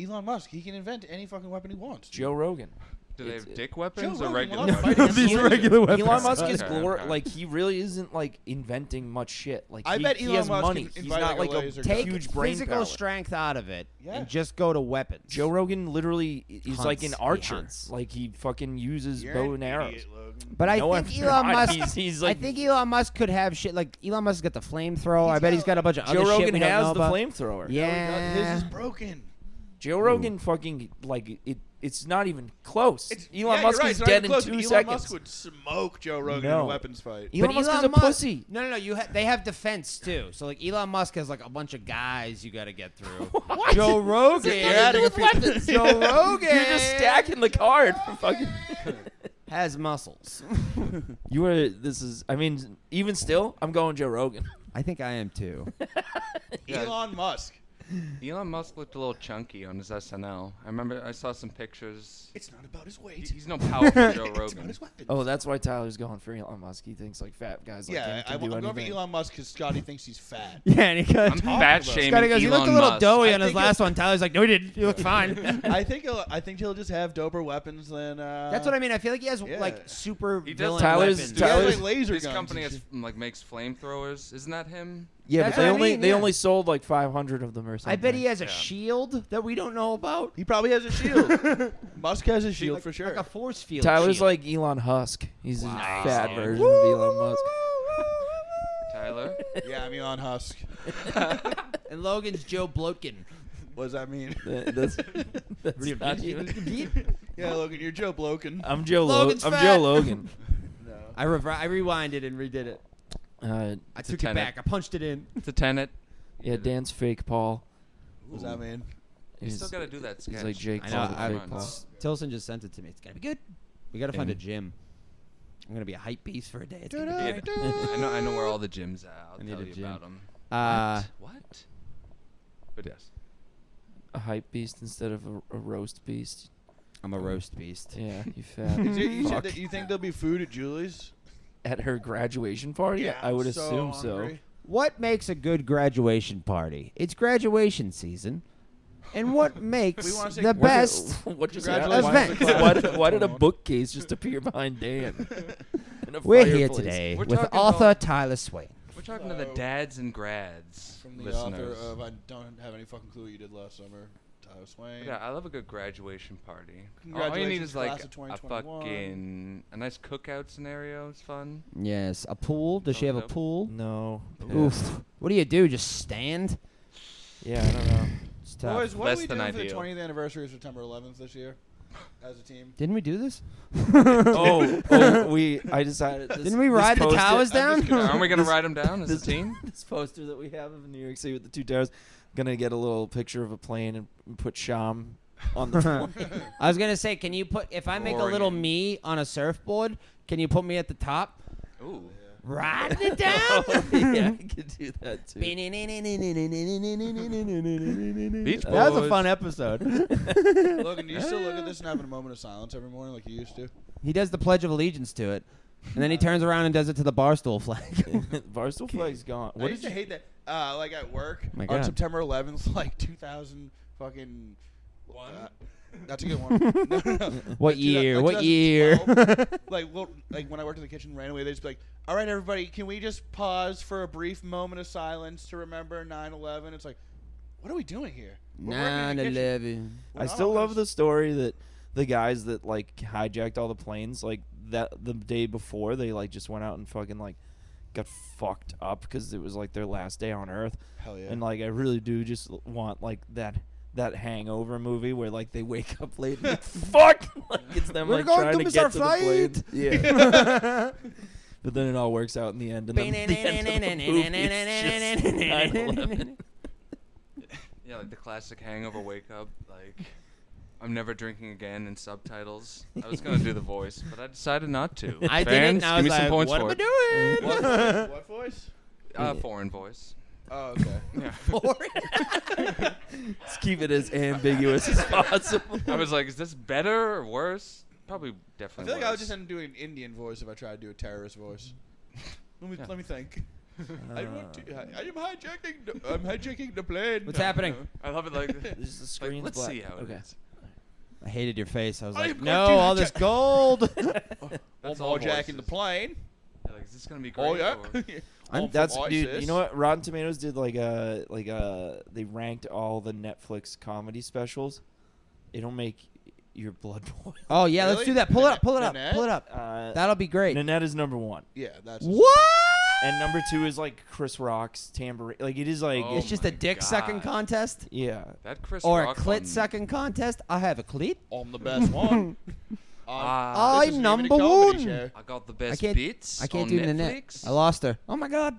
[SPEAKER 2] Elon Musk. He can invent any fucking weapon he wants.
[SPEAKER 1] Joe Rogan.
[SPEAKER 3] Do they
[SPEAKER 1] It's-
[SPEAKER 3] have
[SPEAKER 5] uh,
[SPEAKER 3] dick weapons
[SPEAKER 2] Joe
[SPEAKER 3] or
[SPEAKER 2] Rogan
[SPEAKER 3] regular
[SPEAKER 2] loves
[SPEAKER 3] weapons?
[SPEAKER 2] fighting. These
[SPEAKER 1] Elon-
[SPEAKER 5] regular
[SPEAKER 1] Elon
[SPEAKER 5] weapons.
[SPEAKER 1] Musk is
[SPEAKER 3] Okay,
[SPEAKER 1] glor
[SPEAKER 3] okay.
[SPEAKER 1] like he really isn't like inventing much shit. Like
[SPEAKER 2] I
[SPEAKER 1] he,
[SPEAKER 2] bet
[SPEAKER 1] he
[SPEAKER 2] Elon
[SPEAKER 1] has
[SPEAKER 2] Musk
[SPEAKER 1] money.
[SPEAKER 2] can
[SPEAKER 1] He's
[SPEAKER 2] invite,
[SPEAKER 1] not
[SPEAKER 2] like,
[SPEAKER 1] like
[SPEAKER 2] a
[SPEAKER 1] a,
[SPEAKER 2] laser gun.
[SPEAKER 5] Take
[SPEAKER 1] huge brain
[SPEAKER 5] physical
[SPEAKER 1] power.
[SPEAKER 5] strength out of it
[SPEAKER 2] Yeah.
[SPEAKER 5] and just go to weapons.
[SPEAKER 1] Joe Rogan literally i- he's like
[SPEAKER 5] Hunts.
[SPEAKER 1] an
[SPEAKER 5] He
[SPEAKER 1] archer.
[SPEAKER 5] hunts.
[SPEAKER 1] Like he fucking uses
[SPEAKER 2] You're
[SPEAKER 1] bow
[SPEAKER 2] an
[SPEAKER 1] and arrows.
[SPEAKER 2] idiot, Logan.
[SPEAKER 5] but I
[SPEAKER 1] No,
[SPEAKER 5] think
[SPEAKER 1] I'm
[SPEAKER 5] Elon
[SPEAKER 1] not.
[SPEAKER 5] Musk.
[SPEAKER 1] He's- he's
[SPEAKER 5] I
[SPEAKER 1] like-
[SPEAKER 5] think Elon Musk could have shit like Elon Musk got the flamethrower. I
[SPEAKER 2] He's
[SPEAKER 5] bet
[SPEAKER 2] got-
[SPEAKER 5] he's got a bunch of
[SPEAKER 1] Joe
[SPEAKER 5] other shit
[SPEAKER 1] Rogan
[SPEAKER 5] we don't know
[SPEAKER 1] has the
[SPEAKER 5] about.
[SPEAKER 1] flamethrower.
[SPEAKER 5] Yeah,
[SPEAKER 2] His is broken.
[SPEAKER 1] Joe Rogan fucking like it. It's not even close.
[SPEAKER 2] It's,
[SPEAKER 1] Elon
[SPEAKER 2] yeah,
[SPEAKER 1] Musk
[SPEAKER 2] you're right,
[SPEAKER 1] is
[SPEAKER 2] it's not
[SPEAKER 1] dead
[SPEAKER 2] even
[SPEAKER 1] in
[SPEAKER 2] close.
[SPEAKER 1] two
[SPEAKER 2] Elon
[SPEAKER 1] seconds.
[SPEAKER 2] Musk would smoke Joe Rogan in
[SPEAKER 1] No.
[SPEAKER 2] a weapons fight.
[SPEAKER 1] Elon
[SPEAKER 5] But
[SPEAKER 1] Musk is a
[SPEAKER 5] Musk-
[SPEAKER 1] pussy.
[SPEAKER 5] No, no, no. You ha- they have defense too. So like Elon Musk has like a bunch of guys you got to get through. Joe Rogan.
[SPEAKER 1] You're adding a few-
[SPEAKER 5] Joe Rogan.
[SPEAKER 1] You're just stacking the card for fucking.
[SPEAKER 5] Has muscles.
[SPEAKER 1] you are. This is. I mean, even still, I'm going Joe Rogan.
[SPEAKER 5] I think I am too.
[SPEAKER 3] Yeah.
[SPEAKER 2] Elon Musk.
[SPEAKER 3] Elon Musk looked a little chunky on his SNL. I remember I saw some pictures.
[SPEAKER 2] It's not about his
[SPEAKER 3] He-
[SPEAKER 2] weight.
[SPEAKER 3] He's no powerful Joe
[SPEAKER 2] It's about
[SPEAKER 3] Rogan.
[SPEAKER 2] his weapons.
[SPEAKER 1] Oh, that's why Tyler's going for Elon Musk. He thinks like fat guys like
[SPEAKER 2] yeah,
[SPEAKER 1] him
[SPEAKER 2] I,
[SPEAKER 1] can
[SPEAKER 2] I'm
[SPEAKER 1] do
[SPEAKER 2] going for
[SPEAKER 1] anything.
[SPEAKER 2] Elon Musk because Scotty thinks he's fat.
[SPEAKER 5] yeah, and he got.
[SPEAKER 3] I'm
[SPEAKER 2] Talk
[SPEAKER 3] fat
[SPEAKER 2] about it.
[SPEAKER 3] shaming
[SPEAKER 5] Scotty
[SPEAKER 3] Elon
[SPEAKER 5] goes, you looked a little
[SPEAKER 3] Musk.
[SPEAKER 5] doughy
[SPEAKER 2] I
[SPEAKER 5] on his
[SPEAKER 2] think
[SPEAKER 5] last one. Tyler's like, no, he didn't. You look fine.
[SPEAKER 2] I think he'll, I think he'll just have doper weapons than. Uh,
[SPEAKER 5] That's what I mean. I feel like he has
[SPEAKER 2] Yeah.
[SPEAKER 5] like super
[SPEAKER 3] He does-
[SPEAKER 5] villain
[SPEAKER 1] Tyler's-
[SPEAKER 5] weapons.
[SPEAKER 2] He has,
[SPEAKER 1] Tyler's-
[SPEAKER 2] like laser
[SPEAKER 3] His
[SPEAKER 2] guns
[SPEAKER 3] company
[SPEAKER 2] and
[SPEAKER 3] has,
[SPEAKER 2] shit.
[SPEAKER 3] like makes flamethrowers. Isn't that him?
[SPEAKER 1] Yeah,
[SPEAKER 5] That's
[SPEAKER 1] but they
[SPEAKER 5] what I
[SPEAKER 1] only
[SPEAKER 5] mean,
[SPEAKER 1] they
[SPEAKER 5] yeah.
[SPEAKER 1] only sold like 500 of them or something.
[SPEAKER 5] I bet he has a
[SPEAKER 3] Yeah.
[SPEAKER 5] shield that we don't know about.
[SPEAKER 2] He probably has a shield. Musk has a shield
[SPEAKER 5] Like-
[SPEAKER 2] for sure.
[SPEAKER 5] Like a force field.
[SPEAKER 1] Tyler's
[SPEAKER 5] shield.
[SPEAKER 1] like Elon Husk. He's a
[SPEAKER 3] Nice,
[SPEAKER 1] fat
[SPEAKER 3] dude.
[SPEAKER 1] version of Elon Musk.
[SPEAKER 3] Tyler?
[SPEAKER 2] yeah, I'm Elon Husk.
[SPEAKER 5] and Logan's Joe Blotkin.
[SPEAKER 2] What does that mean?
[SPEAKER 1] That- that's, that's not even-
[SPEAKER 2] yeah, Logan, you're Joe Bloken.
[SPEAKER 1] I'm Joe. Lo-
[SPEAKER 5] Logan's
[SPEAKER 1] I'm
[SPEAKER 5] fat.
[SPEAKER 1] Joe Logan.
[SPEAKER 2] no.
[SPEAKER 5] I revi- I rewinded and redid it.
[SPEAKER 1] Uh,
[SPEAKER 5] I
[SPEAKER 3] a
[SPEAKER 5] took it
[SPEAKER 3] tenet.
[SPEAKER 5] back. I punched it in.
[SPEAKER 3] The tenant.
[SPEAKER 1] yeah, Dan's fake Paul.
[SPEAKER 2] What does that mean?
[SPEAKER 3] You still
[SPEAKER 1] He's-
[SPEAKER 3] gotta do that sketch.
[SPEAKER 1] He's like Jake
[SPEAKER 5] I
[SPEAKER 1] Paul,
[SPEAKER 5] know.
[SPEAKER 1] the
[SPEAKER 5] I,
[SPEAKER 1] fake Paul.
[SPEAKER 5] S- Tilson just sent it to me. It's gonna be good. We gotta find a gym. I'm gonna be a hype beast for a day. It's gonna be
[SPEAKER 3] Yeah.
[SPEAKER 5] good.
[SPEAKER 3] I know. I know where all the gyms are. I'll
[SPEAKER 5] I need
[SPEAKER 3] tell
[SPEAKER 5] a
[SPEAKER 3] you
[SPEAKER 5] gym.
[SPEAKER 3] about them.
[SPEAKER 5] Uh,
[SPEAKER 3] what? But yes.
[SPEAKER 1] a hype beast instead of a, a roast beast.
[SPEAKER 5] I'm a roast beast.
[SPEAKER 1] Yeah, you fat.
[SPEAKER 2] You, you said
[SPEAKER 1] fuck.
[SPEAKER 2] that you think there'll be food at Julie's?
[SPEAKER 1] At her graduation party, I
[SPEAKER 2] I'm
[SPEAKER 1] would
[SPEAKER 2] so
[SPEAKER 1] assume
[SPEAKER 2] hungry.
[SPEAKER 5] What makes a good graduation party? It's graduation season. And what
[SPEAKER 2] We
[SPEAKER 5] makes
[SPEAKER 2] wanna say
[SPEAKER 5] the
[SPEAKER 1] so.
[SPEAKER 2] graduation-
[SPEAKER 5] best?
[SPEAKER 1] What, what just
[SPEAKER 2] Congratulations.
[SPEAKER 1] happened?
[SPEAKER 5] Event.
[SPEAKER 1] Why did, why did a bookcase just appear behind Dan? And a
[SPEAKER 5] We're here
[SPEAKER 1] fireplace?
[SPEAKER 5] today
[SPEAKER 3] We're
[SPEAKER 5] with
[SPEAKER 3] talking
[SPEAKER 5] author
[SPEAKER 3] about-
[SPEAKER 5] Tyler Swain.
[SPEAKER 3] We're talking to the
[SPEAKER 2] So-
[SPEAKER 3] dads and grads,
[SPEAKER 2] From the
[SPEAKER 3] listeners.
[SPEAKER 2] author of I don't have any fucking clue what you did last summer, Tyler Swain.
[SPEAKER 3] yeah, I love a good graduation party. All you need
[SPEAKER 2] Congratulations,
[SPEAKER 3] is like
[SPEAKER 2] class of
[SPEAKER 3] a
[SPEAKER 2] 2021.
[SPEAKER 3] fucking a nice cookout scenario. It's fun.
[SPEAKER 5] Yes, a pool. Does she have a
[SPEAKER 3] Okay.
[SPEAKER 5] pool?
[SPEAKER 1] No.
[SPEAKER 5] Oof. What do you do? Just stand?
[SPEAKER 1] Yeah, I don't know.
[SPEAKER 5] It's tough.
[SPEAKER 2] Boys, what are
[SPEAKER 3] Less
[SPEAKER 2] we
[SPEAKER 3] than
[SPEAKER 2] doing for the
[SPEAKER 3] ideal.
[SPEAKER 2] 20th anniversary of September 11th this year? as a team.
[SPEAKER 5] Didn't we do this?
[SPEAKER 1] oh, oh, we. I decided. This,
[SPEAKER 5] Didn't we
[SPEAKER 1] this
[SPEAKER 5] ride the
[SPEAKER 1] poster-
[SPEAKER 5] towers down?
[SPEAKER 3] Aren't we gonna write him down as a
[SPEAKER 1] this-
[SPEAKER 3] team?
[SPEAKER 1] This poster that we have of New York City with the two towers. Gonna get a little picture of a plane and- and put Sham on the plane.
[SPEAKER 5] I was gonna say, can you put if I make a little
[SPEAKER 3] Oregon.
[SPEAKER 5] me on a surfboard? Can you put me at the top?
[SPEAKER 3] Ooh.
[SPEAKER 5] Riding it down.
[SPEAKER 1] Oh, yeah, I could do that too.
[SPEAKER 3] Beach Boys.
[SPEAKER 6] That was a fun episode.
[SPEAKER 2] Logan, do you still look at this and have a moment of silence every morning like you used to?
[SPEAKER 5] he does the Pledge of Allegiance to it, and then he turns around and does it to the barstool flag.
[SPEAKER 1] Barstool flag's gone.
[SPEAKER 2] I
[SPEAKER 1] What
[SPEAKER 2] used
[SPEAKER 1] did
[SPEAKER 2] to
[SPEAKER 1] you?
[SPEAKER 2] hate that. Uh, like at work
[SPEAKER 5] Oh My
[SPEAKER 2] on
[SPEAKER 5] God.
[SPEAKER 2] September 11th, like 2000 fucking.
[SPEAKER 3] One.
[SPEAKER 2] Uh, that's a good one. No, no, no.
[SPEAKER 5] What
[SPEAKER 2] Like, two-
[SPEAKER 5] year?
[SPEAKER 2] like,
[SPEAKER 5] What year?
[SPEAKER 2] 2012, like well, like when I worked in the kitchen randomly, they'd just be like, "All right, everybody, can we just pause for a brief moment of silence to remember 9/11?" It's like, what are we doing here? We're working in
[SPEAKER 5] Nine
[SPEAKER 2] the kitchen.
[SPEAKER 5] eleven.
[SPEAKER 2] We're
[SPEAKER 1] I
[SPEAKER 2] not
[SPEAKER 1] still
[SPEAKER 2] on
[SPEAKER 1] love
[SPEAKER 2] this-
[SPEAKER 1] the story that the guys that like hijacked all the planes like that the day before they like just went out and fucking like got fucked up because it was like their last day on Earth.
[SPEAKER 2] Hell yeah.
[SPEAKER 1] And like I really do just l- want like that that hangover movie where like they wake up late and like, fuck like it's them
[SPEAKER 5] We're
[SPEAKER 1] like
[SPEAKER 5] going
[SPEAKER 1] trying
[SPEAKER 5] to
[SPEAKER 1] to
[SPEAKER 5] miss
[SPEAKER 1] get
[SPEAKER 5] our
[SPEAKER 1] to the plane.
[SPEAKER 5] flight.
[SPEAKER 1] Yeah. but then it all works out in the end and then the end of the movie is just 9/11.
[SPEAKER 3] Yeah, like the classic hangover wake up, like I'm never drinking again in subtitles. I was gonna do the voice, but I decided not to.
[SPEAKER 5] I did it.
[SPEAKER 3] Fans,
[SPEAKER 5] And I was
[SPEAKER 3] give me some
[SPEAKER 5] like,
[SPEAKER 3] points
[SPEAKER 5] what
[SPEAKER 3] for
[SPEAKER 5] am
[SPEAKER 3] it.
[SPEAKER 5] I doing?
[SPEAKER 2] what, voice? what voice?
[SPEAKER 3] Uh, foreign voice.
[SPEAKER 2] Oh, okay.
[SPEAKER 3] Yeah.
[SPEAKER 1] Let's keep it as ambiguous as possible.
[SPEAKER 3] I was like, is this better or worse? Probably
[SPEAKER 2] I
[SPEAKER 3] definitely.
[SPEAKER 2] feel like I would
[SPEAKER 3] worse.
[SPEAKER 2] just end up doing an Indian voice if I tried to do a terrorist voice. Let me
[SPEAKER 3] Yeah.
[SPEAKER 2] let me think. I want to. I, I am hijacking. The, I'm hijacking the plane.
[SPEAKER 5] What's happening?
[SPEAKER 3] I love it like. like,
[SPEAKER 1] This is the screen.
[SPEAKER 3] let's see how it is.
[SPEAKER 5] I hated your face. I was
[SPEAKER 2] I
[SPEAKER 5] like,
[SPEAKER 2] am
[SPEAKER 5] no,
[SPEAKER 2] going to
[SPEAKER 5] all this
[SPEAKER 2] hijack-
[SPEAKER 5] gold.
[SPEAKER 3] That's
[SPEAKER 2] That's
[SPEAKER 3] all
[SPEAKER 2] all jacking the
[SPEAKER 3] voices.
[SPEAKER 2] plane.
[SPEAKER 3] Yeah, Like, is this gonna be great?
[SPEAKER 2] Oh yeah.
[SPEAKER 3] or-
[SPEAKER 2] All from
[SPEAKER 1] That's dude.
[SPEAKER 2] ISIS.
[SPEAKER 1] You know what? Rotten Tomatoes did like a like a they ranked all the Netflix comedy specials. It'll make your blood boil.
[SPEAKER 5] oh yeah, let's
[SPEAKER 2] Really?
[SPEAKER 5] do that. Pull it up. Pull it up.
[SPEAKER 2] Nanette?
[SPEAKER 5] Pull it up.
[SPEAKER 1] Uh,
[SPEAKER 5] That'll be great.
[SPEAKER 1] Nanette is number one,
[SPEAKER 2] Yeah, that's
[SPEAKER 5] What?
[SPEAKER 1] and number two is like Chris Rock's tambourine. Like it is like
[SPEAKER 3] Oh
[SPEAKER 1] it's
[SPEAKER 5] It's
[SPEAKER 1] just
[SPEAKER 5] just a
[SPEAKER 3] my
[SPEAKER 5] dick sucking
[SPEAKER 3] God.
[SPEAKER 5] contest
[SPEAKER 1] yeah.
[SPEAKER 3] That Chris
[SPEAKER 5] or a
[SPEAKER 3] Rock
[SPEAKER 5] clit
[SPEAKER 3] one-
[SPEAKER 5] sucking contest. I have a clit.
[SPEAKER 2] I'm the best one. Uh, I'm
[SPEAKER 3] Ah,
[SPEAKER 5] I
[SPEAKER 2] this isn't even a
[SPEAKER 5] number
[SPEAKER 2] comedy
[SPEAKER 5] one.
[SPEAKER 2] show.
[SPEAKER 3] I got the best
[SPEAKER 5] can't-
[SPEAKER 3] beats.
[SPEAKER 5] I can't
[SPEAKER 3] on
[SPEAKER 5] do
[SPEAKER 3] Netflix.
[SPEAKER 5] Nanette. I lost her. Oh my god.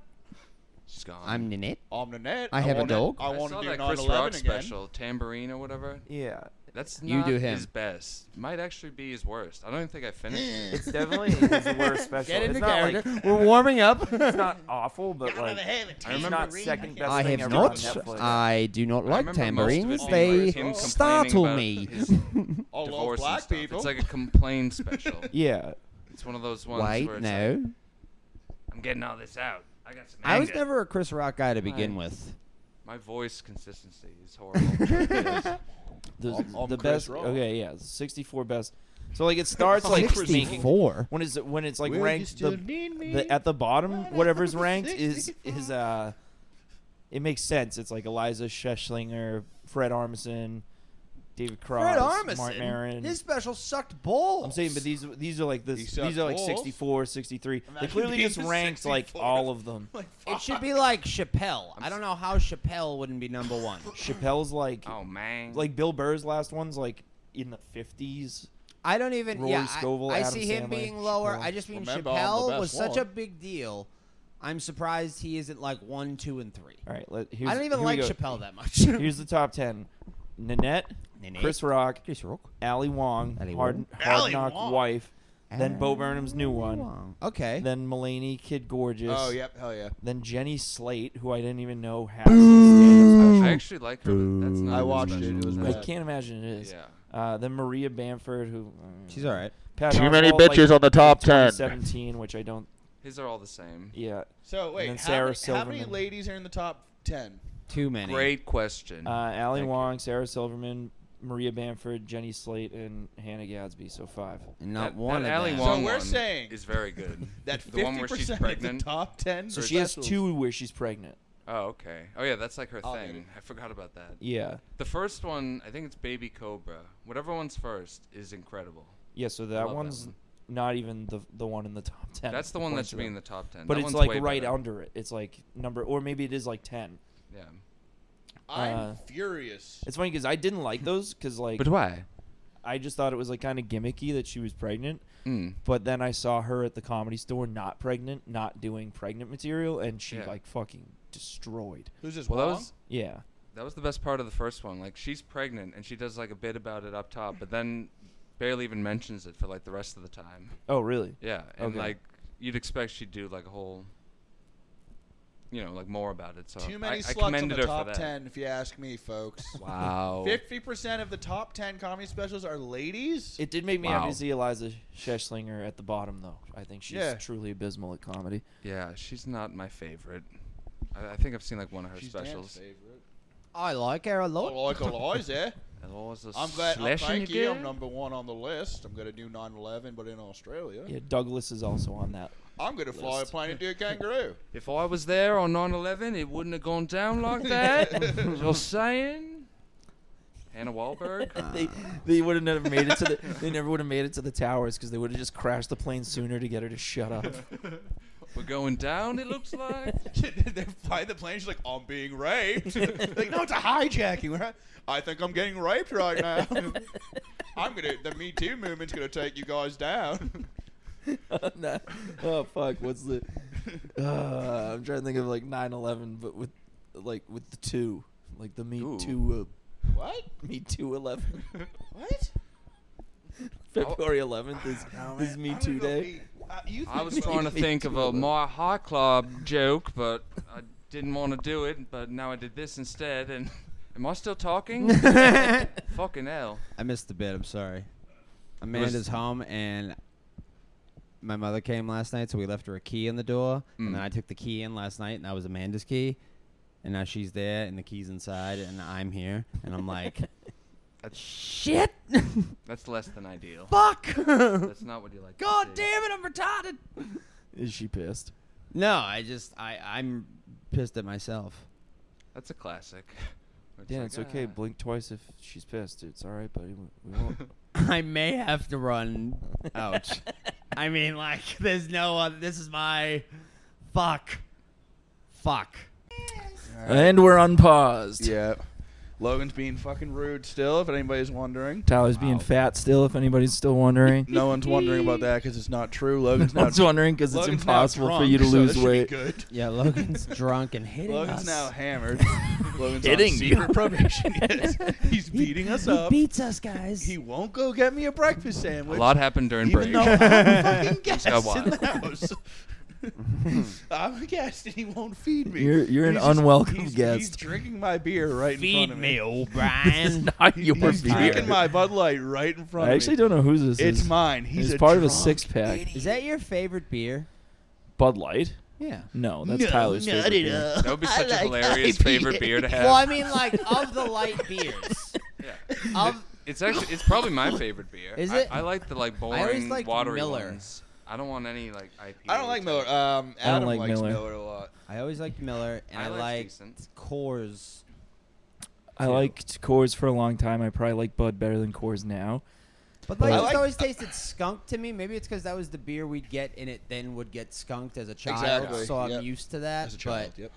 [SPEAKER 3] She's gone.
[SPEAKER 5] I'm Nanette.
[SPEAKER 2] I'm the net.
[SPEAKER 5] I have a
[SPEAKER 2] wanna-
[SPEAKER 5] dog.
[SPEAKER 2] I
[SPEAKER 3] I
[SPEAKER 2] want
[SPEAKER 3] saw
[SPEAKER 2] to do
[SPEAKER 3] that
[SPEAKER 2] 9
[SPEAKER 3] Chris Rock
[SPEAKER 2] 11 again.
[SPEAKER 3] special, tambourine or whatever.
[SPEAKER 1] Yeah,
[SPEAKER 3] That's
[SPEAKER 5] You
[SPEAKER 3] not
[SPEAKER 5] do him.
[SPEAKER 3] his best. Might actually be his worst. I don't even think I finished. it.
[SPEAKER 1] it's definitely his worst special.
[SPEAKER 5] Get
[SPEAKER 1] it's
[SPEAKER 5] into
[SPEAKER 1] not
[SPEAKER 5] character.
[SPEAKER 1] like
[SPEAKER 5] We're warming up.
[SPEAKER 1] it's not awful, but like
[SPEAKER 3] I
[SPEAKER 1] it's
[SPEAKER 3] remember.
[SPEAKER 1] not second best
[SPEAKER 5] I
[SPEAKER 1] thing
[SPEAKER 5] have
[SPEAKER 1] ever on
[SPEAKER 5] not.
[SPEAKER 1] Netflix.
[SPEAKER 5] I do not
[SPEAKER 3] I
[SPEAKER 5] like
[SPEAKER 3] remember most
[SPEAKER 5] tambourines.
[SPEAKER 3] of it being
[SPEAKER 5] They
[SPEAKER 3] like him complaining
[SPEAKER 5] startle
[SPEAKER 3] about
[SPEAKER 5] me.
[SPEAKER 3] his
[SPEAKER 2] I love
[SPEAKER 3] divorce and
[SPEAKER 2] black
[SPEAKER 3] stuff.
[SPEAKER 2] people.
[SPEAKER 3] It's like a complain special.
[SPEAKER 1] yeah,
[SPEAKER 3] It's one of those ones where
[SPEAKER 5] Wait,
[SPEAKER 3] it's
[SPEAKER 5] no.
[SPEAKER 3] like, I'm getting all this out. I got some.
[SPEAKER 5] I was
[SPEAKER 3] anger."
[SPEAKER 5] never a Chris Rock guy to begin
[SPEAKER 3] Right.
[SPEAKER 5] with.
[SPEAKER 3] My voice consistency is horrible.
[SPEAKER 1] the,
[SPEAKER 2] I'm- I'm
[SPEAKER 1] the
[SPEAKER 2] Chris
[SPEAKER 1] best.
[SPEAKER 2] Rock.
[SPEAKER 1] Okay, yeah, sixty-four best. So like it starts like making
[SPEAKER 5] 64.
[SPEAKER 1] when it's when it's like
[SPEAKER 2] Will you
[SPEAKER 1] ranked
[SPEAKER 2] still
[SPEAKER 1] the,
[SPEAKER 2] need me?
[SPEAKER 1] the at the bottom
[SPEAKER 2] When
[SPEAKER 1] whatever's
[SPEAKER 2] I'm
[SPEAKER 1] ranked is
[SPEAKER 2] 65?
[SPEAKER 1] is uh it makes sense it's like Eliza Schechlinger, Fred Armisen, David Cross,
[SPEAKER 5] Fred
[SPEAKER 1] Mark
[SPEAKER 5] Armisen.
[SPEAKER 1] Maron.
[SPEAKER 5] His special sucked balls.
[SPEAKER 1] I'm saying but these these are like
[SPEAKER 2] He
[SPEAKER 1] this
[SPEAKER 2] sucked
[SPEAKER 1] these are like
[SPEAKER 2] balls.
[SPEAKER 1] 64, 63. They
[SPEAKER 2] Imagine
[SPEAKER 1] clearly
[SPEAKER 2] being
[SPEAKER 1] just
[SPEAKER 2] the
[SPEAKER 1] ranked like
[SPEAKER 2] 64th.
[SPEAKER 1] all of them.
[SPEAKER 2] Like,
[SPEAKER 5] It should
[SPEAKER 2] fuck.
[SPEAKER 5] be like Chappelle. I don't know how Chappelle wouldn't be number one.
[SPEAKER 1] Chappelle's like
[SPEAKER 3] oh man.
[SPEAKER 1] like Bill Burr's last one's like in the 50s.
[SPEAKER 5] I don't even.
[SPEAKER 1] Rory
[SPEAKER 5] yeah, I-
[SPEAKER 1] Scovel,
[SPEAKER 5] I,
[SPEAKER 1] Adam
[SPEAKER 5] see him
[SPEAKER 1] Sandler,
[SPEAKER 5] being lower.
[SPEAKER 1] Chappelle.
[SPEAKER 5] I just mean
[SPEAKER 2] Remember, I'm the
[SPEAKER 5] Chappelle
[SPEAKER 2] best
[SPEAKER 5] was such a
[SPEAKER 2] one.
[SPEAKER 5] big deal. I'm surprised he isn't like one, two, and three.
[SPEAKER 1] All right, let, here's,
[SPEAKER 5] I don't even
[SPEAKER 1] here we
[SPEAKER 5] like
[SPEAKER 1] go.
[SPEAKER 5] Chappelle that much.
[SPEAKER 1] Here's the top 10. Nanette,
[SPEAKER 5] Nanette.
[SPEAKER 1] Chris Rock,
[SPEAKER 5] Chris Rock.
[SPEAKER 1] Ali Wong,
[SPEAKER 5] Ali
[SPEAKER 1] Hard,
[SPEAKER 5] Wong.
[SPEAKER 1] hard Knock Wife, then Bo
[SPEAKER 5] Ali
[SPEAKER 1] Burnham's new one,
[SPEAKER 5] Okay.
[SPEAKER 1] then Mulaney Kid Gorgeous,
[SPEAKER 2] Oh, yep. Hell yeah.
[SPEAKER 1] then Jenny Slate, who I didn't even know had a stand-up
[SPEAKER 3] I
[SPEAKER 1] special.
[SPEAKER 3] actually like her. But that's not
[SPEAKER 2] I
[SPEAKER 3] her
[SPEAKER 2] watched
[SPEAKER 3] special.
[SPEAKER 2] it. It was
[SPEAKER 1] I
[SPEAKER 3] That's-
[SPEAKER 2] bad.
[SPEAKER 1] can't imagine it is.
[SPEAKER 3] Yeah.
[SPEAKER 1] Uh, then Maria Bamford, who uh,
[SPEAKER 5] She's all right.
[SPEAKER 1] Pat too many bitches on the top ten. Seventeen, which I don't.
[SPEAKER 3] His are all the same.
[SPEAKER 1] Yeah,
[SPEAKER 2] So wait,
[SPEAKER 1] then
[SPEAKER 2] how,
[SPEAKER 1] Sarah
[SPEAKER 2] many, how many
[SPEAKER 1] Silverman.
[SPEAKER 2] ladies are in the top ten?
[SPEAKER 5] Too many.
[SPEAKER 3] Great question.
[SPEAKER 1] uh, Ali
[SPEAKER 3] Thank you.
[SPEAKER 1] Wong, Sarah Silverman, Maria Bamford, Jenny Slate, and Hannah Gadsby. So five.
[SPEAKER 5] And
[SPEAKER 3] that,
[SPEAKER 5] not one
[SPEAKER 3] that
[SPEAKER 5] of
[SPEAKER 3] Ali
[SPEAKER 5] them.
[SPEAKER 3] Wong
[SPEAKER 2] So we're
[SPEAKER 3] one
[SPEAKER 2] saying
[SPEAKER 3] is very good.
[SPEAKER 2] That
[SPEAKER 3] the one
[SPEAKER 2] fifty
[SPEAKER 3] where she's
[SPEAKER 2] percent of the
[SPEAKER 3] pregnant.
[SPEAKER 2] top ten.
[SPEAKER 1] So she has
[SPEAKER 2] specials.
[SPEAKER 1] two where she's pregnant.
[SPEAKER 3] Oh, okay. Oh, yeah, that's like her
[SPEAKER 2] I'll
[SPEAKER 3] thing.
[SPEAKER 2] eat it.
[SPEAKER 3] I forgot about that.
[SPEAKER 1] Yeah.
[SPEAKER 3] The first one, I think it's Baby Cobra. Whatever one's first is incredible.
[SPEAKER 1] Yeah. So
[SPEAKER 3] love
[SPEAKER 1] that
[SPEAKER 3] that
[SPEAKER 1] one's
[SPEAKER 3] one.
[SPEAKER 1] not even the the one in the top ten.
[SPEAKER 3] That's the one that
[SPEAKER 1] according to
[SPEAKER 3] should be
[SPEAKER 1] them.
[SPEAKER 3] in the top ten.
[SPEAKER 1] But
[SPEAKER 3] That
[SPEAKER 1] it's
[SPEAKER 3] one's way
[SPEAKER 1] like right
[SPEAKER 3] better.
[SPEAKER 1] under it. It's like number, or maybe it is like ten.
[SPEAKER 3] Yeah.
[SPEAKER 2] I'm
[SPEAKER 1] uh,
[SPEAKER 2] furious.
[SPEAKER 1] It's funny because I didn't like those because like
[SPEAKER 3] why?
[SPEAKER 1] I just thought it was like kind of gimmicky that she was pregnant.
[SPEAKER 3] Mm.
[SPEAKER 1] But then I saw her at the comedy store, not pregnant, not doing pregnant material, and she
[SPEAKER 3] Yeah.
[SPEAKER 1] like fucking destroyed.
[SPEAKER 2] Who's this?
[SPEAKER 3] Well, that
[SPEAKER 2] Wong?
[SPEAKER 3] was
[SPEAKER 1] Yeah,
[SPEAKER 3] that was the best part of the first one. Like she's pregnant and she does like a bit about it up top, but then barely even mentions it for like the rest of the time.
[SPEAKER 1] Oh, really?
[SPEAKER 3] Yeah, and
[SPEAKER 1] Okay.
[SPEAKER 3] like you'd expect she'd do like a whole, you know, like more about it. So
[SPEAKER 2] Too many
[SPEAKER 3] uh, I, I
[SPEAKER 2] sluts on
[SPEAKER 3] commended
[SPEAKER 2] the
[SPEAKER 3] her
[SPEAKER 2] top
[SPEAKER 3] for that.
[SPEAKER 2] ten, if you ask me, folks.
[SPEAKER 3] Wow.
[SPEAKER 2] Fifty percent of the top ten comedy specials are ladies.
[SPEAKER 1] It did make me
[SPEAKER 3] Wow.
[SPEAKER 1] happy to see Eliza Scheslinger at the bottom, though. I think she's
[SPEAKER 2] Yeah.
[SPEAKER 1] truly abysmal at comedy.
[SPEAKER 3] yeah, she's not my favorite. I, I think I've seen like one of her
[SPEAKER 2] She's Dan's
[SPEAKER 3] specials.
[SPEAKER 2] favorite.
[SPEAKER 5] I like her a
[SPEAKER 2] I
[SPEAKER 5] lot.
[SPEAKER 2] like Eliza.
[SPEAKER 3] And what was the
[SPEAKER 2] I'm glad. I'm,
[SPEAKER 3] slashing
[SPEAKER 2] thank you. I'm
[SPEAKER 3] again?
[SPEAKER 2] number one on the list. I'm gonna do 9/11, but in Australia.
[SPEAKER 1] Yeah, Douglas is also on that.
[SPEAKER 2] I'm gonna fly a
[SPEAKER 1] List.
[SPEAKER 2] plane and do a kangaroo.
[SPEAKER 3] If I was there on 9/11, it wouldn't have gone down like that. You're saying? Hannah Wahlberg.
[SPEAKER 1] they they would have never made it to the they never would have made it to the towers because they would have just crashed the plane sooner to get her to shut up.
[SPEAKER 3] We're going down. It looks like.
[SPEAKER 2] they fly the plane. She's like, I'm being raped. like, no, it's a hijacking. We're- I think I'm getting raped right now. I'm gonna. The Me Too movement's gonna take you guys down.
[SPEAKER 1] Nah. Oh fuck! What's the? Uh, I'm trying to think of like 9/11, but with like with the two, like the Me
[SPEAKER 3] Ooh.
[SPEAKER 1] Too,
[SPEAKER 2] what?
[SPEAKER 1] uh, Me Too 11.
[SPEAKER 2] What?
[SPEAKER 1] February 11th is is Me
[SPEAKER 2] I'm gonna
[SPEAKER 1] Too
[SPEAKER 2] go
[SPEAKER 1] Day.
[SPEAKER 2] pee. Uh, you
[SPEAKER 3] I
[SPEAKER 2] think
[SPEAKER 3] was
[SPEAKER 2] about
[SPEAKER 3] trying to
[SPEAKER 2] it.
[SPEAKER 3] think of a my high club joke, but I didn't want to do it. But now I did this instead. And am I still talking? Fucking hell!
[SPEAKER 5] I missed the bit. I'm sorry. Amanda's home, and my mother came last night, so we left her a key in the door,
[SPEAKER 3] Mm.
[SPEAKER 5] and then I took the key in last night, and that was Amanda's key, and now she's there, and the key's inside, and I'm here, and I'm like, shit,
[SPEAKER 3] That's less than ideal.
[SPEAKER 5] fuck,
[SPEAKER 3] That's not what you like. to
[SPEAKER 5] god
[SPEAKER 3] see.
[SPEAKER 5] damn it, I'm retarded.
[SPEAKER 1] Is she pissed?
[SPEAKER 5] No, I just I I'm pissed at myself.
[SPEAKER 3] That's a classic. Where
[SPEAKER 1] Dan,
[SPEAKER 3] like,
[SPEAKER 1] it's okay.
[SPEAKER 3] "Ah."
[SPEAKER 1] Blink twice if she's pissed. It's all right, buddy. We won't.
[SPEAKER 5] I may have to run. Ouch. I mean, like, there's no other. This is my fuck, fuck.
[SPEAKER 1] and we're unpaused.
[SPEAKER 2] Yeah. Logan's being fucking rude still, if anybody's wondering.
[SPEAKER 1] Tyler's being fat still. If anybody's still wondering,
[SPEAKER 2] No one's wondering about that because it's not true. Logan's
[SPEAKER 1] I
[SPEAKER 2] now,
[SPEAKER 1] was wondering because it's
[SPEAKER 2] Logan's now
[SPEAKER 1] impossible for
[SPEAKER 2] drunk,
[SPEAKER 1] you to
[SPEAKER 2] so
[SPEAKER 1] lose
[SPEAKER 2] this should be
[SPEAKER 1] weight.
[SPEAKER 2] Good.
[SPEAKER 5] Yeah, Logan's drunk and hitting
[SPEAKER 2] Logan's
[SPEAKER 5] us.
[SPEAKER 2] now hammered. Logan's
[SPEAKER 1] Hitting
[SPEAKER 2] on
[SPEAKER 1] you.
[SPEAKER 2] secret probation. Yes. He's beating us up.
[SPEAKER 5] He beats us, guys.
[SPEAKER 2] He won't go get me a breakfast
[SPEAKER 3] A
[SPEAKER 2] sandwich.
[SPEAKER 3] lot happened during
[SPEAKER 2] even
[SPEAKER 3] break.
[SPEAKER 2] though I'm a fucking guest
[SPEAKER 3] got wild.
[SPEAKER 2] in the house. I'm a guest and he won't feed me.
[SPEAKER 1] You're- you're an
[SPEAKER 2] He's just-
[SPEAKER 1] unwelcome
[SPEAKER 2] he's- He's
[SPEAKER 1] guest.
[SPEAKER 2] drinking my beer right in front
[SPEAKER 5] Feed
[SPEAKER 2] of
[SPEAKER 5] me, oh,
[SPEAKER 2] me.
[SPEAKER 5] O'Brien.
[SPEAKER 1] Not your
[SPEAKER 2] He's
[SPEAKER 1] beer.
[SPEAKER 2] drinking my Bud Light right in front
[SPEAKER 1] I
[SPEAKER 2] of
[SPEAKER 1] actually
[SPEAKER 2] me.
[SPEAKER 1] don't know whose this
[SPEAKER 2] It's
[SPEAKER 1] is.
[SPEAKER 2] mine. He's
[SPEAKER 1] it's
[SPEAKER 2] a
[SPEAKER 1] part of a
[SPEAKER 2] drunk
[SPEAKER 1] six pack.
[SPEAKER 5] is that your favorite beer?
[SPEAKER 1] Bud Light.
[SPEAKER 5] Yeah.
[SPEAKER 1] No, that's Tyler's favorite.
[SPEAKER 2] uh,
[SPEAKER 1] beer.
[SPEAKER 3] That would be such a hilarious favorite beer to have.
[SPEAKER 5] Well, I mean, like of the light beers.
[SPEAKER 3] Yeah.
[SPEAKER 5] Of
[SPEAKER 3] It's actually it's probably my favorite beer.
[SPEAKER 5] Is
[SPEAKER 3] I-
[SPEAKER 5] it?
[SPEAKER 3] I, like the like
[SPEAKER 5] always
[SPEAKER 3] boring
[SPEAKER 5] liked
[SPEAKER 3] watery
[SPEAKER 5] Miller.
[SPEAKER 3] ones. I don't want any like IPA.
[SPEAKER 2] I don't like
[SPEAKER 3] type.
[SPEAKER 2] Miller. Um,
[SPEAKER 1] don't
[SPEAKER 2] Adam
[SPEAKER 1] like
[SPEAKER 2] likes
[SPEAKER 1] Miller.
[SPEAKER 2] Miller. a lot.
[SPEAKER 5] I always liked Miller, and I,
[SPEAKER 3] Island's
[SPEAKER 5] liked
[SPEAKER 3] decent.
[SPEAKER 5] Coors.
[SPEAKER 1] I liked Coors for a long time. I probably like Bud better than Coors now.
[SPEAKER 5] But
[SPEAKER 1] But-
[SPEAKER 5] like,
[SPEAKER 1] I
[SPEAKER 5] just
[SPEAKER 2] like-
[SPEAKER 5] always tasted skunk to me. Maybe it's because that was the beer we'd get, and it then would get skunked as a child.
[SPEAKER 2] Exactly,
[SPEAKER 5] So I'm
[SPEAKER 2] yep.
[SPEAKER 5] used to that.
[SPEAKER 2] As a child, yep.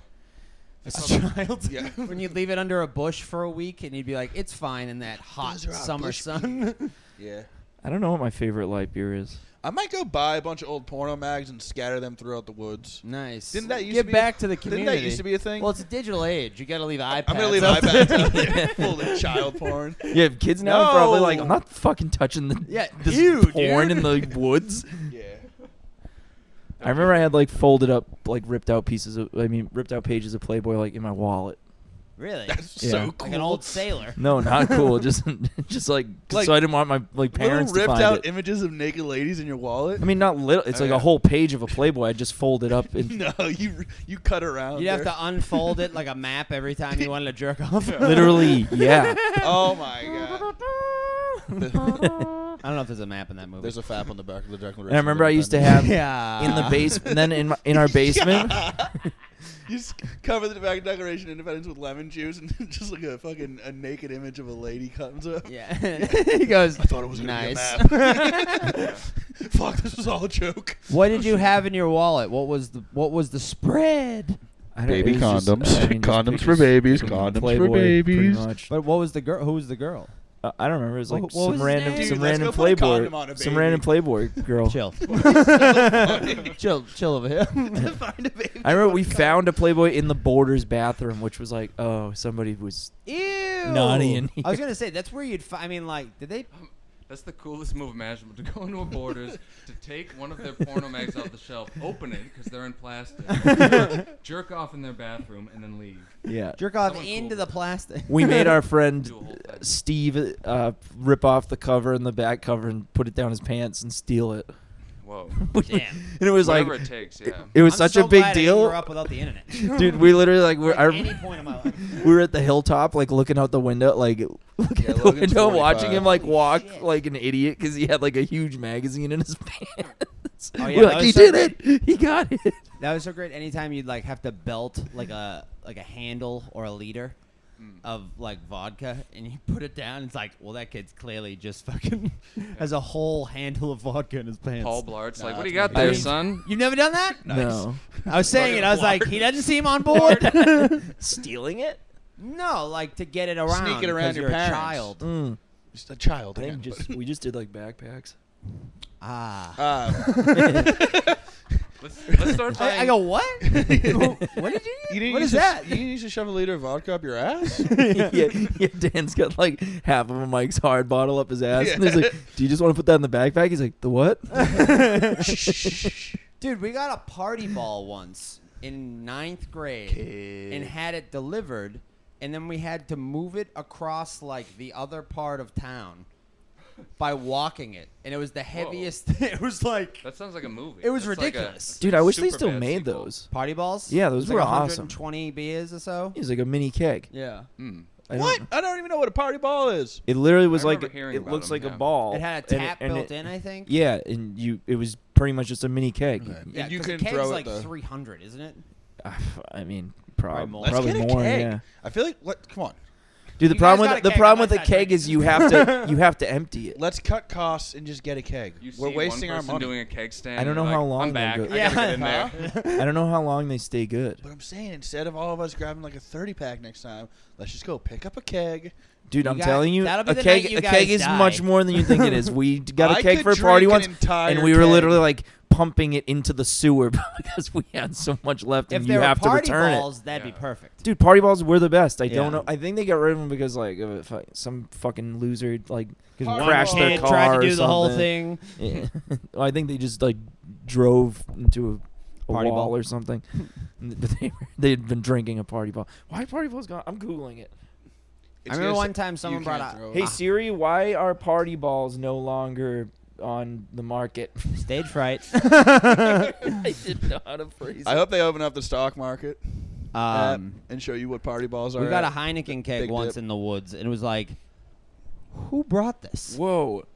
[SPEAKER 5] but as a child,
[SPEAKER 2] Yeah.
[SPEAKER 5] when you'd leave it under a bush for a week, and you'd be like, "It's fine in that hot
[SPEAKER 2] Those are our
[SPEAKER 5] summer
[SPEAKER 2] bush
[SPEAKER 5] sun."
[SPEAKER 2] Yeah.
[SPEAKER 1] I don't know what my favorite light beer is.
[SPEAKER 2] I might go buy a bunch of old porno mags and scatter them throughout the woods.
[SPEAKER 5] nice.
[SPEAKER 2] Didn't that used
[SPEAKER 5] get
[SPEAKER 2] to be
[SPEAKER 5] back
[SPEAKER 2] a,
[SPEAKER 5] to the
[SPEAKER 2] Didn't
[SPEAKER 5] community?
[SPEAKER 2] that used to be a thing?
[SPEAKER 5] well, it's a digital age. You got to leave iPads.
[SPEAKER 2] I'm gonna leave
[SPEAKER 5] out there.
[SPEAKER 2] iPads out there full of child porn.
[SPEAKER 1] Yeah, if kids now are probably like,
[SPEAKER 2] No.
[SPEAKER 1] I'm not fucking touching the
[SPEAKER 5] Yeah,
[SPEAKER 1] this
[SPEAKER 5] ew,
[SPEAKER 1] porn
[SPEAKER 5] dude.
[SPEAKER 1] in the woods.
[SPEAKER 2] Yeah.
[SPEAKER 1] I remember I had like folded up, like ripped out pieces of, I mean, ripped out pages of Playboy like in my wallet.
[SPEAKER 5] Really?
[SPEAKER 2] That's
[SPEAKER 1] Yeah.
[SPEAKER 2] so
[SPEAKER 1] Like
[SPEAKER 2] cool.
[SPEAKER 5] Like an old sailor.
[SPEAKER 1] No, not cool. Just, just like,
[SPEAKER 2] Like,
[SPEAKER 1] so I didn't want my like
[SPEAKER 2] Little
[SPEAKER 1] parents to
[SPEAKER 2] ripped
[SPEAKER 1] find
[SPEAKER 2] out
[SPEAKER 1] it.
[SPEAKER 2] images of naked ladies in your wallet.
[SPEAKER 1] I mean, not little. It's
[SPEAKER 3] Oh,
[SPEAKER 1] like
[SPEAKER 3] yeah.
[SPEAKER 1] a whole page of a Playboy. I just folded up and
[SPEAKER 2] no, you you cut around.
[SPEAKER 5] You'd have
[SPEAKER 2] there.
[SPEAKER 5] to unfold it like a map every time you wanted to jerk off.
[SPEAKER 1] literally, yeah.
[SPEAKER 2] Oh my god.
[SPEAKER 5] I don't know if there's a map in that movie.
[SPEAKER 2] There's a fap on the back of the Declaration.
[SPEAKER 1] And I remember
[SPEAKER 2] of
[SPEAKER 1] I used to
[SPEAKER 2] Independence.
[SPEAKER 1] have
[SPEAKER 5] yeah.
[SPEAKER 1] in the base, and then in my, in our basement.
[SPEAKER 2] You just cover the back of Declaration of Independence with lemon juice and just like a fucking a naked image of a lady comes up.
[SPEAKER 5] Yeah. he goes.
[SPEAKER 2] I thought it was gonna
[SPEAKER 5] nice.
[SPEAKER 2] be a map. Fuck, this was all a joke.
[SPEAKER 5] What
[SPEAKER 1] Oh,
[SPEAKER 5] did you have in your wallet? What was the what was the spread?
[SPEAKER 1] I don't-
[SPEAKER 2] Baby
[SPEAKER 1] it was just-
[SPEAKER 2] condoms.
[SPEAKER 1] I mean, just
[SPEAKER 2] Condoms for
[SPEAKER 1] pictures
[SPEAKER 2] babies,
[SPEAKER 1] from
[SPEAKER 2] condoms for
[SPEAKER 1] Playboy, pretty
[SPEAKER 2] babies.
[SPEAKER 1] much.
[SPEAKER 5] But what was the girl? Who was the girl?
[SPEAKER 1] Uh, I don't remember. It was like
[SPEAKER 4] What- what was
[SPEAKER 1] some
[SPEAKER 4] his
[SPEAKER 1] random,
[SPEAKER 4] name?
[SPEAKER 1] some
[SPEAKER 2] Dude, let's
[SPEAKER 1] random
[SPEAKER 2] go put a
[SPEAKER 1] playboy,
[SPEAKER 2] condom on a
[SPEAKER 1] some
[SPEAKER 2] baby.
[SPEAKER 1] random playboy girl.
[SPEAKER 4] Chill. chill, chill over here. Find a baby.
[SPEAKER 1] I remember we found a Playboy in the Borders bathroom, which was like, oh, somebody was.
[SPEAKER 5] Ew.
[SPEAKER 1] Naughty in
[SPEAKER 5] I was
[SPEAKER 1] here.
[SPEAKER 5] gonna say that's where you'd. Fi- I mean, like, did they?
[SPEAKER 3] That's the coolest move imaginable to go into a Borders to take one of their porno mags off the shelf, open it because they're in plastic, jerk off in their bathroom, and then leave.
[SPEAKER 1] Yeah.
[SPEAKER 5] Jerk off
[SPEAKER 3] Someone
[SPEAKER 5] into
[SPEAKER 3] cool.
[SPEAKER 5] the plastic.
[SPEAKER 1] We made our friend
[SPEAKER 3] Do a whole thing.
[SPEAKER 1] Steve uh, rip off the cover and the back cover and put it down his pants and steal it.
[SPEAKER 3] Whoa.
[SPEAKER 4] Damn.
[SPEAKER 1] And it was
[SPEAKER 3] Whatever
[SPEAKER 1] like,
[SPEAKER 3] it takes, yeah.
[SPEAKER 1] it was
[SPEAKER 5] I'm
[SPEAKER 1] such
[SPEAKER 5] so
[SPEAKER 1] a big
[SPEAKER 5] glad I
[SPEAKER 1] deal.
[SPEAKER 5] grew up without the internet.
[SPEAKER 1] Dude, we literally like we're
[SPEAKER 5] Like,
[SPEAKER 1] I-
[SPEAKER 5] any point in my life.
[SPEAKER 1] we were at the hilltop, like looking out the window, like looking
[SPEAKER 2] Yeah,
[SPEAKER 1] at the
[SPEAKER 2] Logan's
[SPEAKER 1] window, watching
[SPEAKER 2] 45.
[SPEAKER 1] him like
[SPEAKER 5] Holy
[SPEAKER 1] walk
[SPEAKER 5] shit.
[SPEAKER 1] like an idiot because he had like a huge magazine in his pants.
[SPEAKER 5] Oh, yeah,
[SPEAKER 1] we're
[SPEAKER 5] that
[SPEAKER 1] like,
[SPEAKER 5] was
[SPEAKER 1] he
[SPEAKER 5] so
[SPEAKER 1] did it. He got it.
[SPEAKER 5] That was so great. Anytime you'd like have to belt like a like a handle or a liter
[SPEAKER 2] Hmm.
[SPEAKER 5] of like vodka, and you put it down, it's like, well, that kid's clearly just fucking has a whole handle of vodka in his pants.
[SPEAKER 3] Paul Blart's like,
[SPEAKER 2] Nah,
[SPEAKER 3] what do you
[SPEAKER 2] that's
[SPEAKER 3] got
[SPEAKER 1] my
[SPEAKER 3] there,
[SPEAKER 1] favorite.
[SPEAKER 3] son?
[SPEAKER 5] You've never done that?
[SPEAKER 1] No,
[SPEAKER 5] I was saying it. I was like, he doesn't seem on board.
[SPEAKER 1] stealing it.
[SPEAKER 5] no, like to get it around.
[SPEAKER 2] Sneak it around
[SPEAKER 5] 'cause
[SPEAKER 2] your
[SPEAKER 5] you're a
[SPEAKER 2] parents.
[SPEAKER 5] child.
[SPEAKER 1] Mm.
[SPEAKER 2] Just a child.
[SPEAKER 1] I
[SPEAKER 2] Again,
[SPEAKER 1] think just we just did like backpacks.
[SPEAKER 5] Ah.
[SPEAKER 2] but- Uh,
[SPEAKER 3] Let's, let's start playing.
[SPEAKER 5] I, I go what? what did you? do?
[SPEAKER 2] you didn't
[SPEAKER 5] what
[SPEAKER 2] use
[SPEAKER 5] is
[SPEAKER 2] to,
[SPEAKER 5] that?
[SPEAKER 2] You didn't used to shove a liter of vodka up your ass?
[SPEAKER 1] yeah, yeah, Dan's got like half of a Mike's hard bottle up his ass, and he's like,
[SPEAKER 2] Yeah.
[SPEAKER 1] "Do you just want to put that in the backpack?" He's like, "The what?"
[SPEAKER 5] Dude, we got a party ball once in ninth grade and had it delivered, and then we had to move it across like the other part of town by walking it, and it was the heaviest. it was like
[SPEAKER 3] That sounds like a movie.
[SPEAKER 5] it was
[SPEAKER 3] That's like a-
[SPEAKER 5] ridiculous.
[SPEAKER 1] Dude, I wish they
[SPEAKER 3] Superbad
[SPEAKER 1] still made
[SPEAKER 3] sequel.
[SPEAKER 1] those.
[SPEAKER 5] party balls.
[SPEAKER 1] Yeah,
[SPEAKER 5] It
[SPEAKER 1] those
[SPEAKER 5] was,
[SPEAKER 1] were
[SPEAKER 5] like
[SPEAKER 1] awesome.
[SPEAKER 5] 120 beers or so.
[SPEAKER 1] It was like a mini keg.
[SPEAKER 5] Yeah,
[SPEAKER 3] Mm.
[SPEAKER 1] I don't
[SPEAKER 2] what?
[SPEAKER 1] know.
[SPEAKER 2] I don't even know what a party ball is.
[SPEAKER 1] It literally was
[SPEAKER 3] I
[SPEAKER 1] like
[SPEAKER 3] remember hearing
[SPEAKER 1] it
[SPEAKER 3] about
[SPEAKER 1] looks
[SPEAKER 3] them,
[SPEAKER 1] like
[SPEAKER 3] yeah.
[SPEAKER 1] a ball.
[SPEAKER 5] it had a
[SPEAKER 1] and
[SPEAKER 5] tap
[SPEAKER 1] and
[SPEAKER 5] built
[SPEAKER 1] it-
[SPEAKER 5] in, I think.
[SPEAKER 1] Yeah, and you it was pretty much just a mini keg.
[SPEAKER 5] yeah.
[SPEAKER 2] you
[SPEAKER 5] 'cause a
[SPEAKER 2] couldn't
[SPEAKER 5] keg's
[SPEAKER 2] throw it,
[SPEAKER 5] like
[SPEAKER 2] though.
[SPEAKER 5] 300, isn't it?
[SPEAKER 1] Ah, I mean, prob-
[SPEAKER 5] more.
[SPEAKER 2] Let's
[SPEAKER 1] probably
[SPEAKER 2] get a
[SPEAKER 1] more.
[SPEAKER 2] keg.
[SPEAKER 1] Yeah.
[SPEAKER 2] I feel like let, come on.
[SPEAKER 1] Dude, the
[SPEAKER 5] You guys
[SPEAKER 1] problem
[SPEAKER 5] got
[SPEAKER 1] with
[SPEAKER 5] a
[SPEAKER 1] the
[SPEAKER 5] keg,
[SPEAKER 1] problem with
[SPEAKER 5] I'm
[SPEAKER 1] the
[SPEAKER 5] not
[SPEAKER 1] keg
[SPEAKER 5] drinking.
[SPEAKER 1] is you have to you have to empty it.
[SPEAKER 2] Let's cut costs and just get a keg.
[SPEAKER 3] You see
[SPEAKER 2] We're wasting
[SPEAKER 3] one
[SPEAKER 2] our
[SPEAKER 3] person
[SPEAKER 2] money.
[SPEAKER 3] doing a keg stand.
[SPEAKER 1] I don't know
[SPEAKER 3] you're like,
[SPEAKER 1] how long
[SPEAKER 3] I'm
[SPEAKER 1] they
[SPEAKER 3] back.
[SPEAKER 1] go-
[SPEAKER 3] I gotta get in
[SPEAKER 5] Yeah.
[SPEAKER 3] there.
[SPEAKER 1] I don't know how long they stay good.
[SPEAKER 2] But I'm saying instead of all of us grabbing like a 30 pack next time, let's just go pick up a keg.
[SPEAKER 1] Dude,
[SPEAKER 5] You
[SPEAKER 1] I'm
[SPEAKER 5] got-
[SPEAKER 1] telling you,
[SPEAKER 5] that'll be
[SPEAKER 1] a
[SPEAKER 5] the
[SPEAKER 1] keg
[SPEAKER 5] night you
[SPEAKER 1] a keg
[SPEAKER 5] guys
[SPEAKER 1] is much
[SPEAKER 5] die.
[SPEAKER 1] more than you think it is. We d- got a
[SPEAKER 2] I
[SPEAKER 1] keg
[SPEAKER 2] could
[SPEAKER 1] for a party
[SPEAKER 2] drink
[SPEAKER 1] once,
[SPEAKER 2] an entire
[SPEAKER 1] and we were
[SPEAKER 2] keg.
[SPEAKER 1] literally like pumping it into the sewer because we had so much left,
[SPEAKER 5] If
[SPEAKER 1] and
[SPEAKER 5] there
[SPEAKER 1] you
[SPEAKER 5] were
[SPEAKER 1] have to
[SPEAKER 5] party
[SPEAKER 1] return it.
[SPEAKER 5] balls, that'd
[SPEAKER 3] Yeah.
[SPEAKER 5] be perfect.
[SPEAKER 1] Dude, party balls were the best. I
[SPEAKER 5] Yeah.
[SPEAKER 1] don't know. I think they got rid of them because like of a fu- some fucking loser like
[SPEAKER 2] Party
[SPEAKER 1] crashed their
[SPEAKER 2] kid
[SPEAKER 1] car
[SPEAKER 5] tried to
[SPEAKER 1] or
[SPEAKER 5] do the whole
[SPEAKER 1] something.
[SPEAKER 5] thing.
[SPEAKER 1] Yeah. Well, I think they just like drove into a, a
[SPEAKER 5] Party
[SPEAKER 1] wall
[SPEAKER 5] ball.
[SPEAKER 1] or something. And th- they were- they had been drinking a party ball. Why party balls gone? I'm googling it.
[SPEAKER 5] I remember one time someone brought out-
[SPEAKER 1] Hey
[SPEAKER 2] Hey,
[SPEAKER 1] Siri, why are party balls no longer on the market?
[SPEAKER 5] Stage fright.
[SPEAKER 1] I didn't know how to phrase
[SPEAKER 2] I hope they open up the stock market app
[SPEAKER 5] um,
[SPEAKER 2] and show you what party balls are.
[SPEAKER 5] we got a
[SPEAKER 2] at.
[SPEAKER 5] Heineken keg
[SPEAKER 2] Big
[SPEAKER 5] once
[SPEAKER 2] dip.
[SPEAKER 5] in the woods, and it was like, who brought this?
[SPEAKER 1] Whoa.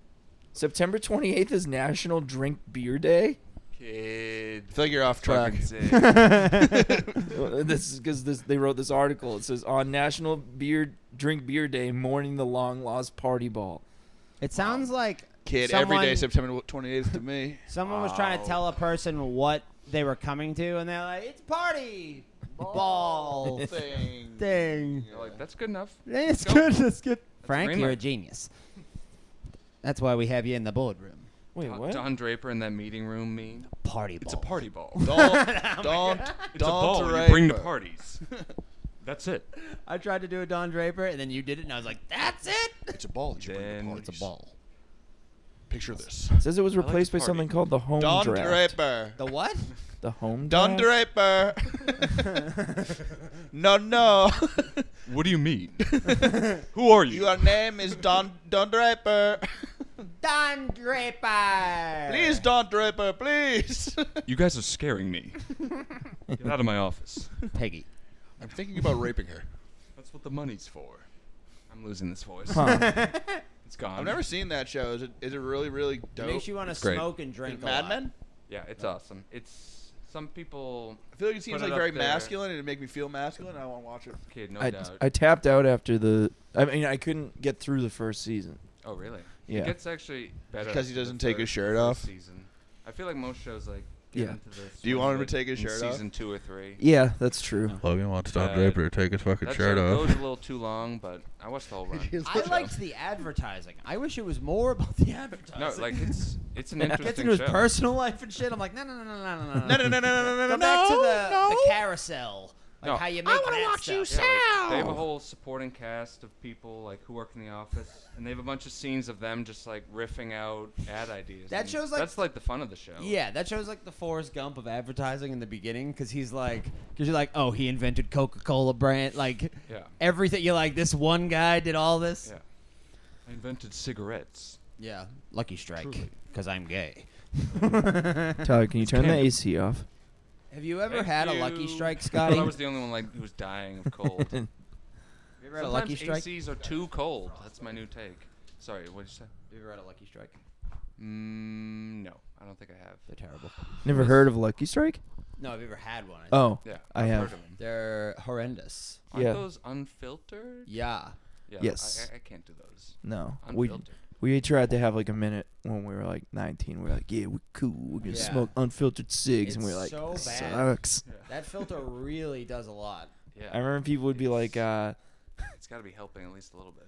[SPEAKER 1] September 28th is National Drink Beer Day.
[SPEAKER 3] Kid.
[SPEAKER 2] I feel like you're off track.
[SPEAKER 3] Fucking sick.
[SPEAKER 1] Uh, this is because this, they wrote this article. It says on National Beer Drink Beer Day, mourning the long lost party ball.
[SPEAKER 5] It sounds like
[SPEAKER 2] Kid,
[SPEAKER 5] someone,
[SPEAKER 2] every day September 28th to me.
[SPEAKER 5] someone was trying to
[SPEAKER 3] Wow.
[SPEAKER 2] Oh.
[SPEAKER 5] tell a person what they were coming to, and they're like, it's party ball
[SPEAKER 2] Thing.
[SPEAKER 5] thing.
[SPEAKER 3] You're like, that's good enough.
[SPEAKER 5] It's
[SPEAKER 3] Go.
[SPEAKER 5] good. It's good. Frank,
[SPEAKER 3] green
[SPEAKER 5] you're a
[SPEAKER 3] light.
[SPEAKER 5] genius. That's why we have you in the boardroom.
[SPEAKER 1] Wait,
[SPEAKER 3] Don-
[SPEAKER 1] what?
[SPEAKER 3] Don Draper in that meeting room mean?
[SPEAKER 5] Party ball.
[SPEAKER 3] It's a party ball.
[SPEAKER 2] Don't,
[SPEAKER 1] Oh
[SPEAKER 2] don't,
[SPEAKER 3] It's a
[SPEAKER 2] don't
[SPEAKER 3] ball. You
[SPEAKER 2] rape
[SPEAKER 3] bring to
[SPEAKER 2] her.
[SPEAKER 3] parties. That's it.
[SPEAKER 5] I tried to do a Don Draper, and then you did it, and I was like, that's it.
[SPEAKER 2] It's a ball. That you bring
[SPEAKER 3] Then
[SPEAKER 2] to
[SPEAKER 3] it's
[SPEAKER 2] parties.
[SPEAKER 3] a ball.
[SPEAKER 2] Picture this.
[SPEAKER 1] It says it was
[SPEAKER 3] I like
[SPEAKER 1] replaced
[SPEAKER 3] to
[SPEAKER 1] by
[SPEAKER 3] party.
[SPEAKER 1] something called the home
[SPEAKER 2] Don
[SPEAKER 1] draft.
[SPEAKER 2] Draper.
[SPEAKER 5] The what?
[SPEAKER 1] The home
[SPEAKER 2] Don
[SPEAKER 1] draft?
[SPEAKER 2] Draper. no, no.
[SPEAKER 3] What do you mean? Who are you?
[SPEAKER 2] Your name is Don Don Draper.
[SPEAKER 5] Don Draper.
[SPEAKER 2] please, Don Draper, please.
[SPEAKER 3] You guys are scaring me. Get out of my office.
[SPEAKER 5] Peggy.
[SPEAKER 2] I'm thinking about raping her.
[SPEAKER 3] That's what the money's for. I'm losing this voice.
[SPEAKER 1] Huh.
[SPEAKER 3] It's gone.
[SPEAKER 2] I've never seen that show. Is it is it really really dope?
[SPEAKER 5] It makes you want to
[SPEAKER 3] It's great.
[SPEAKER 5] smoke and drink.
[SPEAKER 2] Is it
[SPEAKER 5] a
[SPEAKER 2] Mad
[SPEAKER 5] lot.
[SPEAKER 2] Men?
[SPEAKER 3] Yeah, it's awesome. It's some people.
[SPEAKER 2] I feel like it seems
[SPEAKER 3] Put it
[SPEAKER 2] like
[SPEAKER 3] up
[SPEAKER 2] very
[SPEAKER 3] there.
[SPEAKER 2] masculine, and it make me feel masculine. And I want to watch it.
[SPEAKER 3] Kid, no
[SPEAKER 1] I,
[SPEAKER 3] doubt.
[SPEAKER 1] I tapped out after the. I mean, I couldn't get through the first season.
[SPEAKER 3] oh, really?
[SPEAKER 1] Yeah.
[SPEAKER 3] It gets actually better
[SPEAKER 2] Because he
[SPEAKER 3] the
[SPEAKER 2] doesn't take his shirt
[SPEAKER 3] third- first
[SPEAKER 2] off.
[SPEAKER 3] Season. I feel like most shows like get
[SPEAKER 1] Yeah.
[SPEAKER 3] into this.
[SPEAKER 2] Do you
[SPEAKER 3] when
[SPEAKER 2] want him
[SPEAKER 3] we-
[SPEAKER 2] to take his
[SPEAKER 3] in
[SPEAKER 2] shirt off?
[SPEAKER 3] Season two or three.
[SPEAKER 1] Yeah, that's true.
[SPEAKER 7] Logan wants Don
[SPEAKER 3] Uh,
[SPEAKER 7] Draper to take his fucking
[SPEAKER 3] That
[SPEAKER 7] shirt
[SPEAKER 3] show goes
[SPEAKER 7] off.
[SPEAKER 3] a little too long, but I watched the whole run.
[SPEAKER 5] I liked the advertising. I wish it was more about the advertising.
[SPEAKER 3] No, like it's it's an
[SPEAKER 5] gets
[SPEAKER 3] interesting
[SPEAKER 5] into his
[SPEAKER 3] show.
[SPEAKER 5] personal life and shit. I'm like, no, no, no, no, no, no, no,
[SPEAKER 2] No, no, no, no, no, no,
[SPEAKER 5] Go
[SPEAKER 2] no,
[SPEAKER 5] back to
[SPEAKER 2] no,
[SPEAKER 5] the,
[SPEAKER 2] no.
[SPEAKER 5] the carousel, like
[SPEAKER 3] No.
[SPEAKER 5] how you make I want to watch you.
[SPEAKER 3] Yeah, like, they have a whole supporting cast of people like who work in the office, and they have a bunch of scenes of them just like riffing out ad ideas.
[SPEAKER 5] That
[SPEAKER 3] and
[SPEAKER 5] shows, like-
[SPEAKER 3] that's like the fun of the show.
[SPEAKER 5] Yeah, that shows like the Forrest Gump of advertising in the beginning because he's like, because you're like, oh, he invented Coca-Cola brand, like
[SPEAKER 3] yeah,
[SPEAKER 5] everything. You're like, this one guy did all this.
[SPEAKER 3] yeah. I invented cigarettes.
[SPEAKER 5] Yeah, Lucky Strike, because I'm gay.
[SPEAKER 1] Tyler, can you turn the AC off?
[SPEAKER 5] Have you ever
[SPEAKER 3] Thank
[SPEAKER 5] had a
[SPEAKER 3] you.
[SPEAKER 5] Lucky Strike,
[SPEAKER 3] I
[SPEAKER 5] Scotty?
[SPEAKER 3] thought I was the only one like who was dying of cold. Sometimes
[SPEAKER 5] you ever had a Lucky Strike?
[SPEAKER 3] ACs are too cold. That's my new take. Sorry, what did you say?
[SPEAKER 5] Have you ever had a Lucky Strike?
[SPEAKER 3] Mm, no, I don't think I have.
[SPEAKER 5] They're terrible.
[SPEAKER 1] Never heard of Lucky Strike?
[SPEAKER 5] No, I've ever had one. I think.
[SPEAKER 1] Oh,
[SPEAKER 3] Yeah,
[SPEAKER 1] I
[SPEAKER 3] I've
[SPEAKER 1] have.
[SPEAKER 3] Heard of 'em.
[SPEAKER 5] They're horrendous.
[SPEAKER 3] Aren't
[SPEAKER 1] Yeah.
[SPEAKER 3] those unfiltered?
[SPEAKER 5] Yeah.
[SPEAKER 3] Yeah,
[SPEAKER 1] Yes.
[SPEAKER 3] I, I, I can't do those.
[SPEAKER 1] No, we
[SPEAKER 3] Unfiltered.
[SPEAKER 1] we tried to have like a minute when we were like 19. We were like, yeah, we're cool. We're gonna
[SPEAKER 5] Yeah.
[SPEAKER 1] smoke unfiltered cigs, and
[SPEAKER 5] It's
[SPEAKER 1] we are like,
[SPEAKER 5] so
[SPEAKER 1] "This
[SPEAKER 5] bad."
[SPEAKER 1] sucks.
[SPEAKER 5] That filter really does a lot.
[SPEAKER 3] yeah,
[SPEAKER 1] I remember people would be like, uh,
[SPEAKER 3] it's got to be helping at least a little bit.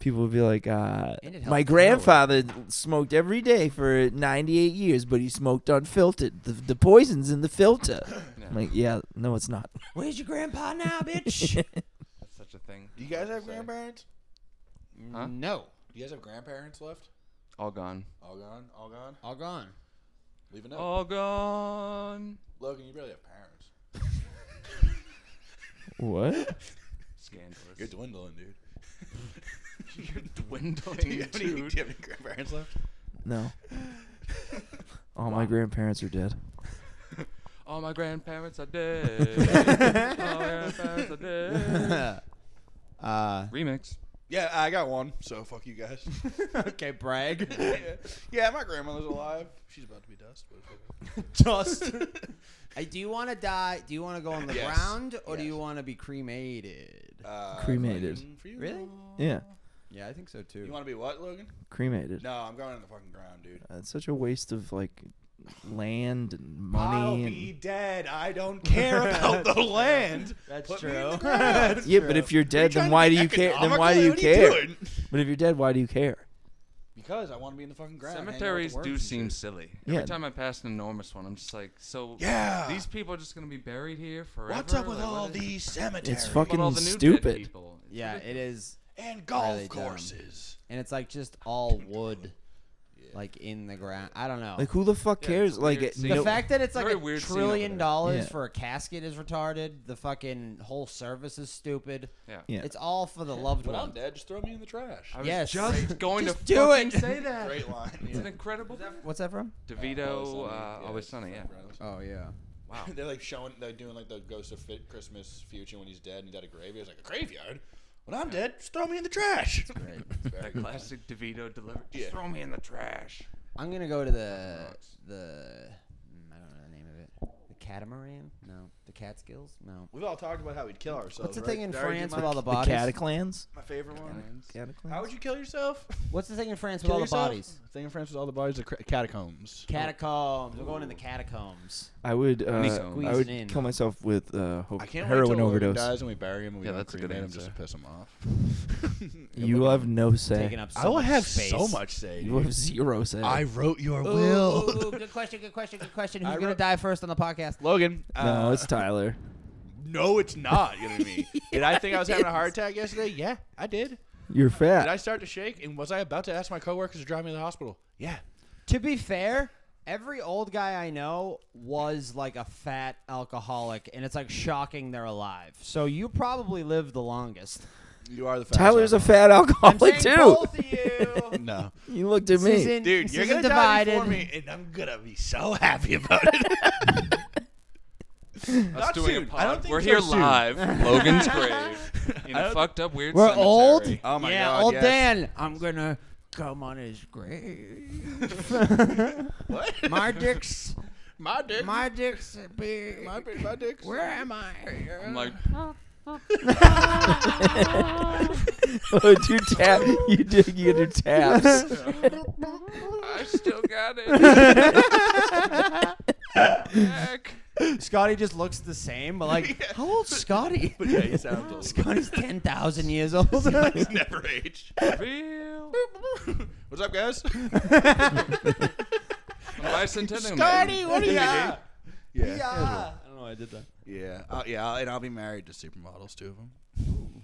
[SPEAKER 1] people would be like, uh,
[SPEAKER 5] And it
[SPEAKER 1] my
[SPEAKER 5] helps
[SPEAKER 1] grandfather smoked every day for 98 years, but he smoked unfiltered. The, the poison's in the filter.
[SPEAKER 3] Yeah.
[SPEAKER 1] I'm like, yeah, no, it's not.
[SPEAKER 5] Where's your grandpa now, bitch?
[SPEAKER 3] That's such a thing.
[SPEAKER 2] Do you guys have
[SPEAKER 3] Say.
[SPEAKER 2] grandparents?
[SPEAKER 3] Huh?
[SPEAKER 5] No,
[SPEAKER 2] Do you guys have grandparents left?
[SPEAKER 3] All gone.
[SPEAKER 2] All gone. All gone.
[SPEAKER 5] all gone.
[SPEAKER 2] Leave it
[SPEAKER 3] All gone.
[SPEAKER 2] Logan, you barely have parents.
[SPEAKER 1] What?
[SPEAKER 3] Scandalous.
[SPEAKER 2] You're dwindling, dude.
[SPEAKER 3] You're dwindling,
[SPEAKER 2] do, you have any,
[SPEAKER 3] dude.
[SPEAKER 2] do you have any grandparents left?
[SPEAKER 1] No. All my grandparents are dead.
[SPEAKER 3] All my grandparents are dead. All my grandparents are dead.
[SPEAKER 5] uh,
[SPEAKER 3] Remix.
[SPEAKER 2] Yeah, I got one. So fuck you guys.
[SPEAKER 5] okay, brag.
[SPEAKER 2] yeah, my grandmother's alive. She's about to be dust. but it's okay.
[SPEAKER 5] Just. Uh, do you want to die? Do you want to go on the
[SPEAKER 2] Yes.
[SPEAKER 5] ground, or do
[SPEAKER 2] Yes.
[SPEAKER 5] you want to be cremated?
[SPEAKER 2] Uh,
[SPEAKER 1] Cremated.
[SPEAKER 2] fucking for you.
[SPEAKER 5] Really?
[SPEAKER 1] Yeah,
[SPEAKER 5] yeah, I think so too.
[SPEAKER 2] You want to be what, Logan?
[SPEAKER 1] cremated.
[SPEAKER 2] No, I'm going in the fucking ground, dude.
[SPEAKER 1] Uh, it's such a waste of like land and
[SPEAKER 2] I'll
[SPEAKER 1] money.
[SPEAKER 2] be dead. I don't care about the land.
[SPEAKER 5] That's
[SPEAKER 2] Put me in
[SPEAKER 5] true.
[SPEAKER 2] the ground.
[SPEAKER 1] and... Yeah, but if you're dead, then why do you care? Then why do you care? But if you're dead, why do you care?
[SPEAKER 2] Because I want to be in the fucking ground. hang out with the
[SPEAKER 3] Cemeteries
[SPEAKER 2] worms
[SPEAKER 3] do
[SPEAKER 2] and
[SPEAKER 3] seem
[SPEAKER 2] shit.
[SPEAKER 3] silly.
[SPEAKER 1] Yeah.
[SPEAKER 3] Every time I pass an enormous one, I'm just like, so
[SPEAKER 2] Yeah.
[SPEAKER 3] these people are just gonna be buried here forever.
[SPEAKER 2] What's up with
[SPEAKER 3] Like, what
[SPEAKER 2] all
[SPEAKER 3] is-
[SPEAKER 2] these
[SPEAKER 1] It's
[SPEAKER 2] cemeteries
[SPEAKER 3] What about
[SPEAKER 1] fucking
[SPEAKER 3] all the new dead
[SPEAKER 1] stupid.
[SPEAKER 3] people? It's
[SPEAKER 5] yeah, it is,
[SPEAKER 2] and golf
[SPEAKER 5] Really dumb.
[SPEAKER 2] courses?
[SPEAKER 5] and it's like just all wood, like in the ground. I don't know.
[SPEAKER 1] Like, who the fuck
[SPEAKER 3] Yeah,
[SPEAKER 1] cares?
[SPEAKER 3] it's
[SPEAKER 1] Like,
[SPEAKER 3] weird
[SPEAKER 1] it,
[SPEAKER 5] the
[SPEAKER 3] seeing-
[SPEAKER 1] no,
[SPEAKER 5] fact that it's like
[SPEAKER 3] Very
[SPEAKER 5] a
[SPEAKER 3] weird scene over
[SPEAKER 5] trillion
[SPEAKER 3] there.
[SPEAKER 5] dollars
[SPEAKER 1] Yeah.
[SPEAKER 5] for a casket is retarded. The fucking whole service is stupid.
[SPEAKER 3] Yeah.
[SPEAKER 1] Yeah.
[SPEAKER 5] It's all for the loved
[SPEAKER 2] When I'm
[SPEAKER 5] one.
[SPEAKER 2] dead, just throw me in the trash.
[SPEAKER 3] I was
[SPEAKER 5] Yes.
[SPEAKER 3] just going
[SPEAKER 5] Just
[SPEAKER 3] to
[SPEAKER 5] do
[SPEAKER 3] fucking
[SPEAKER 5] it.
[SPEAKER 3] say that.
[SPEAKER 2] Great line.
[SPEAKER 3] It's an incredible.
[SPEAKER 5] What's that from?
[SPEAKER 3] DeVito, uh, Always Sunny. Yeah.
[SPEAKER 5] Oh yeah.
[SPEAKER 3] Wow.
[SPEAKER 2] They're like showing, they're doing like the Ghost of Fit Christmas Future when he's dead and he's at a graveyard. It's like a graveyard. When I'm dead, just throw me in the trash.
[SPEAKER 3] That classic DeVito delivery. Just
[SPEAKER 2] Yeah.
[SPEAKER 3] throw me in the trash.
[SPEAKER 5] I'm gonna go to the
[SPEAKER 3] Rocks.
[SPEAKER 5] the mm, I don't know the name of it. The catamaran? No. The Catskills? No.
[SPEAKER 2] We've all talked about how we'd kill ourselves.
[SPEAKER 5] What's the
[SPEAKER 2] right?
[SPEAKER 5] thing in
[SPEAKER 2] Did I already do
[SPEAKER 5] France
[SPEAKER 2] my-
[SPEAKER 5] with all the
[SPEAKER 1] the
[SPEAKER 5] bodies?
[SPEAKER 1] Cataclans.
[SPEAKER 2] My favorite one.
[SPEAKER 1] Cataclans.
[SPEAKER 2] How would you kill yourself?
[SPEAKER 5] What's the thing in France with
[SPEAKER 2] Kill
[SPEAKER 5] all
[SPEAKER 2] yourself?
[SPEAKER 5] the bodies?
[SPEAKER 2] The thing in France with all the bodies, the cra- catacombs.
[SPEAKER 5] Catacombs. We're going in the catacombs.
[SPEAKER 1] I would. Uh,
[SPEAKER 3] Honeycomb.
[SPEAKER 1] I would
[SPEAKER 5] Squeeze it in.
[SPEAKER 1] kill myself with uh, ho-
[SPEAKER 2] I can't wait
[SPEAKER 1] heroin
[SPEAKER 2] till Logan
[SPEAKER 1] overdose.
[SPEAKER 2] dies and we bury him and we
[SPEAKER 3] Yeah,
[SPEAKER 2] don't
[SPEAKER 3] that's a good
[SPEAKER 2] cremate him
[SPEAKER 3] answer.
[SPEAKER 2] just to piss him off.
[SPEAKER 1] You will have no say.
[SPEAKER 5] Taking up so
[SPEAKER 2] I will
[SPEAKER 5] much
[SPEAKER 2] have
[SPEAKER 5] space.
[SPEAKER 2] so much say.
[SPEAKER 1] You Oh, will have zero say.
[SPEAKER 2] I wrote your
[SPEAKER 5] Ooh,
[SPEAKER 2] will.
[SPEAKER 5] ooh, ooh, good question, good question, good question. Who's
[SPEAKER 2] I
[SPEAKER 5] gonna
[SPEAKER 2] wrote-
[SPEAKER 5] die first on the podcast?
[SPEAKER 2] Logan, uh,
[SPEAKER 1] no, it's Tyler.
[SPEAKER 2] no, it's not. You know what I mean? Did I think I was having a heart attack yesterday? Yeah, I did.
[SPEAKER 1] You're fat.
[SPEAKER 2] Did I start to shake? And was I about to ask my coworkers to drive me to the hospital? Yeah.
[SPEAKER 5] To be fair, every old guy I know was like a fat alcoholic, and it's like shocking they're alive. So you probably lived the longest.
[SPEAKER 2] You are the fact.
[SPEAKER 1] Tyler's a fat alcoholic
[SPEAKER 5] saying
[SPEAKER 1] too.
[SPEAKER 5] both of you.
[SPEAKER 2] No.
[SPEAKER 1] You looked at
[SPEAKER 5] This
[SPEAKER 1] me.
[SPEAKER 5] isn't-
[SPEAKER 2] Dude,
[SPEAKER 5] this
[SPEAKER 2] you're
[SPEAKER 5] isn't
[SPEAKER 2] going to die
[SPEAKER 5] divided.
[SPEAKER 2] before me, and I'm going to be so happy about it.
[SPEAKER 3] Us
[SPEAKER 2] Not
[SPEAKER 3] doing a
[SPEAKER 2] soon. I don't
[SPEAKER 3] pod.
[SPEAKER 2] think
[SPEAKER 3] We're
[SPEAKER 2] so
[SPEAKER 3] here
[SPEAKER 2] soon.
[SPEAKER 3] live. Logan's grave. In
[SPEAKER 2] I
[SPEAKER 3] a
[SPEAKER 2] don't-
[SPEAKER 3] fucked up weird
[SPEAKER 5] We're
[SPEAKER 3] cemetery.
[SPEAKER 5] old.
[SPEAKER 2] Oh my
[SPEAKER 5] yeah,
[SPEAKER 2] God,
[SPEAKER 5] old
[SPEAKER 2] yes.
[SPEAKER 5] Dan. I'm gonna come on his grave.
[SPEAKER 2] what?
[SPEAKER 5] my dick's,
[SPEAKER 2] my dick.
[SPEAKER 5] my dick's a big.
[SPEAKER 2] my, my dick.
[SPEAKER 5] Where am I?
[SPEAKER 3] I'm like,
[SPEAKER 1] oh, do tap. You do. You do taps.
[SPEAKER 3] I still got it. Heck.
[SPEAKER 5] Scotty just looks the same, but like, how old's Scotty?
[SPEAKER 2] But yeah, he sounds old.
[SPEAKER 5] Scotty's ten thousand years old.
[SPEAKER 2] He's never aged.
[SPEAKER 3] Real.
[SPEAKER 2] What's up, guys?
[SPEAKER 3] Bicentennial. man.
[SPEAKER 5] what
[SPEAKER 2] yeah. Yeah.
[SPEAKER 5] I don't know. why I did that.
[SPEAKER 2] Yeah. Uh, yeah. I'll- And I'll be married to supermodels, two of them.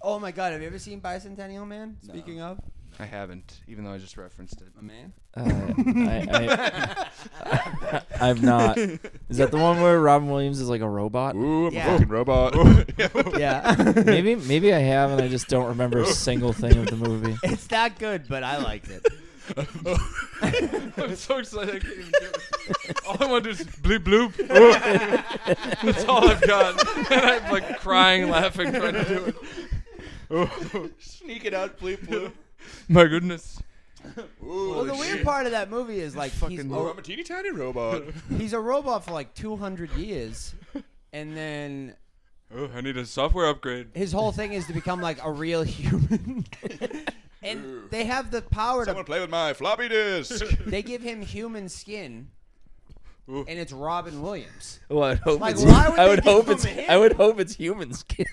[SPEAKER 5] Oh my god, have you ever seen Bicentennial Man? Speaking of,
[SPEAKER 3] I haven't, even though I just referenced it.
[SPEAKER 5] man,
[SPEAKER 1] Uh, I, I, have not. Is that the one where Robin Williams is like a robot?
[SPEAKER 2] Ooh, I'm
[SPEAKER 5] Yeah. fucking
[SPEAKER 2] robot.
[SPEAKER 5] yeah,
[SPEAKER 1] Maybe maybe I have, and I just don't remember a single thing of the movie.
[SPEAKER 5] it's not good, but I liked it.
[SPEAKER 3] I'm so excited. I can't even get it. All I want to do is bloop bloop. That's all I've got. And I'm like crying, laughing, trying to do it.
[SPEAKER 2] Sneak it out, bleep bloop.
[SPEAKER 3] My goodness.
[SPEAKER 5] well, the weird part of that movie is like he's,
[SPEAKER 2] Oh, I'm a teeny tiny robot.
[SPEAKER 5] he's a robot for like two hundred years, and then
[SPEAKER 3] Oh, I need a software upgrade.
[SPEAKER 5] his whole thing is to become like a real human. and they have the power
[SPEAKER 2] Someone
[SPEAKER 5] to
[SPEAKER 2] play with my floppy disk.
[SPEAKER 5] they give him human skin
[SPEAKER 3] Ooh.
[SPEAKER 5] and it's Robin Williams.
[SPEAKER 1] Well, I'd hope
[SPEAKER 5] Like,
[SPEAKER 1] it's,
[SPEAKER 5] why would
[SPEAKER 1] I
[SPEAKER 5] they
[SPEAKER 1] would
[SPEAKER 5] give
[SPEAKER 1] hope
[SPEAKER 5] him
[SPEAKER 1] it's
[SPEAKER 5] him?
[SPEAKER 1] I would hope it's human skin.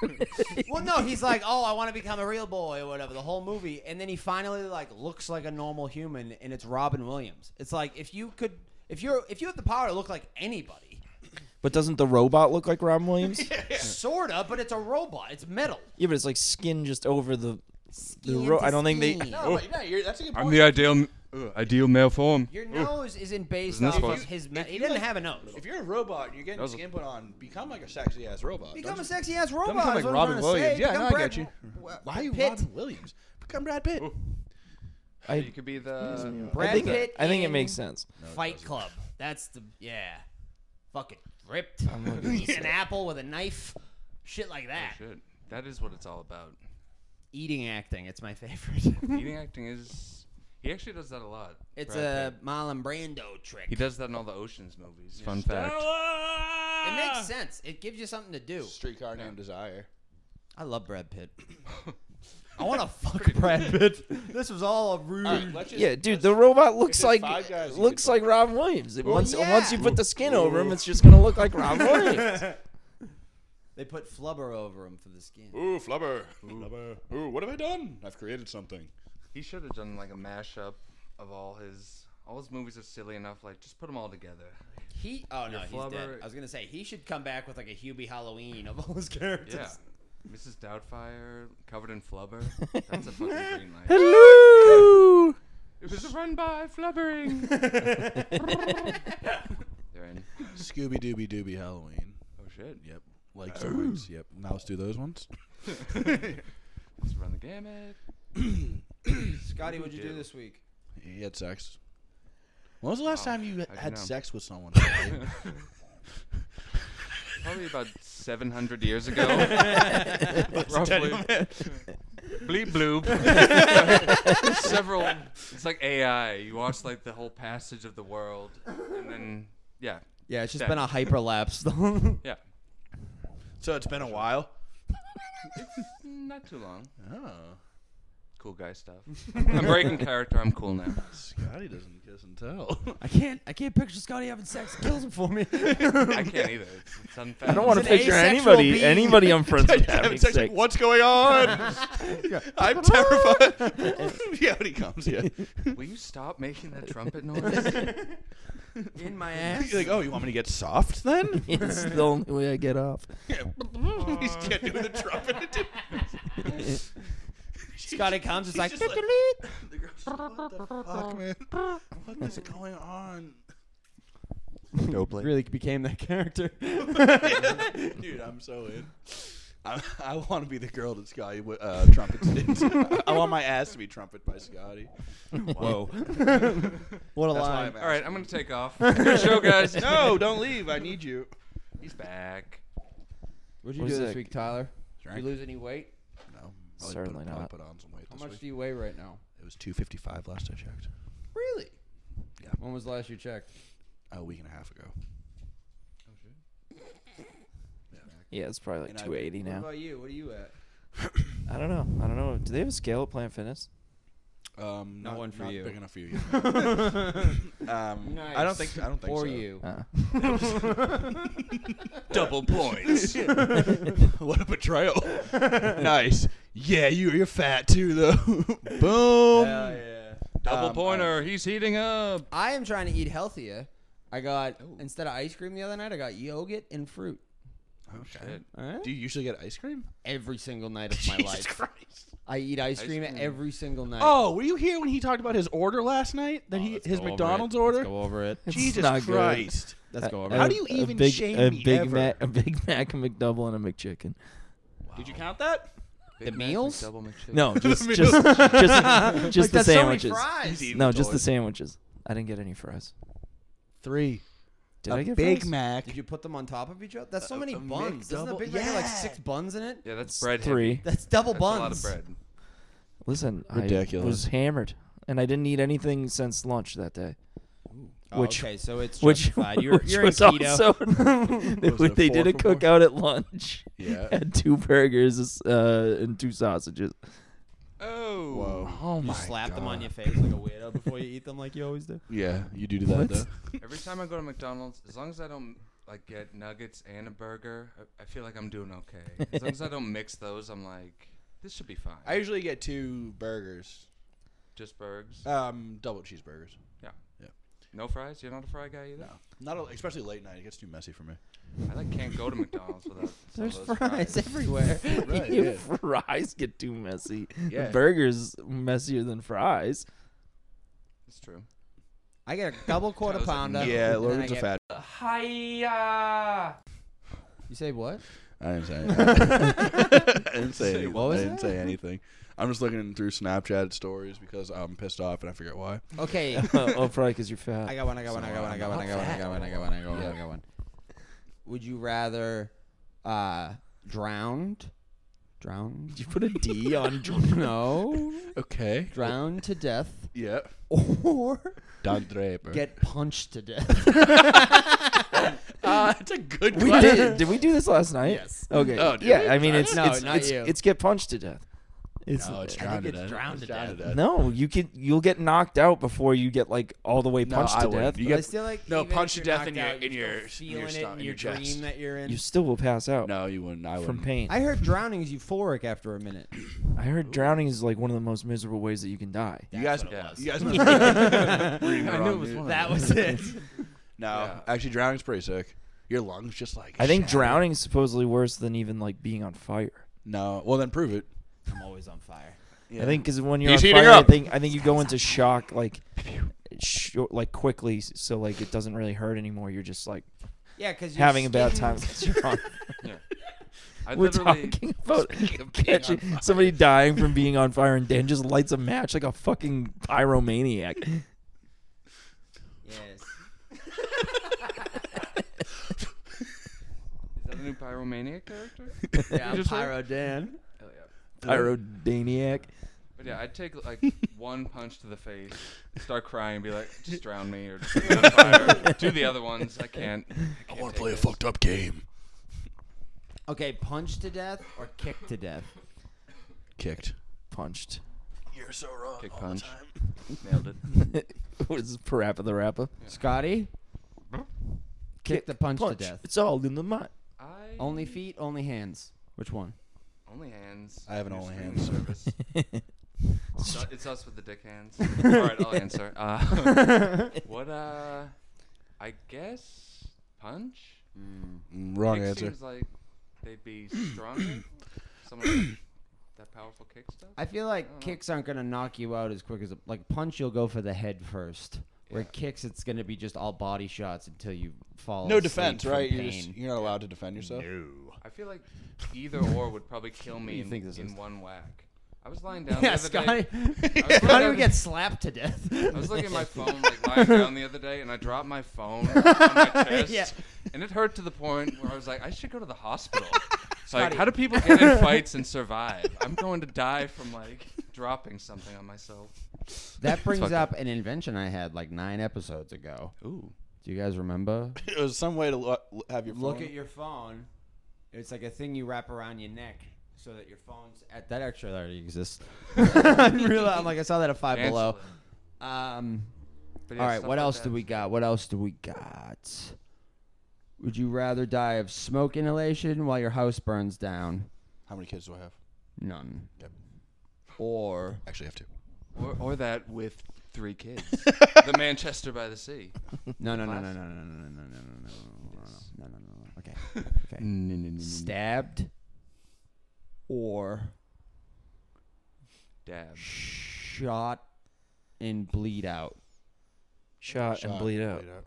[SPEAKER 5] Well, no, he's like, "Oh, I want to become a real boy or whatever." The whole movie, and then he finally like looks like a normal human and it's Robin Williams. It's like if you could if you're if you have the power to look like anybody,
[SPEAKER 1] but doesn't the robot look like Robin Williams?
[SPEAKER 5] sort of, but it's a robot. It's metal.
[SPEAKER 1] Yeah, but it's like skin just over the.
[SPEAKER 5] Skin
[SPEAKER 1] ro-
[SPEAKER 5] to
[SPEAKER 1] I don't think they-
[SPEAKER 5] skin.
[SPEAKER 2] no, but no, you're, that's a good point.
[SPEAKER 3] I'm the ideal uh, ideal male form.
[SPEAKER 5] Your nose isn't based
[SPEAKER 3] Isn't this
[SPEAKER 5] off
[SPEAKER 3] what-
[SPEAKER 5] of his me- He doesn't
[SPEAKER 2] like-
[SPEAKER 5] have a nose.
[SPEAKER 2] if you're a robot and you're getting
[SPEAKER 3] That was a-
[SPEAKER 2] skin put on, become like a sexy ass robot. Don't
[SPEAKER 5] Become a
[SPEAKER 2] just-
[SPEAKER 5] sexy ass robot.
[SPEAKER 2] Don't become like
[SPEAKER 5] is what I'm
[SPEAKER 2] Robin
[SPEAKER 5] trying to
[SPEAKER 2] Williams.
[SPEAKER 5] say.
[SPEAKER 2] Yeah,
[SPEAKER 5] Become
[SPEAKER 2] no, I
[SPEAKER 5] Brad
[SPEAKER 2] got you.
[SPEAKER 5] Wa-
[SPEAKER 2] Why are you
[SPEAKER 5] Pitt.
[SPEAKER 2] Robin Williams? Become Brad Pitt.
[SPEAKER 1] I,
[SPEAKER 3] You could be the.
[SPEAKER 5] Brad
[SPEAKER 1] I think
[SPEAKER 5] Pitt
[SPEAKER 1] I think it
[SPEAKER 5] in-
[SPEAKER 1] makes sense.
[SPEAKER 5] Fight Club. That's the yeah. Fucking ripped.
[SPEAKER 1] I'm looking
[SPEAKER 5] Eat
[SPEAKER 1] this
[SPEAKER 5] an apple with a knife. Shit like that.
[SPEAKER 3] oh, Shit. That is what it's all about.
[SPEAKER 5] Eating acting. It's my favorite.
[SPEAKER 3] Eating acting is. He actually does that a lot.
[SPEAKER 5] it's
[SPEAKER 3] Brad
[SPEAKER 5] a
[SPEAKER 3] Pitt.
[SPEAKER 5] Marlon Brando trick.
[SPEAKER 3] He does that in all the Ocean's movies. Fun fact.
[SPEAKER 5] It makes sense. It gives you something to do.
[SPEAKER 2] Streetcar named Desire.
[SPEAKER 5] I love Brad Pitt. I want to fuck Brad Pitt. This was all a rude.
[SPEAKER 2] Let's just-
[SPEAKER 1] Yeah, dude, the robot looks
[SPEAKER 2] it's
[SPEAKER 1] like
[SPEAKER 2] five guys, you
[SPEAKER 1] looks
[SPEAKER 2] could
[SPEAKER 1] like Robin Williams. It- once
[SPEAKER 5] Oh, yeah.
[SPEAKER 1] once you put the skin over him, it's just gonna look like Robin Williams.
[SPEAKER 5] they put flubber over him for the skin.
[SPEAKER 2] Ooh, flubber. Flubber. Ooh, what have I done? I've created something.
[SPEAKER 3] He should have done like a mashup of all his all his movies are silly enough. Like just put them all together.
[SPEAKER 5] He. Oh no,
[SPEAKER 3] Your
[SPEAKER 5] he's dead.
[SPEAKER 3] flubber-
[SPEAKER 5] I was gonna say he should come back with like a Hubie Halloween of all his characters.
[SPEAKER 3] Yeah. Mrs. Doubtfire covered in flubber. That's a fucking green light.
[SPEAKER 1] Hello.
[SPEAKER 3] It was a run by flubbering. They're in.
[SPEAKER 2] Scooby Dooby Dooby Halloween.
[SPEAKER 3] Oh shit.
[SPEAKER 2] Yep. Like toys. Yep. Now let's do those ones.
[SPEAKER 3] Let's run the gamut.
[SPEAKER 5] Scotty, what'd you do
[SPEAKER 3] do?
[SPEAKER 5] this week?
[SPEAKER 2] He had sex. When was the last time you
[SPEAKER 3] you
[SPEAKER 2] had
[SPEAKER 3] know?
[SPEAKER 2] sex with someone?
[SPEAKER 3] Probably about 700 years ago. Roughly. Bleep bloop. Several. It's like AI. You watch like the whole passage of the world, and then yeah,
[SPEAKER 5] Yeah, it's just
[SPEAKER 3] Sex.
[SPEAKER 5] been a hyperlapse. though.
[SPEAKER 3] yeah.
[SPEAKER 2] so it's been a while.
[SPEAKER 3] Not too long.
[SPEAKER 2] Oh,
[SPEAKER 3] Cool guy stuff. I'm breaking character. I'm cool now.
[SPEAKER 2] Scotty doesn't kiss and tell.
[SPEAKER 5] I can't. I can't picture Scotty having sex. It kills him for me.
[SPEAKER 3] I can't either. It's, it's unfair.
[SPEAKER 1] I don't want
[SPEAKER 5] He's
[SPEAKER 1] to
[SPEAKER 5] an
[SPEAKER 1] picture
[SPEAKER 5] asexual
[SPEAKER 1] anybody
[SPEAKER 5] being.
[SPEAKER 1] anybody I'm friends with having
[SPEAKER 2] Having sex, like,
[SPEAKER 1] sex.
[SPEAKER 2] What's going on? I'm terrified. yeah, when he comes, yeah.
[SPEAKER 3] Will you stop making that trumpet noise?
[SPEAKER 5] In my ass.
[SPEAKER 2] You're like, oh, you want me to get soft then?
[SPEAKER 1] It's the only way I get off.
[SPEAKER 2] He's can't do the trumpet.
[SPEAKER 5] Scotty comes. It's like,
[SPEAKER 2] just like- The girl's like, what the fuck, man? What is going on?
[SPEAKER 5] really became that character.
[SPEAKER 2] Dude, I'm so in. I, I want to be the girl that Scotty w- uh, trumpets did. I want my ass to be trumpeted by Scotty.
[SPEAKER 1] Whoa.
[SPEAKER 5] What a
[SPEAKER 2] That's why
[SPEAKER 5] lie.
[SPEAKER 2] I'm
[SPEAKER 3] All right, I'm gonna take off. Good show, guys.
[SPEAKER 2] No, don't leave. I need you.
[SPEAKER 3] he's back.
[SPEAKER 5] What'd you
[SPEAKER 1] What
[SPEAKER 5] do
[SPEAKER 1] is
[SPEAKER 5] this
[SPEAKER 1] that?
[SPEAKER 5] week, Tyler?
[SPEAKER 2] Drank.
[SPEAKER 5] You lose any weight?
[SPEAKER 2] No,
[SPEAKER 1] probably Certainly put- probably not.
[SPEAKER 2] Put on some weight
[SPEAKER 5] How much do you weigh right now?
[SPEAKER 2] It was 255 last I checked.
[SPEAKER 5] Really?
[SPEAKER 2] Yeah.
[SPEAKER 5] When was the last you checked?
[SPEAKER 2] A week and a half ago.
[SPEAKER 1] Yeah, it's probably
[SPEAKER 2] And
[SPEAKER 1] like
[SPEAKER 2] I-
[SPEAKER 1] 280
[SPEAKER 5] What
[SPEAKER 1] now.
[SPEAKER 5] about you? What are you at?
[SPEAKER 1] I don't know. I don't know. Do they have a scale at Planet Fitness?
[SPEAKER 2] Um,
[SPEAKER 5] Not one for you.
[SPEAKER 2] Big enough for you. yet. um, I don't think. I don't think
[SPEAKER 5] for
[SPEAKER 2] so.
[SPEAKER 5] you.
[SPEAKER 3] Double points.
[SPEAKER 2] what a betrayal. nice. Yeah, you, you're fat too, though. Boom.
[SPEAKER 5] yeah.
[SPEAKER 3] Double
[SPEAKER 2] Um,
[SPEAKER 3] pointer. He's heating up.
[SPEAKER 5] I am trying to eat healthier. I got
[SPEAKER 3] Oh.
[SPEAKER 5] instead of ice cream the other night, I got yogurt and fruit.
[SPEAKER 2] Okay.
[SPEAKER 5] All right.
[SPEAKER 2] Do you usually get ice cream?
[SPEAKER 5] Every single night of my life,
[SPEAKER 2] Christ.
[SPEAKER 5] I eat ice,
[SPEAKER 3] Ice
[SPEAKER 5] cream,
[SPEAKER 3] cream.
[SPEAKER 5] every single night.
[SPEAKER 2] Oh, were you here when he talked about his order last night? That he his McDonald's order.
[SPEAKER 5] go over it.
[SPEAKER 2] Jesus
[SPEAKER 1] not good.
[SPEAKER 2] Christ.
[SPEAKER 5] Let's go over
[SPEAKER 2] How
[SPEAKER 1] A-
[SPEAKER 5] it.
[SPEAKER 2] do you
[SPEAKER 1] a
[SPEAKER 2] even
[SPEAKER 1] big,
[SPEAKER 2] shame
[SPEAKER 1] a
[SPEAKER 2] me
[SPEAKER 1] Big
[SPEAKER 2] ever?
[SPEAKER 1] Mac, a Big Mac, a McDouble, and a McChicken?
[SPEAKER 2] Did you count that?
[SPEAKER 3] Big Mac,
[SPEAKER 5] meals?
[SPEAKER 3] double McChicken.
[SPEAKER 1] No, just
[SPEAKER 2] meal.
[SPEAKER 1] just just, just the
[SPEAKER 5] that's so many
[SPEAKER 1] sandwiches.
[SPEAKER 5] fries.
[SPEAKER 2] Easy.
[SPEAKER 1] no, just the sandwiches. I didn't get any fries.
[SPEAKER 2] Three.
[SPEAKER 1] Did I
[SPEAKER 2] a
[SPEAKER 1] get
[SPEAKER 2] Big
[SPEAKER 1] fries?
[SPEAKER 2] Mac.
[SPEAKER 5] Did you put them on top of each other? That's so
[SPEAKER 2] A-
[SPEAKER 5] many
[SPEAKER 2] a
[SPEAKER 5] buns. Doesn't a
[SPEAKER 2] McDouble?
[SPEAKER 5] big Mac have like
[SPEAKER 2] Yeah.
[SPEAKER 5] six buns in it?
[SPEAKER 3] Yeah, that's
[SPEAKER 1] It's
[SPEAKER 3] bread. heavy.
[SPEAKER 1] Three.
[SPEAKER 5] That's double
[SPEAKER 3] That's
[SPEAKER 5] buns.
[SPEAKER 3] a lot of bread.
[SPEAKER 1] Listen,
[SPEAKER 2] Ridiculous.
[SPEAKER 1] I was hammered, and I didn't eat anything since lunch that day.
[SPEAKER 5] Oh,
[SPEAKER 1] Which-
[SPEAKER 5] okay, so it's
[SPEAKER 1] which,
[SPEAKER 5] justified. You're,
[SPEAKER 1] which
[SPEAKER 5] you're
[SPEAKER 1] was
[SPEAKER 5] in keto.
[SPEAKER 1] also
[SPEAKER 2] Was it
[SPEAKER 1] they
[SPEAKER 2] four
[SPEAKER 1] did a
[SPEAKER 2] for four?
[SPEAKER 1] cookout at lunch.
[SPEAKER 2] Yeah.
[SPEAKER 1] had two burgers uh, and two sausages.
[SPEAKER 3] Oh.
[SPEAKER 2] Whoa. Oh
[SPEAKER 5] you
[SPEAKER 2] my
[SPEAKER 5] slap them on
[SPEAKER 2] God.
[SPEAKER 5] your face like a weirdo before you eat them, like you always do.
[SPEAKER 2] Yeah, you do do that
[SPEAKER 1] What?
[SPEAKER 2] though.
[SPEAKER 3] Every time I go to McDonald's, as long as I don't like get nuggets and a burger, I, I feel like I'm doing okay. As long as I don't mix those, I'm like, this should be fine.
[SPEAKER 2] I usually get two burgers,
[SPEAKER 3] just burgers.
[SPEAKER 2] um, double cheeseburgers.
[SPEAKER 3] No fries. You're not a fry guy either.
[SPEAKER 2] Not a, especially late night; it gets too messy for me.
[SPEAKER 3] I like can't go to McDonald's without some
[SPEAKER 5] There's
[SPEAKER 3] of those
[SPEAKER 5] fries, everywhere.
[SPEAKER 2] Right,
[SPEAKER 1] Your
[SPEAKER 2] yeah.
[SPEAKER 1] fries get too messy.
[SPEAKER 2] Yeah.
[SPEAKER 1] Burgers messier than fries.
[SPEAKER 3] It's true.
[SPEAKER 5] I get a double quarter
[SPEAKER 3] That was a
[SPEAKER 5] pounder.
[SPEAKER 3] Yeah,
[SPEAKER 2] Yeah,
[SPEAKER 5] and then
[SPEAKER 2] Logan's
[SPEAKER 5] I
[SPEAKER 2] a
[SPEAKER 5] get-
[SPEAKER 2] fat.
[SPEAKER 5] You say what?
[SPEAKER 2] I didn't say. I didn't say anything.
[SPEAKER 5] what was
[SPEAKER 2] I didn't
[SPEAKER 5] that?
[SPEAKER 2] say anything. I'm just looking through Snapchat stories because I'm pissed off and I forget why.
[SPEAKER 5] Okay.
[SPEAKER 1] oh, oh, probably because you're fat.
[SPEAKER 5] I got one. I got one. I got one. I got one. I got one. I got one. I got one. I got one. I got one. I got one. Would you rather uh drowned? Drowned?
[SPEAKER 1] Did you put a D on?
[SPEAKER 5] no.
[SPEAKER 2] Okay.
[SPEAKER 5] Drowned to death
[SPEAKER 2] Yeah.
[SPEAKER 5] or
[SPEAKER 2] Don Draper.
[SPEAKER 5] get punched to death.
[SPEAKER 2] uh, it's a good
[SPEAKER 1] we
[SPEAKER 2] question.
[SPEAKER 1] did. Did we do this last night?
[SPEAKER 5] Yes.
[SPEAKER 1] Okay.
[SPEAKER 2] Oh, did
[SPEAKER 1] yeah.
[SPEAKER 2] we?
[SPEAKER 1] I mean, it's
[SPEAKER 5] No,
[SPEAKER 1] it's,
[SPEAKER 5] not
[SPEAKER 1] it's,
[SPEAKER 5] you.
[SPEAKER 1] it's get punched to death. It's,
[SPEAKER 2] No, it's
[SPEAKER 5] I think
[SPEAKER 2] drowned to
[SPEAKER 5] it's
[SPEAKER 2] death.
[SPEAKER 5] drowned to death.
[SPEAKER 1] No, you could you'll get knocked out before you get like all the way
[SPEAKER 2] No,
[SPEAKER 1] punched
[SPEAKER 2] I
[SPEAKER 1] to
[SPEAKER 2] wouldn't.
[SPEAKER 1] death.
[SPEAKER 2] You
[SPEAKER 1] You,
[SPEAKER 5] But I
[SPEAKER 2] get
[SPEAKER 5] feel like
[SPEAKER 2] No,
[SPEAKER 5] even if
[SPEAKER 2] punch to
[SPEAKER 5] you're
[SPEAKER 2] death
[SPEAKER 5] knocked
[SPEAKER 2] in your-
[SPEAKER 5] out,
[SPEAKER 2] in
[SPEAKER 5] you're
[SPEAKER 2] your-
[SPEAKER 5] still
[SPEAKER 2] in your
[SPEAKER 5] feeling it
[SPEAKER 2] stomach, in
[SPEAKER 5] in your
[SPEAKER 2] your
[SPEAKER 5] dream
[SPEAKER 2] chest.
[SPEAKER 5] that you're in.
[SPEAKER 1] still will pass out
[SPEAKER 2] no, you wouldn't. I
[SPEAKER 1] from
[SPEAKER 2] wouldn't.
[SPEAKER 1] pain.
[SPEAKER 5] I heard drowning is euphoric after a minute.
[SPEAKER 1] I heard drowning is like one of the most miserable ways that you can die.
[SPEAKER 2] You guys,
[SPEAKER 3] what it was.
[SPEAKER 2] you guys. must be reading the
[SPEAKER 3] I knew
[SPEAKER 2] wrong
[SPEAKER 3] it was
[SPEAKER 2] news.
[SPEAKER 3] one of
[SPEAKER 4] That was it.
[SPEAKER 2] No,
[SPEAKER 3] Yeah.
[SPEAKER 2] actually, drowning's pretty sick. Your lungs just like.
[SPEAKER 1] I think
[SPEAKER 2] shat.
[SPEAKER 1] drowning's supposedly worse than even like being on fire.
[SPEAKER 2] No, well then prove it.
[SPEAKER 5] I'm always on fire.
[SPEAKER 1] I think because when you're
[SPEAKER 2] He's
[SPEAKER 1] on
[SPEAKER 2] heating
[SPEAKER 1] fire,
[SPEAKER 2] up.
[SPEAKER 1] I think I think you go into shock like, sh- like quickly, s- so like it doesn't really hurt anymore. You're just like
[SPEAKER 5] Yeah, because
[SPEAKER 1] having a bad time. 'cause you're on-
[SPEAKER 3] Yeah. I
[SPEAKER 1] We're
[SPEAKER 3] literally.
[SPEAKER 1] talking about catching somebody dying from being on fire, and Dan just lights a match like a fucking pyromaniac.
[SPEAKER 5] Yes.
[SPEAKER 3] Is that a new pyromaniac character?
[SPEAKER 5] Yeah,
[SPEAKER 3] You
[SPEAKER 5] I'm
[SPEAKER 3] just heard?
[SPEAKER 5] Pyro Dan.
[SPEAKER 3] Hell yeah.
[SPEAKER 1] Pyromaniac.
[SPEAKER 3] But yeah, I'd take like one punch to the face, start crying, be like, just drown me or just set me on fire. Do the other ones. I can't. I,
[SPEAKER 2] I
[SPEAKER 3] can't
[SPEAKER 2] want to
[SPEAKER 3] take
[SPEAKER 2] play a
[SPEAKER 3] this.
[SPEAKER 2] fucked up game.
[SPEAKER 5] Okay, punch to death or kick to death.
[SPEAKER 2] Kicked.
[SPEAKER 1] Punched.
[SPEAKER 2] You're so wrong.
[SPEAKER 3] Kick
[SPEAKER 2] all
[SPEAKER 3] punch.
[SPEAKER 2] The time.
[SPEAKER 3] Nailed it.
[SPEAKER 1] was Parappa the Rapper.
[SPEAKER 5] Scotty, kick the punch, to death.
[SPEAKER 1] It's all in the mind.
[SPEAKER 3] I
[SPEAKER 5] Only feet, only hands. Which one?
[SPEAKER 3] Only hands.
[SPEAKER 2] I have an
[SPEAKER 3] Your
[SPEAKER 2] only
[SPEAKER 3] streaming
[SPEAKER 2] hands.
[SPEAKER 3] service. it's, u- it's us with the dick hands. All right, I'll answer. Uh, what? Uh, I guess punch.
[SPEAKER 2] Mm, Wrong
[SPEAKER 3] Kick
[SPEAKER 2] answer.
[SPEAKER 3] Seems like they'd be stronger. Someone that powerful kick stuff.
[SPEAKER 5] I feel like kicks aren't gonna knock you out as quick as a, like punch. You'll go for the head first. Where
[SPEAKER 3] Yeah.
[SPEAKER 5] kicks, it's gonna be just all body shots until you fall.
[SPEAKER 2] No
[SPEAKER 5] asleep
[SPEAKER 2] defense,
[SPEAKER 5] from
[SPEAKER 2] right? You're,
[SPEAKER 5] Pain.
[SPEAKER 2] just, you're not allowed to defend yourself.
[SPEAKER 3] I feel like either or would probably kill me
[SPEAKER 5] you
[SPEAKER 3] in,
[SPEAKER 5] think this
[SPEAKER 3] in
[SPEAKER 5] is?
[SPEAKER 3] one whack. I was lying down.
[SPEAKER 5] yeah,
[SPEAKER 3] the
[SPEAKER 5] Scotty.
[SPEAKER 3] other day.
[SPEAKER 5] How do
[SPEAKER 3] down-
[SPEAKER 5] we get slapped to death?
[SPEAKER 3] I was looking at my phone like lying down the other day, and I dropped my phone on my chest,
[SPEAKER 5] Yeah.
[SPEAKER 3] and it hurt to the point where I was like, I should go to the hospital. So like, how do people get in fights and survive? I'm going to die from like dropping something on myself.
[SPEAKER 5] that brings
[SPEAKER 3] Fuck.
[SPEAKER 5] up an invention I had like nine episodes ago.
[SPEAKER 2] Ooh.
[SPEAKER 5] Do you guys remember?
[SPEAKER 2] It was some uh, way to lo- have your
[SPEAKER 5] Look
[SPEAKER 2] phone-
[SPEAKER 5] at your phone. It's like a thing you wrap around your neck, so that your phone's at that extra already exists. I realized, I'm like, I saw that at five below.
[SPEAKER 3] Cancel it.
[SPEAKER 5] Um,
[SPEAKER 3] But yeah,
[SPEAKER 5] all right,
[SPEAKER 3] stuff
[SPEAKER 5] what
[SPEAKER 3] like
[SPEAKER 5] else
[SPEAKER 3] that.
[SPEAKER 5] do we got? What else do we got? Would you rather die of smoke inhalation while your house burns down?
[SPEAKER 2] How many kids do I have?
[SPEAKER 5] None.
[SPEAKER 2] Yep.
[SPEAKER 5] Or
[SPEAKER 2] Actually, I have two.
[SPEAKER 3] Or, or that with three kids. the Manchester by the Sea.
[SPEAKER 5] no, no, no, no, no, no,
[SPEAKER 3] Last-
[SPEAKER 5] no, no, no, no, no, no, no, no, no, no, no, no, no, no. Okay. Okay. Stabbed. Or
[SPEAKER 3] Dab.
[SPEAKER 5] shot and bleed out.
[SPEAKER 1] Shot,
[SPEAKER 2] Shot,
[SPEAKER 1] and bleed out.
[SPEAKER 2] uh,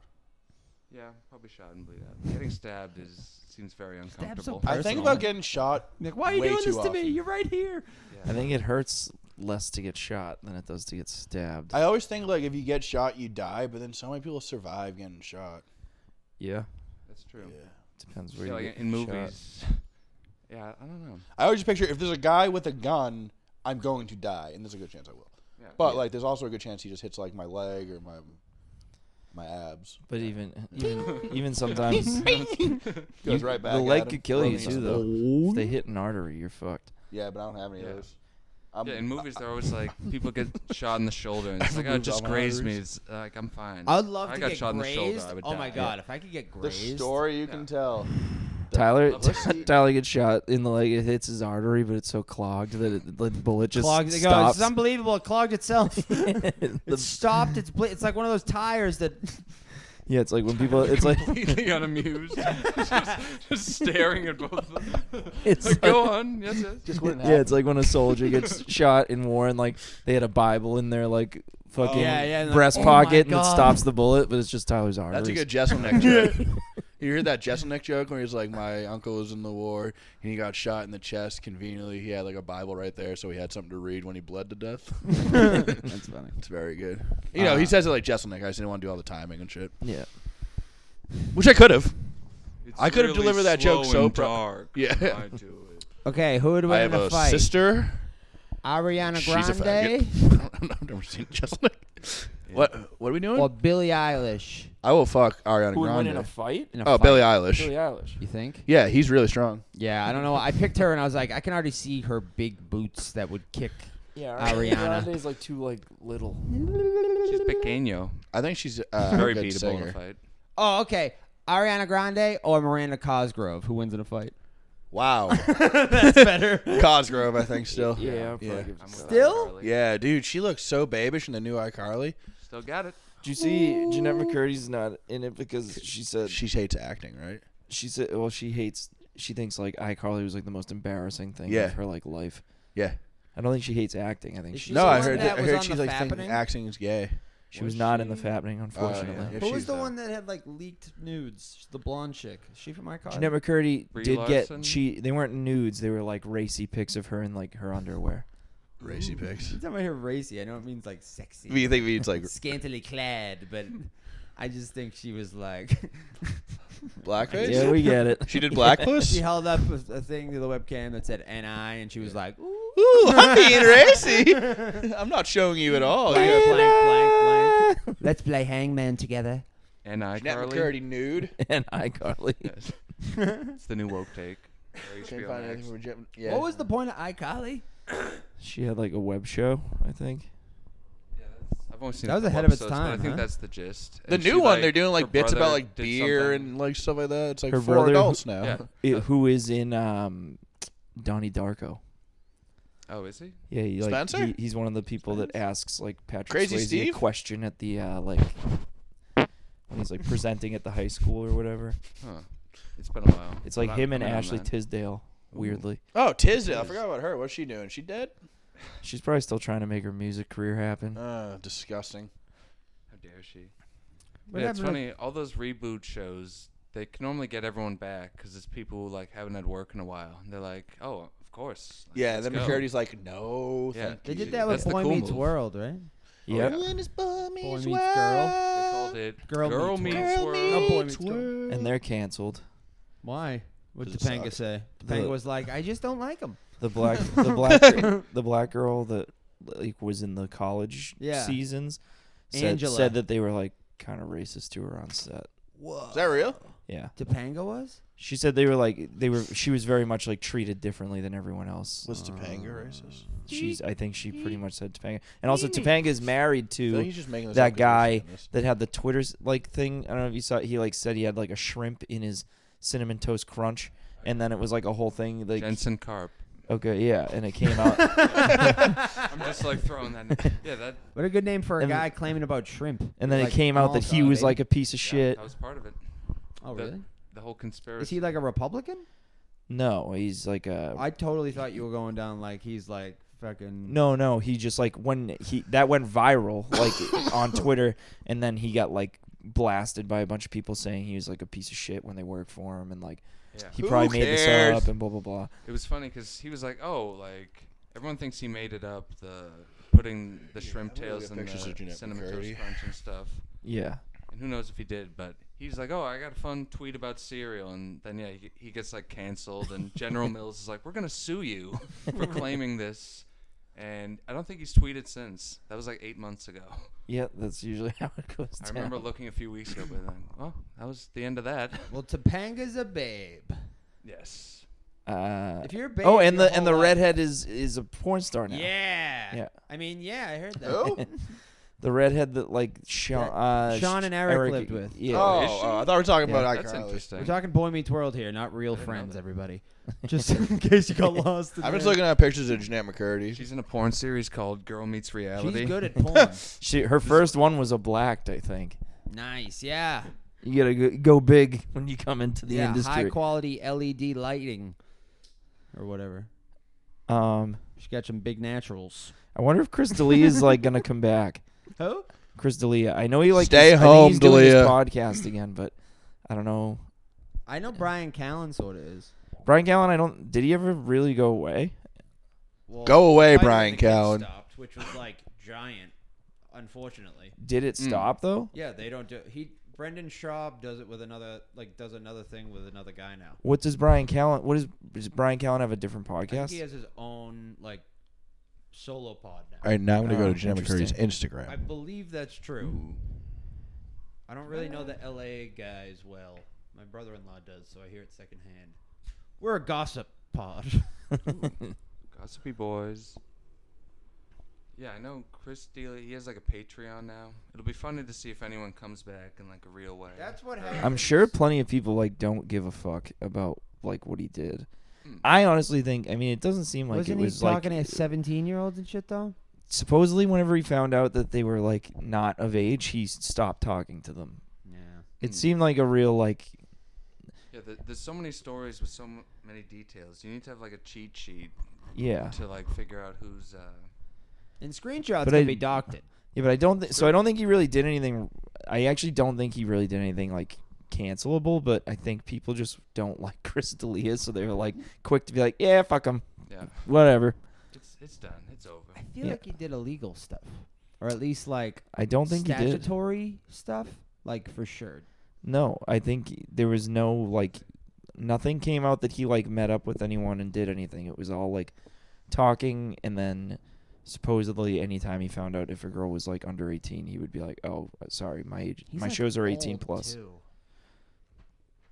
[SPEAKER 3] Yeah, probably shot and bleed out. Getting stabbed is seems very uncomfortable.
[SPEAKER 2] I think about getting shot.
[SPEAKER 5] Like, why are you
[SPEAKER 2] Way
[SPEAKER 5] doing
[SPEAKER 2] too
[SPEAKER 5] this to me?
[SPEAKER 2] often.
[SPEAKER 5] You're right here.
[SPEAKER 1] I think it hurts less to get shot than it does to get stabbed.
[SPEAKER 2] I always think like if you get shot, you die, but then so many people survive getting shot.
[SPEAKER 1] yeah,
[SPEAKER 3] That's true.
[SPEAKER 2] Yeah.
[SPEAKER 1] depends
[SPEAKER 3] Yeah,
[SPEAKER 1] where you
[SPEAKER 3] like
[SPEAKER 1] get
[SPEAKER 3] in
[SPEAKER 1] shot.
[SPEAKER 3] movies. Yeah, I don't know.
[SPEAKER 2] I always just picture if there's a guy with a gun, I'm going to die, and there's a good chance I will.
[SPEAKER 3] Yeah.
[SPEAKER 2] But like, there's also a good chance he just hits like my leg or my my abs.
[SPEAKER 1] But even even, even sometimes
[SPEAKER 2] Goes
[SPEAKER 1] you-
[SPEAKER 2] right back.
[SPEAKER 1] the
[SPEAKER 2] at
[SPEAKER 1] leg
[SPEAKER 2] him.
[SPEAKER 1] could kill you
[SPEAKER 2] Throws me
[SPEAKER 1] too,
[SPEAKER 2] in
[SPEAKER 1] though.
[SPEAKER 2] the-
[SPEAKER 1] If they hit an artery, you're fucked.
[SPEAKER 2] Yeah, but I don't have any
[SPEAKER 3] Yeah.
[SPEAKER 2] of those. Um, I'm,
[SPEAKER 3] yeah, in movies they're always like people get shot in the shoulder and it's like, oh,
[SPEAKER 2] Everyone's
[SPEAKER 3] it just
[SPEAKER 2] on
[SPEAKER 3] grazed me.
[SPEAKER 2] arteries.
[SPEAKER 3] It's uh, like I'm fine.
[SPEAKER 5] I would love
[SPEAKER 3] I
[SPEAKER 5] to
[SPEAKER 3] got
[SPEAKER 5] get
[SPEAKER 3] shot in the
[SPEAKER 5] grazed.
[SPEAKER 3] shoulder, I would
[SPEAKER 5] oh
[SPEAKER 3] die.
[SPEAKER 5] my
[SPEAKER 3] Yeah.
[SPEAKER 5] god, if I could get
[SPEAKER 2] the
[SPEAKER 5] grazed.
[SPEAKER 2] story you
[SPEAKER 3] Yeah.
[SPEAKER 2] can tell.
[SPEAKER 1] Tyler
[SPEAKER 3] the pussy-
[SPEAKER 1] Tyler gets shot in the leg. It hits his artery, but it's so clogged that it, the bullet just
[SPEAKER 5] clogged. It goes,
[SPEAKER 1] stops.
[SPEAKER 5] it's unbelievable. It clogged itself. it
[SPEAKER 1] The-
[SPEAKER 5] stopped. It's ble- it's like one of those tires that.
[SPEAKER 1] yeah, it's like when people. It's like
[SPEAKER 3] completely unamused, just, just staring at both of them.
[SPEAKER 1] It's
[SPEAKER 3] like, go
[SPEAKER 1] like-
[SPEAKER 3] on, yes, yes.
[SPEAKER 2] Just wouldn't
[SPEAKER 1] yeah, it's like when a soldier gets shot in war and like they had a Bible in their like fucking
[SPEAKER 5] Yeah, yeah, and like,
[SPEAKER 1] breast
[SPEAKER 5] oh my
[SPEAKER 1] pocket and it
[SPEAKER 5] God.
[SPEAKER 1] stops the bullet, but it's just Tyler's arteries.
[SPEAKER 2] That's a good Jesselneck joke. you heard that Jesselneck joke where he's like, my uncle was in the war and he got shot in the chest. Conveniently, he had like a Bible right there, so he had something to read when he bled to death.
[SPEAKER 5] That's funny.
[SPEAKER 2] it's very good. You
[SPEAKER 3] Uh,
[SPEAKER 2] know, he says it like Jesselneck. I just didn't want to do all the timing and shit,
[SPEAKER 1] yeah.
[SPEAKER 2] which I could have.
[SPEAKER 3] It's
[SPEAKER 2] I could've
[SPEAKER 3] really
[SPEAKER 2] delivered that joke
[SPEAKER 3] slow
[SPEAKER 2] so
[SPEAKER 3] and
[SPEAKER 2] pro-
[SPEAKER 3] dark.
[SPEAKER 2] Yeah.
[SPEAKER 3] I do it.
[SPEAKER 5] Okay, who would win
[SPEAKER 2] I have
[SPEAKER 5] in a,
[SPEAKER 2] a
[SPEAKER 5] fight?
[SPEAKER 2] sister.
[SPEAKER 5] Ariana
[SPEAKER 2] She's a
[SPEAKER 5] Grande
[SPEAKER 2] faggot. I've never seen Jesselneck. What What are we doing?
[SPEAKER 5] or Billie Eilish?
[SPEAKER 2] I will fuck Ariana
[SPEAKER 1] Who would win
[SPEAKER 2] Grande.
[SPEAKER 1] in a fight?
[SPEAKER 5] In a
[SPEAKER 2] oh,
[SPEAKER 5] fight,
[SPEAKER 2] Billie Eilish.
[SPEAKER 1] Billie Eilish.
[SPEAKER 5] You think?
[SPEAKER 2] Yeah, he's really strong.
[SPEAKER 5] Yeah, I don't know. I picked her and I was like, I can already see her big boots that would kick.
[SPEAKER 1] Yeah,
[SPEAKER 5] Ariana Ariana. Grande's,
[SPEAKER 1] like too like little.
[SPEAKER 3] She's pequeño.
[SPEAKER 2] I think she's uh,
[SPEAKER 3] Very
[SPEAKER 2] a good
[SPEAKER 3] beatable
[SPEAKER 2] singer.
[SPEAKER 3] in a fight.
[SPEAKER 5] Oh, okay. Ariana Grande or Miranda Cosgrove? Who wins in a fight?
[SPEAKER 2] Wow.
[SPEAKER 5] That's better.
[SPEAKER 2] Cosgrove, I think, still.
[SPEAKER 1] Yeah, I'll probably
[SPEAKER 2] Yeah.
[SPEAKER 1] give it to
[SPEAKER 3] I'm with
[SPEAKER 1] Tyler.
[SPEAKER 5] Still?
[SPEAKER 3] iCarly.
[SPEAKER 2] Yeah, dude, she looks so babish in the new iCarly.
[SPEAKER 3] Still got it.
[SPEAKER 1] Do you see Jeanette McCurdy's not in it because she said
[SPEAKER 2] She hates acting, right?
[SPEAKER 1] she said well she hates she thinks like iCarly was like the most embarrassing thing
[SPEAKER 2] Yeah.
[SPEAKER 1] of her like life.
[SPEAKER 2] Yeah.
[SPEAKER 1] I don't think she hates acting. I think
[SPEAKER 5] Is
[SPEAKER 1] she
[SPEAKER 5] she- She's
[SPEAKER 2] no,
[SPEAKER 5] the
[SPEAKER 2] I
[SPEAKER 5] one
[SPEAKER 2] heard.
[SPEAKER 5] that
[SPEAKER 2] I
[SPEAKER 5] was
[SPEAKER 2] heard
[SPEAKER 5] on
[SPEAKER 2] she's
[SPEAKER 5] the
[SPEAKER 2] like
[SPEAKER 5] Fappening?
[SPEAKER 2] thinking acting is gay.
[SPEAKER 1] she was not in the happening
[SPEAKER 2] Oh, yeah,
[SPEAKER 1] unfortunately.
[SPEAKER 2] if
[SPEAKER 5] Who
[SPEAKER 2] she's
[SPEAKER 5] was the
[SPEAKER 2] that.
[SPEAKER 5] one that had like leaked nudes? The blonde chick. Is she from iCarly?
[SPEAKER 1] Jeanette McCurdy
[SPEAKER 3] Brie
[SPEAKER 1] did
[SPEAKER 3] Larson?
[SPEAKER 1] get she they weren't nudes, they were like racy pics of her in like her underwear.
[SPEAKER 2] Racy pics.
[SPEAKER 5] Every time I hear racy, I know it means like sexy.
[SPEAKER 2] You think it's like
[SPEAKER 5] scantily clad, but I just think she was like.
[SPEAKER 2] blackface?
[SPEAKER 1] yeah, we get it.
[SPEAKER 2] She did blackpuss.
[SPEAKER 5] she held up a a thing to the webcam that said NI, and she was like, ooh.
[SPEAKER 2] Ooh, I'm being racy. I'm not showing you at all.
[SPEAKER 5] Blank,
[SPEAKER 2] Yeah.
[SPEAKER 5] blank, blank, blank. Let's play hangman together.
[SPEAKER 3] And
[SPEAKER 2] Jeanette
[SPEAKER 3] iCarly.
[SPEAKER 2] McCurdy nude.
[SPEAKER 1] and iCarly.
[SPEAKER 3] Yes. it's the new woke take. Or
[SPEAKER 2] Couldn't
[SPEAKER 3] HBO
[SPEAKER 2] find
[SPEAKER 3] Max.
[SPEAKER 2] anything from Jen- yeah.
[SPEAKER 5] What was the point of iCarly?
[SPEAKER 1] She had like a web show, I think.
[SPEAKER 3] I've only seen
[SPEAKER 5] That
[SPEAKER 3] a
[SPEAKER 5] was
[SPEAKER 3] couple
[SPEAKER 5] ahead of its
[SPEAKER 3] episodes, but
[SPEAKER 5] time,
[SPEAKER 3] I think
[SPEAKER 5] huh?
[SPEAKER 3] that's the gist.
[SPEAKER 2] the
[SPEAKER 3] And
[SPEAKER 2] new
[SPEAKER 3] she,
[SPEAKER 2] one? they're doing
[SPEAKER 3] her
[SPEAKER 2] like bits
[SPEAKER 3] brother
[SPEAKER 2] about like
[SPEAKER 3] did
[SPEAKER 2] beer
[SPEAKER 3] something.
[SPEAKER 2] and like stuff like that. It's like
[SPEAKER 1] Her
[SPEAKER 2] four
[SPEAKER 1] brother-
[SPEAKER 2] adults now.
[SPEAKER 3] Yeah.
[SPEAKER 1] It- who is in um Donnie Darko.
[SPEAKER 3] Oh, is he?
[SPEAKER 1] Yeah, he, like
[SPEAKER 2] Spencer?
[SPEAKER 1] he- he's one of the people that asks like Patrick
[SPEAKER 2] Crazy
[SPEAKER 1] Swayze
[SPEAKER 2] Steve?
[SPEAKER 1] a question at the uh, like when he's like presenting at the high school or whatever.
[SPEAKER 3] Huh. It's been a while.
[SPEAKER 1] It's like
[SPEAKER 3] But I'm-
[SPEAKER 1] him and
[SPEAKER 3] I'm in on
[SPEAKER 1] Ashley
[SPEAKER 3] that.
[SPEAKER 1] Tisdale. Weirdly,
[SPEAKER 2] Oh, Tisdale. I forgot about her. What's she doing? She dead?
[SPEAKER 1] she's probably still trying to make her music career happen.
[SPEAKER 2] Uh, disgusting.
[SPEAKER 3] How dare she? yeah, it's
[SPEAKER 5] happened
[SPEAKER 3] funny. All those reboot shows, they can normally get everyone back because it's people who like haven't had work in a while. And they're like, oh, of course. Like,
[SPEAKER 2] Yeah,
[SPEAKER 3] let's
[SPEAKER 2] then
[SPEAKER 3] go."
[SPEAKER 2] McCurdy's like, no,
[SPEAKER 3] Yeah.
[SPEAKER 2] thank
[SPEAKER 5] They
[SPEAKER 2] you.
[SPEAKER 5] did that with
[SPEAKER 3] That's the
[SPEAKER 5] Boy
[SPEAKER 3] cool
[SPEAKER 5] Meets
[SPEAKER 3] move.
[SPEAKER 5] World, right?
[SPEAKER 1] Yep.
[SPEAKER 3] yeah.
[SPEAKER 2] Women's Boy Meets
[SPEAKER 5] Meets
[SPEAKER 2] World.
[SPEAKER 5] Girl.
[SPEAKER 3] They called it
[SPEAKER 5] Girl
[SPEAKER 3] Girl,
[SPEAKER 5] Meets
[SPEAKER 3] Meets,
[SPEAKER 2] Girl
[SPEAKER 3] World.
[SPEAKER 5] No,
[SPEAKER 1] Oh,
[SPEAKER 5] Boy
[SPEAKER 2] Meets
[SPEAKER 5] Meets Girl.
[SPEAKER 2] World.
[SPEAKER 1] and they're canceled.
[SPEAKER 5] Why? What did
[SPEAKER 2] Does it
[SPEAKER 5] Topanga
[SPEAKER 2] suck?
[SPEAKER 5] say?
[SPEAKER 1] The-
[SPEAKER 5] Topanga was like, I just don't like him.
[SPEAKER 1] The black, the black, gir- the black girl that like was in the college
[SPEAKER 5] Yeah.
[SPEAKER 1] seasons said,
[SPEAKER 5] Angela.
[SPEAKER 1] said that they were like kind of racist to her on set.
[SPEAKER 5] Whoa.
[SPEAKER 2] Is that real?
[SPEAKER 1] Yeah,
[SPEAKER 5] Topanga was?
[SPEAKER 1] She said they were like they were. She was very much like treated differently than everyone else.
[SPEAKER 2] Was Topanga racist?
[SPEAKER 1] She's. I think she pretty much said Topanga, and also Topanga is married
[SPEAKER 2] I feel like
[SPEAKER 1] to
[SPEAKER 2] he's just making this up
[SPEAKER 1] that
[SPEAKER 2] 'cause we're
[SPEAKER 1] guy
[SPEAKER 2] saying this.
[SPEAKER 1] that had the Twitter's like thing. I don't know if you saw. it. He like said he had like a shrimp in his cinnamon toast crunch, and then it was like a whole thing. Like
[SPEAKER 3] Jensen Carp.
[SPEAKER 1] okay, yeah, and it came out.
[SPEAKER 3] I'm just like throwing that. Yeah, that,
[SPEAKER 5] What a good name for a
[SPEAKER 1] And-
[SPEAKER 5] guy claiming about shrimp.
[SPEAKER 1] And then
[SPEAKER 5] Like
[SPEAKER 1] it came out that he
[SPEAKER 5] Malta,
[SPEAKER 1] was
[SPEAKER 5] baby.
[SPEAKER 1] like a piece of shit.
[SPEAKER 3] that was part of it.
[SPEAKER 5] Oh
[SPEAKER 3] The-
[SPEAKER 5] really?
[SPEAKER 3] The whole conspiracy.
[SPEAKER 5] Is he like a Republican?
[SPEAKER 1] No, he's like a.
[SPEAKER 5] I totally thought you were going down like he's like fucking.
[SPEAKER 1] no, no, he just like when he that went viral like on Twitter, and then he got like blasted by a bunch of people saying he was like a piece of shit when they worked for him, and like
[SPEAKER 3] Yeah.
[SPEAKER 1] he
[SPEAKER 2] Who
[SPEAKER 1] probably made
[SPEAKER 2] cares?
[SPEAKER 1] this up and blah blah blah.
[SPEAKER 3] It was funny because he was like, "Oh, like everyone thinks he made it up, the putting the shrimp
[SPEAKER 2] I'm gonna
[SPEAKER 3] tails
[SPEAKER 2] get
[SPEAKER 3] in
[SPEAKER 2] pictures of
[SPEAKER 3] the
[SPEAKER 2] Jeanette
[SPEAKER 3] cinnamon
[SPEAKER 2] McCurdy.
[SPEAKER 3] toast crunch and stuff."
[SPEAKER 1] Yeah,
[SPEAKER 3] And who knows if he did, but he's like, "Oh, I got a fun tweet about cereal," and then yeah, he, he gets like canceled, and General Mills is like, "We're gonna sue you for claiming this." And I don't think he's tweeted since. That was like eight months ago.
[SPEAKER 1] yeah, that's usually how it goes.
[SPEAKER 3] I
[SPEAKER 1] down.
[SPEAKER 3] remember looking a few weeks ago, but then, well, that was the end of that.
[SPEAKER 5] Well, Topanga's a babe.
[SPEAKER 3] Yes.
[SPEAKER 1] Uh,
[SPEAKER 5] If you're a babe.
[SPEAKER 1] oh, and
[SPEAKER 5] your
[SPEAKER 1] the and the
[SPEAKER 5] whole life-
[SPEAKER 1] redhead is is a porn star now.
[SPEAKER 4] Yeah.
[SPEAKER 1] Yeah.
[SPEAKER 5] I mean, yeah, I heard that.
[SPEAKER 2] Who?
[SPEAKER 1] the redhead that like Sean,
[SPEAKER 5] That
[SPEAKER 1] uh,
[SPEAKER 5] Sean and Eric lived with.
[SPEAKER 1] Yeah,
[SPEAKER 2] oh,
[SPEAKER 3] is she?
[SPEAKER 2] oh, I thought we were talking
[SPEAKER 1] Yeah.
[SPEAKER 2] about
[SPEAKER 3] That's
[SPEAKER 2] iCarly.
[SPEAKER 3] interesting.
[SPEAKER 5] We're talking boy meets world here, not real
[SPEAKER 3] didn't know
[SPEAKER 5] friends,
[SPEAKER 3] that.
[SPEAKER 5] everybody. Just in case you got lost. in
[SPEAKER 2] I'm just
[SPEAKER 5] there.
[SPEAKER 2] looking at pictures of Jeanette McCurdy.
[SPEAKER 3] She's in a porn series called Girl Meets Reality.
[SPEAKER 5] She's good at porn.
[SPEAKER 1] she her first one was a blacked, I think.
[SPEAKER 5] nice, yeah.
[SPEAKER 1] You gotta go, go big when you come into the
[SPEAKER 5] yeah,
[SPEAKER 1] industry.
[SPEAKER 5] high quality LED lighting, or whatever.
[SPEAKER 1] um,
[SPEAKER 5] She got some big naturals.
[SPEAKER 1] I wonder if Chris D'Elia is like gonna come back.
[SPEAKER 5] Who?
[SPEAKER 1] Chris D'Elia, I know he like
[SPEAKER 2] Stay
[SPEAKER 1] I think
[SPEAKER 2] home,
[SPEAKER 1] he's doing his
[SPEAKER 2] D'Elia.
[SPEAKER 1] podcast again, but I don't know.
[SPEAKER 5] I know Brian Callen sort of is.
[SPEAKER 1] Brian Callen, I don't. Did he ever really go away?
[SPEAKER 4] Well,
[SPEAKER 2] Go away,
[SPEAKER 4] Spider-Man
[SPEAKER 2] Brian
[SPEAKER 4] the Kid
[SPEAKER 2] Callen.
[SPEAKER 4] Stopped, which was like giant. Unfortunately,
[SPEAKER 1] Did it
[SPEAKER 2] Mm.
[SPEAKER 1] stop though?
[SPEAKER 5] Yeah, they don't do. He Brendan Schaub does it with another like does another thing with another guy now.
[SPEAKER 1] What does Brian Callen? What is does Brian Callen have a different
[SPEAKER 5] I think
[SPEAKER 1] podcast?
[SPEAKER 5] he has his own like solo pod now.
[SPEAKER 2] All right, now I'm gonna go
[SPEAKER 1] Oh,
[SPEAKER 2] to Jeanette McCurdy's Instagram.
[SPEAKER 5] I believe that's true. I don't really know the LA guys well. My brother-in-law does, so I hear it secondhand. We're a gossip pod.
[SPEAKER 3] Gossipy Boys. Yeah, I know Chris Dealey. He has like a Patreon now. It'll be funny to see if anyone comes back in like a real way.
[SPEAKER 5] That's what
[SPEAKER 3] Or-
[SPEAKER 5] happened.
[SPEAKER 1] I'm sure plenty of people like don't give a fuck about like what he did.
[SPEAKER 3] Hmm.
[SPEAKER 1] I honestly think. I mean, it doesn't seem like it was like
[SPEAKER 5] seventeen-year-olds and shit though?
[SPEAKER 1] supposedly whenever he found out that they were like not of age, he s- stopped talking to them.
[SPEAKER 5] Yeah.
[SPEAKER 1] It
[SPEAKER 3] Hmm.
[SPEAKER 1] seemed like a real like
[SPEAKER 3] Yeah, th there's so many stories with so m- many details. You need to have like a cheat sheet
[SPEAKER 1] yeah.
[SPEAKER 3] to like figure out who's. uh
[SPEAKER 5] And screenshots
[SPEAKER 1] But I-
[SPEAKER 5] can be doctored.
[SPEAKER 1] Yeah, but I don't think so I don't think he really did anything I actually don't think he really did anything like cancelable, but I think people just don't like Chris D'Elia, so they were like quick to be like, "Yeah, fuck him.
[SPEAKER 3] Yeah,
[SPEAKER 1] Whatever."
[SPEAKER 3] it's it's done. It's over.
[SPEAKER 5] I feel
[SPEAKER 1] Yeah.
[SPEAKER 5] like he did illegal stuff, or at least like
[SPEAKER 1] I don't think he did.
[SPEAKER 5] statutory stuff, like for sure.
[SPEAKER 1] No, I think there was no like nothing came out that he like met up with anyone and did anything. It was all like talking and then supposedly anytime he found out if a girl was like under 18, he would be like, "Oh, sorry, my age,
[SPEAKER 5] He's,
[SPEAKER 1] my
[SPEAKER 5] like,
[SPEAKER 1] shows are 18
[SPEAKER 5] old,
[SPEAKER 1] plus."
[SPEAKER 5] too.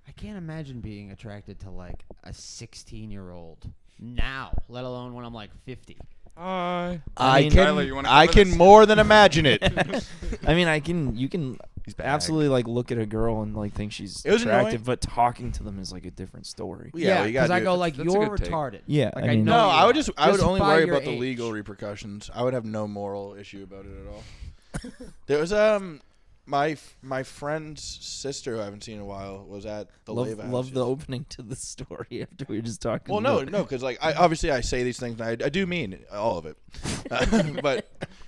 [SPEAKER 5] I can't imagine being attracted to like a 16-year-old now, let alone when I'm like 50.
[SPEAKER 3] Hi.
[SPEAKER 1] I
[SPEAKER 2] I
[SPEAKER 1] mean-
[SPEAKER 2] can,
[SPEAKER 3] Tyler, you wanna
[SPEAKER 2] I
[SPEAKER 3] cover
[SPEAKER 2] can
[SPEAKER 3] this?
[SPEAKER 2] more than imagine it. it
[SPEAKER 1] I mean, I can you can
[SPEAKER 3] He's back.
[SPEAKER 1] absolutely like look at a girl and like think she's
[SPEAKER 2] It was
[SPEAKER 1] attractive,
[SPEAKER 2] annoying.
[SPEAKER 1] but talking to them is like a different story.
[SPEAKER 2] Yeah, well, you gotta
[SPEAKER 5] I
[SPEAKER 2] do-
[SPEAKER 5] go like
[SPEAKER 3] that's a
[SPEAKER 5] you're
[SPEAKER 3] good take.
[SPEAKER 5] retarded.
[SPEAKER 1] Yeah,
[SPEAKER 5] like
[SPEAKER 1] I
[SPEAKER 5] I,
[SPEAKER 1] mean-
[SPEAKER 5] know.
[SPEAKER 2] No,
[SPEAKER 5] you
[SPEAKER 2] I
[SPEAKER 5] are.
[SPEAKER 2] would just I would
[SPEAKER 5] Just
[SPEAKER 2] only
[SPEAKER 5] by
[SPEAKER 2] worry
[SPEAKER 5] your
[SPEAKER 2] about the
[SPEAKER 5] age.
[SPEAKER 2] legal repercussions. I would have no moral issue about it at all. there was um my f- my friend's sister who I haven't seen in a while was at the
[SPEAKER 1] love
[SPEAKER 2] Lave
[SPEAKER 1] love the
[SPEAKER 2] Houses.
[SPEAKER 1] opening to the story after we were just talking.
[SPEAKER 2] Well, no,
[SPEAKER 1] about-
[SPEAKER 2] no, because like I obviously I say these things, and I, I do mean all of it. but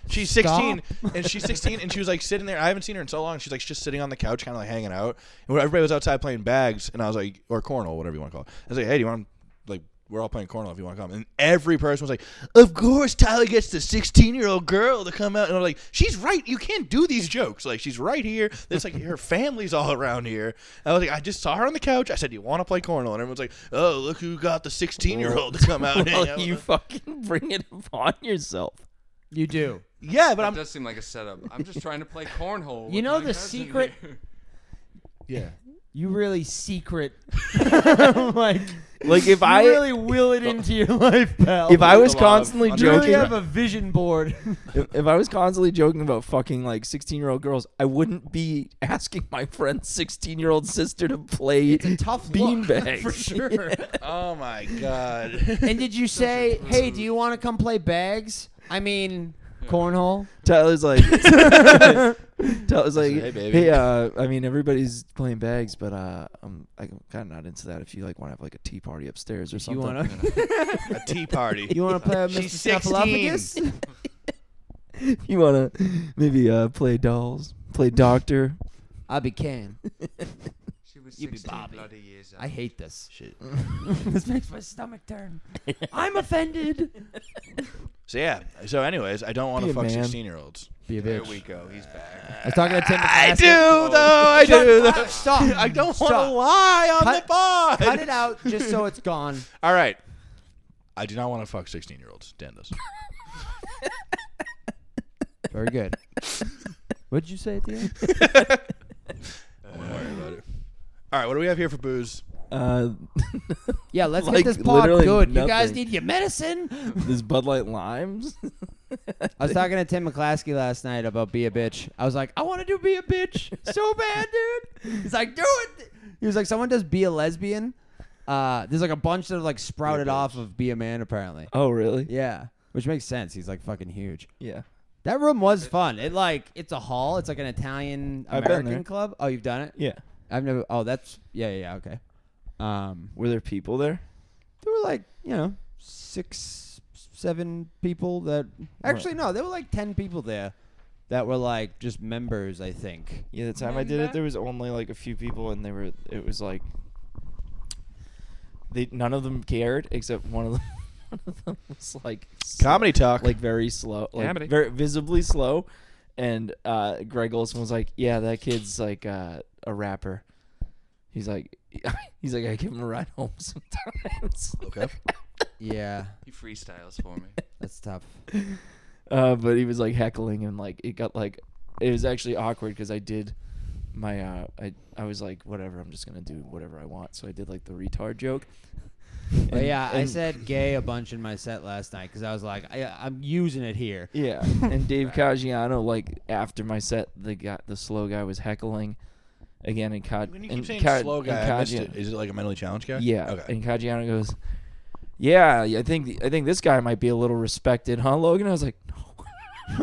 [SPEAKER 2] she's
[SPEAKER 5] Stop.
[SPEAKER 2] 16, and she's 16, and she was like sitting there. I haven't seen her in so long. She's like just sitting on the couch, kind of like hanging out. And when everybody was outside playing bags, and I was like, or cornhole, whatever you want to call it. I was like, hey, do you want like we're all playing cornhole if you want to come? And every person was like, of course, Tyler gets the 16 year old girl to come out, and I'm like, she's right. You can't do these jokes. Like she's right here. It's like her family's all around here. And I was like, I just saw her on the couch. I said, do you want to play cornhole? And everyone's like, oh, look who got the 16 year old to come out. and hang
[SPEAKER 1] Well,
[SPEAKER 2] out
[SPEAKER 1] you
[SPEAKER 2] with us."
[SPEAKER 1] fucking bring it upon yourself.
[SPEAKER 5] You do.
[SPEAKER 2] yeah, but
[SPEAKER 3] That
[SPEAKER 2] I'm
[SPEAKER 3] does seem like a setup. I'm just trying to play cornhole.
[SPEAKER 4] You
[SPEAKER 3] with
[SPEAKER 4] know
[SPEAKER 3] my
[SPEAKER 4] the
[SPEAKER 3] cousin
[SPEAKER 4] secret-
[SPEAKER 3] here.
[SPEAKER 2] yeah.
[SPEAKER 5] you really secret. like,
[SPEAKER 1] Like, if
[SPEAKER 5] you
[SPEAKER 1] I-
[SPEAKER 5] really will
[SPEAKER 2] Oh.
[SPEAKER 5] it into your life, pal.
[SPEAKER 1] If I was
[SPEAKER 2] With a lot of
[SPEAKER 1] constantly
[SPEAKER 5] you really
[SPEAKER 1] joking,
[SPEAKER 5] have a vision board.
[SPEAKER 1] if, if I was constantly joking about fucking like sixteen-year-old girls, I wouldn't be asking my friend's sixteen-year-old sister to play
[SPEAKER 5] it's a tough look,
[SPEAKER 1] beanbags
[SPEAKER 5] for sure.
[SPEAKER 2] Oh my god.
[SPEAKER 5] And did you say, "Hey, do you want to come play bags?" I mean, cornhole.
[SPEAKER 1] Tyler's like, Tyler's like,
[SPEAKER 2] Hey,
[SPEAKER 1] hey,
[SPEAKER 2] baby."
[SPEAKER 1] uh, I mean, everybody's playing bags, but uh, I'm I'm kind of not into that. If you like want to have like a tea party upstairs or
[SPEAKER 5] You
[SPEAKER 1] something,
[SPEAKER 5] want to?
[SPEAKER 2] a tea party.
[SPEAKER 5] You want to play with Mr.
[SPEAKER 2] She's 16.
[SPEAKER 5] Snuffleupagus?
[SPEAKER 1] you want to maybe uh, play dolls, play doctor.
[SPEAKER 5] I became.
[SPEAKER 3] She was
[SPEAKER 5] You be
[SPEAKER 3] 16
[SPEAKER 5] Bobby.
[SPEAKER 3] bloody years old.
[SPEAKER 5] I hate this.
[SPEAKER 2] Shit.
[SPEAKER 5] this makes my stomach turn. I'm offended.
[SPEAKER 2] So yeah. So anyways, I don't want
[SPEAKER 1] Be
[SPEAKER 2] to
[SPEAKER 1] a
[SPEAKER 2] fuck
[SPEAKER 1] man.
[SPEAKER 2] sixteen year olds.
[SPEAKER 5] Be a
[SPEAKER 3] There
[SPEAKER 5] bitch.
[SPEAKER 3] we go. He's back.
[SPEAKER 5] I was talking to Tim.
[SPEAKER 2] I
[SPEAKER 5] McCaskey.
[SPEAKER 2] do though. I
[SPEAKER 5] Shut
[SPEAKER 2] do.
[SPEAKER 5] up,
[SPEAKER 2] Though.
[SPEAKER 5] Stop.
[SPEAKER 2] I don't want to
[SPEAKER 5] Stop.
[SPEAKER 2] lie on
[SPEAKER 5] Cut-
[SPEAKER 2] the pod.
[SPEAKER 5] Cut it out just so it's gone.
[SPEAKER 2] All right. I do not want to fuck sixteen year olds. Dan does.
[SPEAKER 5] Very good. What did you say at the end?
[SPEAKER 2] Don't worry about it. All right. What do we have here for booze?
[SPEAKER 1] Uh,
[SPEAKER 5] Yeah, let's
[SPEAKER 1] Like,
[SPEAKER 5] get this pod
[SPEAKER 1] literally
[SPEAKER 5] good. You guys
[SPEAKER 1] nothing.
[SPEAKER 5] need your medicine.
[SPEAKER 1] this Bud Light limes.
[SPEAKER 5] I was talking to Tim McClaskey last night about be a bitch. I was like, I want to do be a bitch so bad, dude. He's like, do it. He was like, someone does be a lesbian. Uh, there's like a bunch that have like sprouted off of be a man apparently.
[SPEAKER 1] oh, really?
[SPEAKER 5] Yeah, which makes sense. He's like fucking huge.
[SPEAKER 1] Yeah.
[SPEAKER 5] That room was fun. It like it's a hall. It's like an Italian
[SPEAKER 1] I've been
[SPEAKER 5] American
[SPEAKER 1] there.
[SPEAKER 5] club. Oh, you've done it.
[SPEAKER 1] Yeah.
[SPEAKER 5] I've never. Oh, that's yeah, yeah, yeah, okay. Um,
[SPEAKER 1] Were there people there?
[SPEAKER 5] there were like you know six, seven people that actually no, there were like ten people there that were like just members. I think.
[SPEAKER 1] Yeah, the time I did it, there was only like a few people, and they were. It was like they none of them cared except one of them. One of them was like sl-
[SPEAKER 2] Comedy talk.
[SPEAKER 1] like very slow, like
[SPEAKER 3] Comedy.
[SPEAKER 1] very visibly slow. And uh, Greg Olson was like, "Yeah, that kid's like uh, a rapper." He's like, he's like, I give him a ride home sometimes.
[SPEAKER 2] okay.
[SPEAKER 5] Yeah,
[SPEAKER 3] He freestyles for me.
[SPEAKER 5] that's tough.
[SPEAKER 1] uh, but he was like heckling and like it got like it was actually awkward because I did my uh I I was like whatever I'm just gonna do whatever I want so I did like the retard joke.
[SPEAKER 5] But
[SPEAKER 1] And-
[SPEAKER 5] yeah, I
[SPEAKER 1] and-
[SPEAKER 5] said gay a bunch in my set last night because I was like, I, I'm using it here.
[SPEAKER 1] yeah. And Dave Caggiano like after my set the guy the slow guy was heckling again and Cag
[SPEAKER 2] When you keep
[SPEAKER 1] and
[SPEAKER 2] saying
[SPEAKER 1] Ca-
[SPEAKER 2] slow
[SPEAKER 1] and
[SPEAKER 2] guy, I missed
[SPEAKER 1] Caggia-
[SPEAKER 2] it. Is it like a mentally challenged guy?
[SPEAKER 1] uh, Yeah.
[SPEAKER 2] Okay.
[SPEAKER 1] And Caggiano goes, yeah, I think I think this guy might be a little respected, huh, Logan? I was like, no,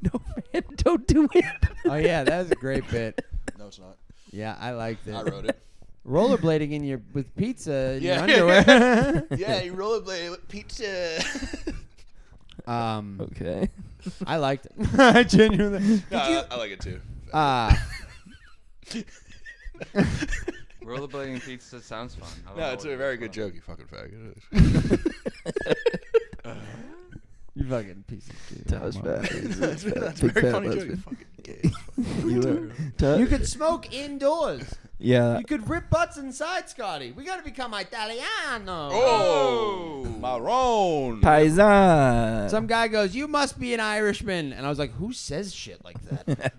[SPEAKER 1] no, man, don't do it.
[SPEAKER 5] Oh yeah, that was a great bit.
[SPEAKER 2] No, it's not.
[SPEAKER 5] Yeah, I liked it.
[SPEAKER 2] I wrote it.
[SPEAKER 5] Rollerblading in your with pizza in
[SPEAKER 2] Yeah.
[SPEAKER 5] your underwear.
[SPEAKER 2] yeah, you rollerblade with pizza.
[SPEAKER 5] um,
[SPEAKER 1] Okay.
[SPEAKER 5] I liked it. I genuinely.
[SPEAKER 2] no, I, I like it too.
[SPEAKER 5] Uh,
[SPEAKER 3] Rollerblading pizza sounds fun. I don't
[SPEAKER 2] no,
[SPEAKER 3] know
[SPEAKER 2] it's
[SPEAKER 3] what
[SPEAKER 2] a
[SPEAKER 3] it
[SPEAKER 2] very
[SPEAKER 3] is,
[SPEAKER 2] good
[SPEAKER 3] but-
[SPEAKER 2] joke, you fucking faggot.
[SPEAKER 5] you fucking piece of shit.
[SPEAKER 1] That was bad.
[SPEAKER 2] That's that's a
[SPEAKER 1] Big
[SPEAKER 2] very
[SPEAKER 1] fat
[SPEAKER 2] funny joke.
[SPEAKER 1] lesbian.
[SPEAKER 2] You fucking gay.
[SPEAKER 1] You were- Ty-
[SPEAKER 5] You could smoke indoors.
[SPEAKER 1] yeah.
[SPEAKER 5] You could rip butts inside, Scotty. We gotta become Italiano.
[SPEAKER 2] Oh, Marone.
[SPEAKER 1] Paisan.
[SPEAKER 5] Oh. Some guy goes, "You must be an Irishman," and I was like, "Who says shit like that?"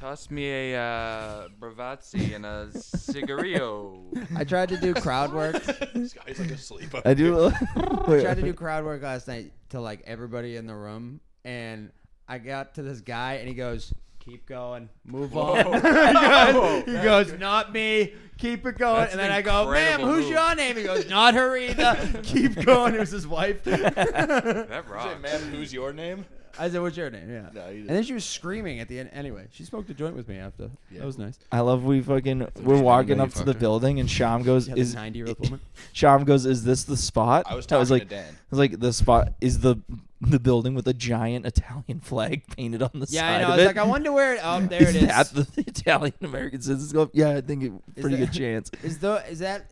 [SPEAKER 3] Toss me a uh, bravazzi and a cigarillo.
[SPEAKER 5] I tried to do crowd work.
[SPEAKER 2] this guy's like asleep.
[SPEAKER 1] I do.
[SPEAKER 5] I tried to do crowd work last night to like everybody in the room, and I got to this guy, and he goes, "Keep going, move on."
[SPEAKER 2] Whoa.
[SPEAKER 5] he goes, "Not me, keep it going."
[SPEAKER 3] That's
[SPEAKER 5] and then
[SPEAKER 3] an
[SPEAKER 5] I go, "Ma'am,
[SPEAKER 3] incredible
[SPEAKER 5] who's
[SPEAKER 3] move."
[SPEAKER 5] your name?" He goes, "Not her either. keep going." It was his wife. I
[SPEAKER 3] That
[SPEAKER 2] Say,
[SPEAKER 3] rocks.
[SPEAKER 2] ma'am, who's your name?
[SPEAKER 5] said, "What's your name?" Yeah.
[SPEAKER 2] No, you
[SPEAKER 5] and
[SPEAKER 2] didn't.
[SPEAKER 5] then she was screaming at the end. Anyway, she smoked a joint with me after.
[SPEAKER 2] Yeah.
[SPEAKER 5] That was nice.
[SPEAKER 1] I love we fucking
[SPEAKER 2] what
[SPEAKER 1] we're
[SPEAKER 2] you
[SPEAKER 1] walking
[SPEAKER 2] do,
[SPEAKER 1] up
[SPEAKER 2] you
[SPEAKER 1] to the
[SPEAKER 2] fucker.
[SPEAKER 1] building and Sham goes
[SPEAKER 5] She had
[SPEAKER 1] is
[SPEAKER 5] a ninety-year-old woman.
[SPEAKER 1] Sham goes is this the spot?
[SPEAKER 2] I was talking
[SPEAKER 1] like,
[SPEAKER 2] to Dan.
[SPEAKER 1] I was like the spot is the the building with a giant Italian flag painted on the
[SPEAKER 5] Yeah, I
[SPEAKER 1] side
[SPEAKER 5] know.
[SPEAKER 1] of
[SPEAKER 5] I was
[SPEAKER 1] it.
[SPEAKER 5] like, I wonder where. It, oh, there it is.
[SPEAKER 1] that the Italian American Citizens Club? Yeah, I think it,
[SPEAKER 5] Is
[SPEAKER 1] pretty
[SPEAKER 5] that-
[SPEAKER 1] good chance.
[SPEAKER 5] Is the is that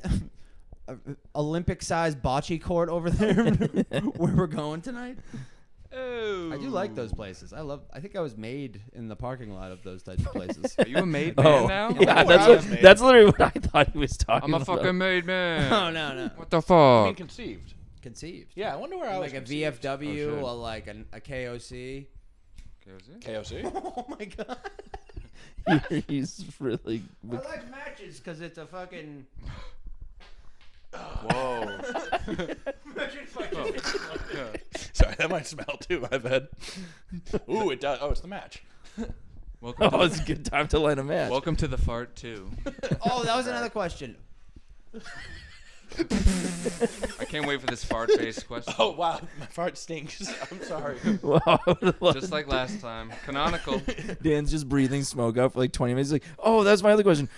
[SPEAKER 5] Olympic-sized bocce court over there where we're going tonight?
[SPEAKER 3] Oh.
[SPEAKER 5] I do like those places. I love. I think I was made in the parking lot of those types of places.
[SPEAKER 3] Are you a made man
[SPEAKER 1] Oh,
[SPEAKER 3] now?
[SPEAKER 1] yeah,
[SPEAKER 2] Oh,
[SPEAKER 1] that's
[SPEAKER 2] wow.
[SPEAKER 1] what, that's literally what I thought he was talking
[SPEAKER 3] I'm a
[SPEAKER 1] about.
[SPEAKER 3] fucking made man.
[SPEAKER 5] no, no, no.
[SPEAKER 3] What the fuck?
[SPEAKER 2] conceived.
[SPEAKER 5] Conceived.
[SPEAKER 2] Yeah, I wonder where I was.
[SPEAKER 5] Like a
[SPEAKER 2] conceived.
[SPEAKER 5] VFW
[SPEAKER 3] Oh, shit.
[SPEAKER 5] or like an, a KOC.
[SPEAKER 3] Okay, was it?
[SPEAKER 2] KOC.
[SPEAKER 5] Oh my god.
[SPEAKER 1] here. He's really.
[SPEAKER 5] I like matches because it's a fucking.
[SPEAKER 3] Whoa.
[SPEAKER 2] Sorry, that might smell too. My bad. Ooh, it does. Oh, it's the match.
[SPEAKER 3] Welcome to,
[SPEAKER 1] Oh, it's a good time to light a match.
[SPEAKER 3] welcome to the fart too.
[SPEAKER 5] Oh, that was another question.
[SPEAKER 3] I can't wait for this fart based question.
[SPEAKER 2] Oh wow, my fart stinks. I'm sorry.
[SPEAKER 1] Wow.
[SPEAKER 3] Just like last time. Canonical.
[SPEAKER 1] Dan's just breathing smoke out for like 20 minutes. He's like, oh, that's my other question.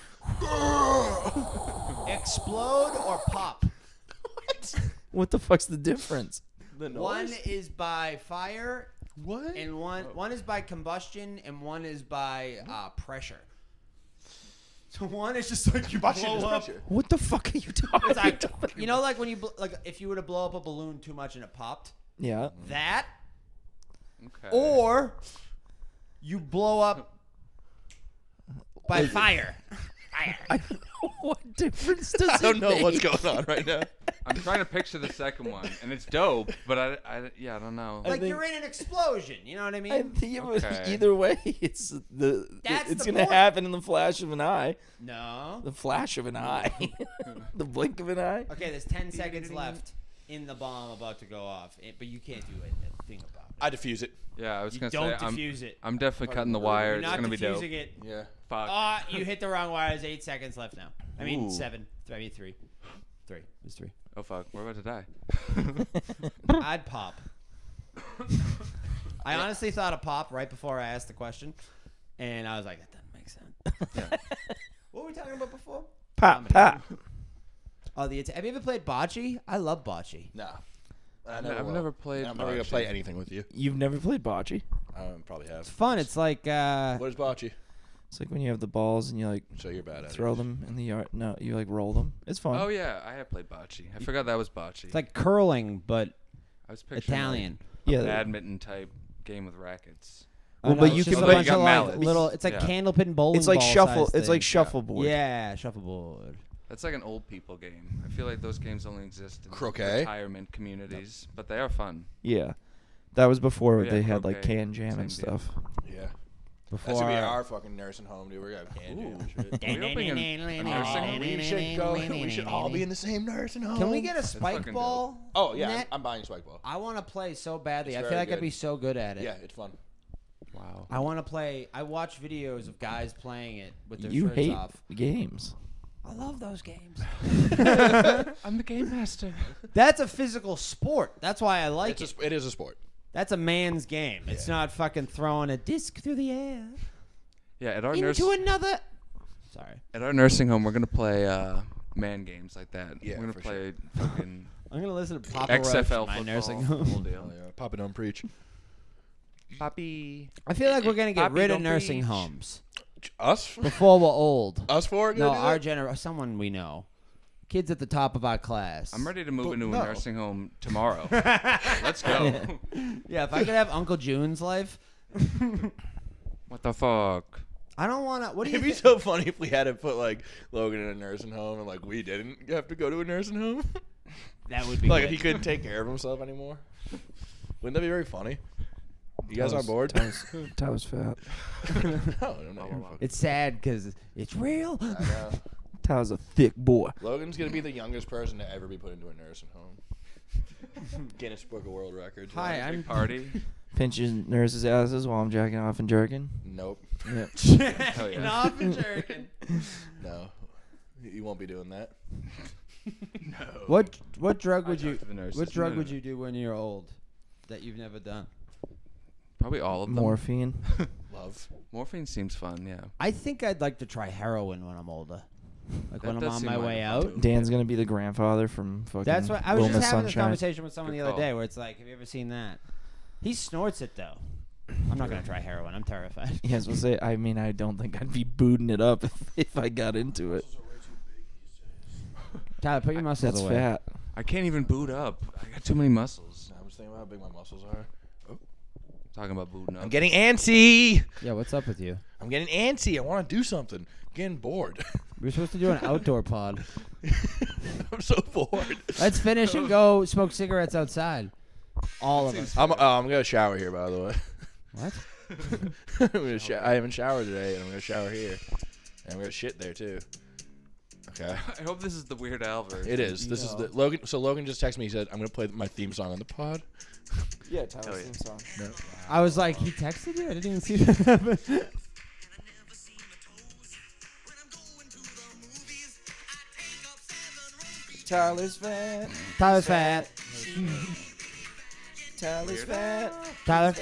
[SPEAKER 5] Explode or pop?
[SPEAKER 1] What the fuck's the difference?
[SPEAKER 2] The
[SPEAKER 5] One
[SPEAKER 2] noise.
[SPEAKER 5] is by fire,
[SPEAKER 2] What?
[SPEAKER 5] and one one is by combustion, and one is by uh, pressure. So one is just like you
[SPEAKER 2] Combustion
[SPEAKER 5] blow
[SPEAKER 2] is
[SPEAKER 5] up.
[SPEAKER 2] pressure.
[SPEAKER 1] What the fuck are you talking
[SPEAKER 5] It's like
[SPEAKER 1] about?
[SPEAKER 5] you know, like when you bl- like if you were to blow up a balloon too much and it popped.
[SPEAKER 1] Yeah.
[SPEAKER 5] That
[SPEAKER 3] Okay.
[SPEAKER 2] Oh,
[SPEAKER 5] or you blow up by fire.
[SPEAKER 1] I don't know what difference does
[SPEAKER 2] I don't
[SPEAKER 1] it
[SPEAKER 2] know what's
[SPEAKER 1] make?
[SPEAKER 2] going on right now.
[SPEAKER 3] I'm trying to picture the second one, and it's dope, but I, I yeah, I don't know.
[SPEAKER 5] Like
[SPEAKER 1] think-
[SPEAKER 5] you're in an explosion. You know what I mean?
[SPEAKER 1] I think it was-
[SPEAKER 3] Okay.
[SPEAKER 1] either way, it's the
[SPEAKER 5] That's
[SPEAKER 1] it's
[SPEAKER 5] the
[SPEAKER 1] gonna
[SPEAKER 5] point.
[SPEAKER 1] happen in the flash of an eye,
[SPEAKER 5] no.
[SPEAKER 1] the flash of an eye, the blink of an eye.
[SPEAKER 5] Okay, there's 10 seconds left in the bomb about to go off, it, but you can't do it, a thing about it.
[SPEAKER 2] I defuse it.
[SPEAKER 3] Yeah, I was
[SPEAKER 5] You
[SPEAKER 3] gonna
[SPEAKER 5] don't
[SPEAKER 3] say I'm,
[SPEAKER 5] defuse it.
[SPEAKER 3] I'm definitely cutting the wire.
[SPEAKER 5] You're
[SPEAKER 3] It's
[SPEAKER 5] not
[SPEAKER 3] gonna be dope.
[SPEAKER 5] defusing it.
[SPEAKER 2] Yeah.
[SPEAKER 3] Fuck.
[SPEAKER 5] Ah, you hit the wrong wire. There's eight seconds left now. I mean,
[SPEAKER 3] Ooh.
[SPEAKER 5] seven. Th- I mean, three. Three. It's three.
[SPEAKER 3] Oh fuck, we're about to die.
[SPEAKER 5] I'd pop. I honestly thought of pop right before I asked the question, and I was like, that doesn't make sense. What were we talking about before?
[SPEAKER 1] Pop, pop.
[SPEAKER 5] Oh, the Ita- have you ever played bocce? I love bocce.
[SPEAKER 2] Nah. I
[SPEAKER 3] I've never,
[SPEAKER 2] will.
[SPEAKER 3] played.
[SPEAKER 2] I'm never gonna
[SPEAKER 3] bocce.
[SPEAKER 2] play anything with you.
[SPEAKER 1] You've never played bocce.
[SPEAKER 2] I um, probably have.
[SPEAKER 4] It's fun. It's like uh,
[SPEAKER 2] What is bocce?
[SPEAKER 1] It's like when you have the balls and you like
[SPEAKER 2] So you're bad at
[SPEAKER 1] throw
[SPEAKER 2] it.
[SPEAKER 1] them in the yard. No, you like roll them. It's fun.
[SPEAKER 3] Oh yeah, I have played bocce. I forgot that was bocce.
[SPEAKER 4] it's like curling but
[SPEAKER 3] I was picturing like,
[SPEAKER 4] Italian.
[SPEAKER 1] yeah.
[SPEAKER 3] a badminton type game with
[SPEAKER 1] Well,
[SPEAKER 3] rackets.
[SPEAKER 4] Oh, no,
[SPEAKER 1] but
[SPEAKER 4] it's
[SPEAKER 1] you
[SPEAKER 4] just
[SPEAKER 1] can
[SPEAKER 4] a
[SPEAKER 1] but-
[SPEAKER 4] bunch
[SPEAKER 3] You
[SPEAKER 4] of
[SPEAKER 3] got
[SPEAKER 4] like
[SPEAKER 3] mallets.
[SPEAKER 4] little. It's like
[SPEAKER 3] Yeah.
[SPEAKER 4] candlepin bowling.
[SPEAKER 1] it's like
[SPEAKER 4] ball
[SPEAKER 1] shuffle.
[SPEAKER 4] size
[SPEAKER 1] It's like
[SPEAKER 4] things.
[SPEAKER 1] shuffleboard.
[SPEAKER 4] Yeah, shuffleboard.
[SPEAKER 3] That's like an old people game. I feel like those games only exist in
[SPEAKER 2] Croquet?
[SPEAKER 3] retirement communities, but they are fun.
[SPEAKER 1] Yeah. That was before
[SPEAKER 3] Yeah,
[SPEAKER 1] they had like
[SPEAKER 3] croquet,
[SPEAKER 1] can jam and
[SPEAKER 3] same deal.
[SPEAKER 1] stuff.
[SPEAKER 2] Yeah.
[SPEAKER 4] Before
[SPEAKER 2] That should be our fucking nursing home, dude. We're gonna have candy and shit.
[SPEAKER 3] Are we opening a- a nursing
[SPEAKER 2] Oh,
[SPEAKER 3] home?
[SPEAKER 2] we should go. We should all be in the same nursing home.
[SPEAKER 5] Can we get a spike
[SPEAKER 3] fucking
[SPEAKER 5] ball?
[SPEAKER 2] Oh yeah,
[SPEAKER 5] net?
[SPEAKER 2] I'm buying spike ball.
[SPEAKER 5] I want to play so badly.
[SPEAKER 2] It's
[SPEAKER 5] I feel
[SPEAKER 2] very
[SPEAKER 5] like I'd
[SPEAKER 2] good.
[SPEAKER 5] be so good at it.
[SPEAKER 2] Yeah, it's fun.
[SPEAKER 3] Wow.
[SPEAKER 5] I want to play. I watch videos of guys playing it with their
[SPEAKER 1] You
[SPEAKER 5] shirts
[SPEAKER 1] hate
[SPEAKER 5] off.
[SPEAKER 1] games.
[SPEAKER 5] I love those games.
[SPEAKER 3] I'm the game master.
[SPEAKER 5] That's a physical sport. That's why I like
[SPEAKER 2] It's a,
[SPEAKER 5] it.
[SPEAKER 2] sp- it is a sport.
[SPEAKER 5] That's a man's game. It's not fucking throwing a disc through the air
[SPEAKER 3] Yeah, at our nurse,
[SPEAKER 5] into another. Sorry,
[SPEAKER 3] at our nursing home, we're gonna play uh, man games like that.
[SPEAKER 2] Yeah,
[SPEAKER 3] we're gonna
[SPEAKER 2] for
[SPEAKER 3] play
[SPEAKER 2] sure.
[SPEAKER 3] fucking
[SPEAKER 5] I'm gonna listen to Papa
[SPEAKER 3] XFL
[SPEAKER 5] Roach in
[SPEAKER 3] football.
[SPEAKER 5] my nursing
[SPEAKER 3] the
[SPEAKER 5] home.
[SPEAKER 3] whole deal.
[SPEAKER 2] yeah. Papa don't preach.
[SPEAKER 3] Poppy.
[SPEAKER 5] I feel like we're gonna get
[SPEAKER 3] Poppy,
[SPEAKER 5] rid of
[SPEAKER 3] don't
[SPEAKER 5] nursing
[SPEAKER 3] preach.
[SPEAKER 5] homes
[SPEAKER 2] Us?
[SPEAKER 5] before we're old.
[SPEAKER 2] Us four? are gonna
[SPEAKER 5] No,
[SPEAKER 2] do
[SPEAKER 5] our
[SPEAKER 2] that?
[SPEAKER 5] general, someone we know, kids at the top of our class.
[SPEAKER 3] I'm ready to move into
[SPEAKER 2] no.
[SPEAKER 3] a nursing home tomorrow. Let's go.
[SPEAKER 5] Yeah, if I could have Uncle June's life,
[SPEAKER 3] what the fuck?
[SPEAKER 5] I don't want to. What do you?
[SPEAKER 2] It'd be
[SPEAKER 5] think?
[SPEAKER 2] so funny if we had to put like Logan in a nursing home and like we didn't have to go to a nursing home.
[SPEAKER 5] That would be
[SPEAKER 2] like
[SPEAKER 5] good.
[SPEAKER 2] he couldn't take care of himself anymore. Wouldn't that be very funny? You guys on board?
[SPEAKER 1] Tyler's, Tyler's fat.
[SPEAKER 2] no, I'm not here for-
[SPEAKER 5] It's sad because it's real.
[SPEAKER 2] Yeah.
[SPEAKER 1] Tyler's a thick boy.
[SPEAKER 2] Logan's gonna be the youngest person to ever be put into a nursing home. Guinness Book of World Records.
[SPEAKER 5] Hi, I'm.
[SPEAKER 3] Big party.
[SPEAKER 1] Pinching nurses' asses while I'm jacking off and jerking.
[SPEAKER 2] Nope.
[SPEAKER 1] Yep.
[SPEAKER 3] Hell yeah.
[SPEAKER 5] off and jerking.
[SPEAKER 2] No. You won't be doing that.
[SPEAKER 4] What what drug
[SPEAKER 3] I
[SPEAKER 4] would
[SPEAKER 3] talked
[SPEAKER 4] you
[SPEAKER 3] to the nurses. Mm.
[SPEAKER 4] what drug
[SPEAKER 3] No,
[SPEAKER 4] would
[SPEAKER 3] no, no.
[SPEAKER 4] you do when you're old that you've never done?
[SPEAKER 3] Probably all of them.
[SPEAKER 1] Morphine.
[SPEAKER 2] Love.
[SPEAKER 3] Morphine seems fun. Yeah.
[SPEAKER 5] I think I'd like to try heroin when I'm older. Like
[SPEAKER 3] That
[SPEAKER 5] when I'm
[SPEAKER 3] does
[SPEAKER 5] on
[SPEAKER 3] seem
[SPEAKER 5] my
[SPEAKER 3] like
[SPEAKER 5] way
[SPEAKER 3] a fun
[SPEAKER 5] out.
[SPEAKER 3] too.
[SPEAKER 1] Dan's gonna be the grandfather from fucking.
[SPEAKER 5] That's what I was
[SPEAKER 1] Little
[SPEAKER 5] just
[SPEAKER 1] Miss
[SPEAKER 5] having this
[SPEAKER 1] Sunshine.
[SPEAKER 5] conversation with someone
[SPEAKER 3] Good
[SPEAKER 5] the other
[SPEAKER 3] call.
[SPEAKER 5] day where it's like, have you ever seen that? He snorts it though. I'm not gonna try heroin. I'm terrified.
[SPEAKER 1] Yes, we'll say. I mean, I don't think I'd be booting it up if, if I got into it.
[SPEAKER 5] Tyler, put your muscles
[SPEAKER 1] That's
[SPEAKER 5] away.
[SPEAKER 1] fat.
[SPEAKER 3] I can't even boot up. I got too many muscles.
[SPEAKER 2] I was thinking about how big my muscles are.
[SPEAKER 3] Talking about booting up.
[SPEAKER 2] I'm getting antsy.
[SPEAKER 5] Yeah, what's up with you?
[SPEAKER 2] I'm getting antsy. I want to do something. getting bored.
[SPEAKER 5] We were supposed to do an outdoor pod.
[SPEAKER 2] I'm so bored.
[SPEAKER 5] Let's finish and go smoke cigarettes outside. All of us.
[SPEAKER 2] I'm, uh, I'm gonna shower here, by the way.
[SPEAKER 5] What?
[SPEAKER 2] I'm gonna sho- I haven't showered today, and I'm gonna shower here, and I'm gonna shit there too. Okay,
[SPEAKER 3] I hope this is the Weird Al version.
[SPEAKER 2] it is. This is the Logan. So Logan just texted me. He said, "I'm gonna play my theme song on the pod."
[SPEAKER 1] Yeah, Tyler's
[SPEAKER 3] yeah.
[SPEAKER 1] theme song.
[SPEAKER 5] I was like, he texted you? I didn't even see that happen.
[SPEAKER 1] Tyler's fat.
[SPEAKER 5] Tyler's fat.
[SPEAKER 1] Tyler's fat.
[SPEAKER 5] Tyler.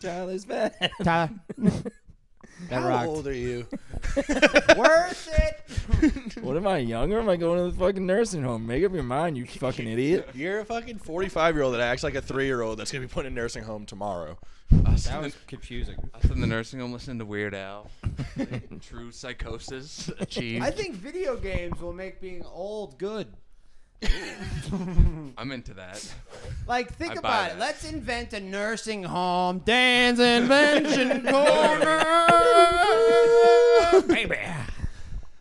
[SPEAKER 1] Tyler's fat.
[SPEAKER 5] Tyler. that
[SPEAKER 2] How
[SPEAKER 5] rocked.
[SPEAKER 2] old are you?
[SPEAKER 5] Worth it.
[SPEAKER 1] what am I, young or am I going to the fucking nursing home? Make up your mind, you fucking idiot.
[SPEAKER 2] You're a fucking 45 year old that acts like a three year old that's gonna be put in a nursing home tomorrow.
[SPEAKER 3] Us,
[SPEAKER 8] That
[SPEAKER 3] in
[SPEAKER 8] was confusing.
[SPEAKER 3] the, us in the nursing home listening to Weird Al. True psychosis achieved.
[SPEAKER 5] I think video games will make being old good.
[SPEAKER 3] I'm into that.
[SPEAKER 5] Like, think
[SPEAKER 3] I buy
[SPEAKER 5] about it.
[SPEAKER 3] that.
[SPEAKER 5] Let's invent a nursing home. Dan's Invention Corner. Baby.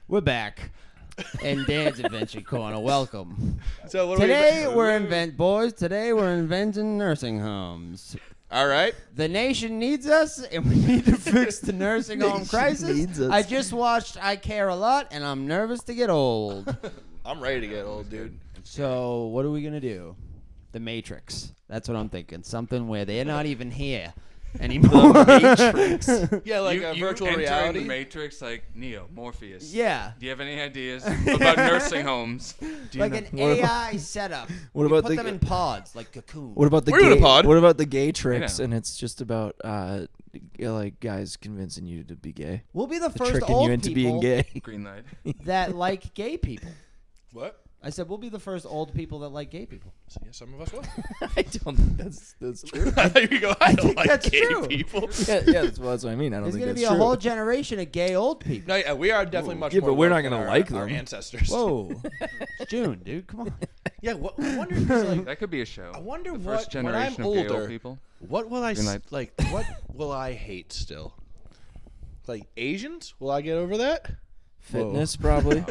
[SPEAKER 5] We're back. And Dan's Invention Corner. Welcome.
[SPEAKER 2] So what
[SPEAKER 5] Today
[SPEAKER 2] are we
[SPEAKER 5] we're invent boys. Today we're inventing nursing homes.
[SPEAKER 2] All right.
[SPEAKER 5] The nation needs us, and we need to fix the nursing home crisis. I just watched I Care a Lot, and I'm nervous to get old.
[SPEAKER 2] I'm ready to get old, dude.
[SPEAKER 5] so what are we gonna do? The Matrix. That's what I'm thinking. Something where they're not even here anymore.
[SPEAKER 2] Yeah, like
[SPEAKER 3] you,
[SPEAKER 2] a
[SPEAKER 3] you
[SPEAKER 2] virtual
[SPEAKER 3] entering
[SPEAKER 2] reality.
[SPEAKER 3] the Matrix like Neo, Morpheus.
[SPEAKER 5] yeah.
[SPEAKER 3] Do you have any ideas about nursing homes?
[SPEAKER 5] Like an
[SPEAKER 1] What about-
[SPEAKER 5] AI setup.
[SPEAKER 1] What
[SPEAKER 5] You
[SPEAKER 1] about
[SPEAKER 5] put
[SPEAKER 1] the-
[SPEAKER 5] them in pods, like cocoon?
[SPEAKER 1] What about the
[SPEAKER 2] We're doing a
[SPEAKER 1] gay,
[SPEAKER 2] pod.
[SPEAKER 1] What about the gay tricks?
[SPEAKER 3] know.
[SPEAKER 1] And it's just about uh, g- like guys convincing you to be gay,
[SPEAKER 5] we'll be the first
[SPEAKER 1] tricking
[SPEAKER 5] old
[SPEAKER 1] you into
[SPEAKER 5] people
[SPEAKER 1] being gay.
[SPEAKER 3] Green light.
[SPEAKER 5] that like gay people.
[SPEAKER 2] What?
[SPEAKER 5] I said we'll be the first old people that like gay people.
[SPEAKER 2] So, yeah, some of us will.
[SPEAKER 1] I don't think that's that's true.
[SPEAKER 2] I thought you could go. I don't
[SPEAKER 5] think
[SPEAKER 2] like
[SPEAKER 5] that's
[SPEAKER 2] gay
[SPEAKER 5] true.
[SPEAKER 2] people.
[SPEAKER 1] yeah, yeah, that's, well, that's what I mean. I don't
[SPEAKER 5] There's
[SPEAKER 1] think
[SPEAKER 5] gonna
[SPEAKER 1] that's
[SPEAKER 5] be a
[SPEAKER 1] true.
[SPEAKER 5] whole generation of gay old people.
[SPEAKER 2] No, yeah, we are definitely much
[SPEAKER 1] Yeah,
[SPEAKER 2] more.
[SPEAKER 1] but we're
[SPEAKER 2] woke
[SPEAKER 1] not gonna
[SPEAKER 2] than our-
[SPEAKER 1] like
[SPEAKER 2] Our
[SPEAKER 1] them.
[SPEAKER 2] ancestors.
[SPEAKER 5] Whoa. It's June, dude. Come on.
[SPEAKER 2] Yeah. What, I wonder. if there's, like,
[SPEAKER 3] That could be a show.
[SPEAKER 2] I wonder
[SPEAKER 3] the
[SPEAKER 2] what-
[SPEAKER 3] first
[SPEAKER 2] when
[SPEAKER 3] generation
[SPEAKER 2] I'm
[SPEAKER 3] of gay
[SPEAKER 2] older-
[SPEAKER 3] old people.
[SPEAKER 2] what will I
[SPEAKER 3] Green
[SPEAKER 2] s-
[SPEAKER 3] light.
[SPEAKER 2] like? What will I hate still? Like Asians? Will I get over that?
[SPEAKER 1] fitness probably.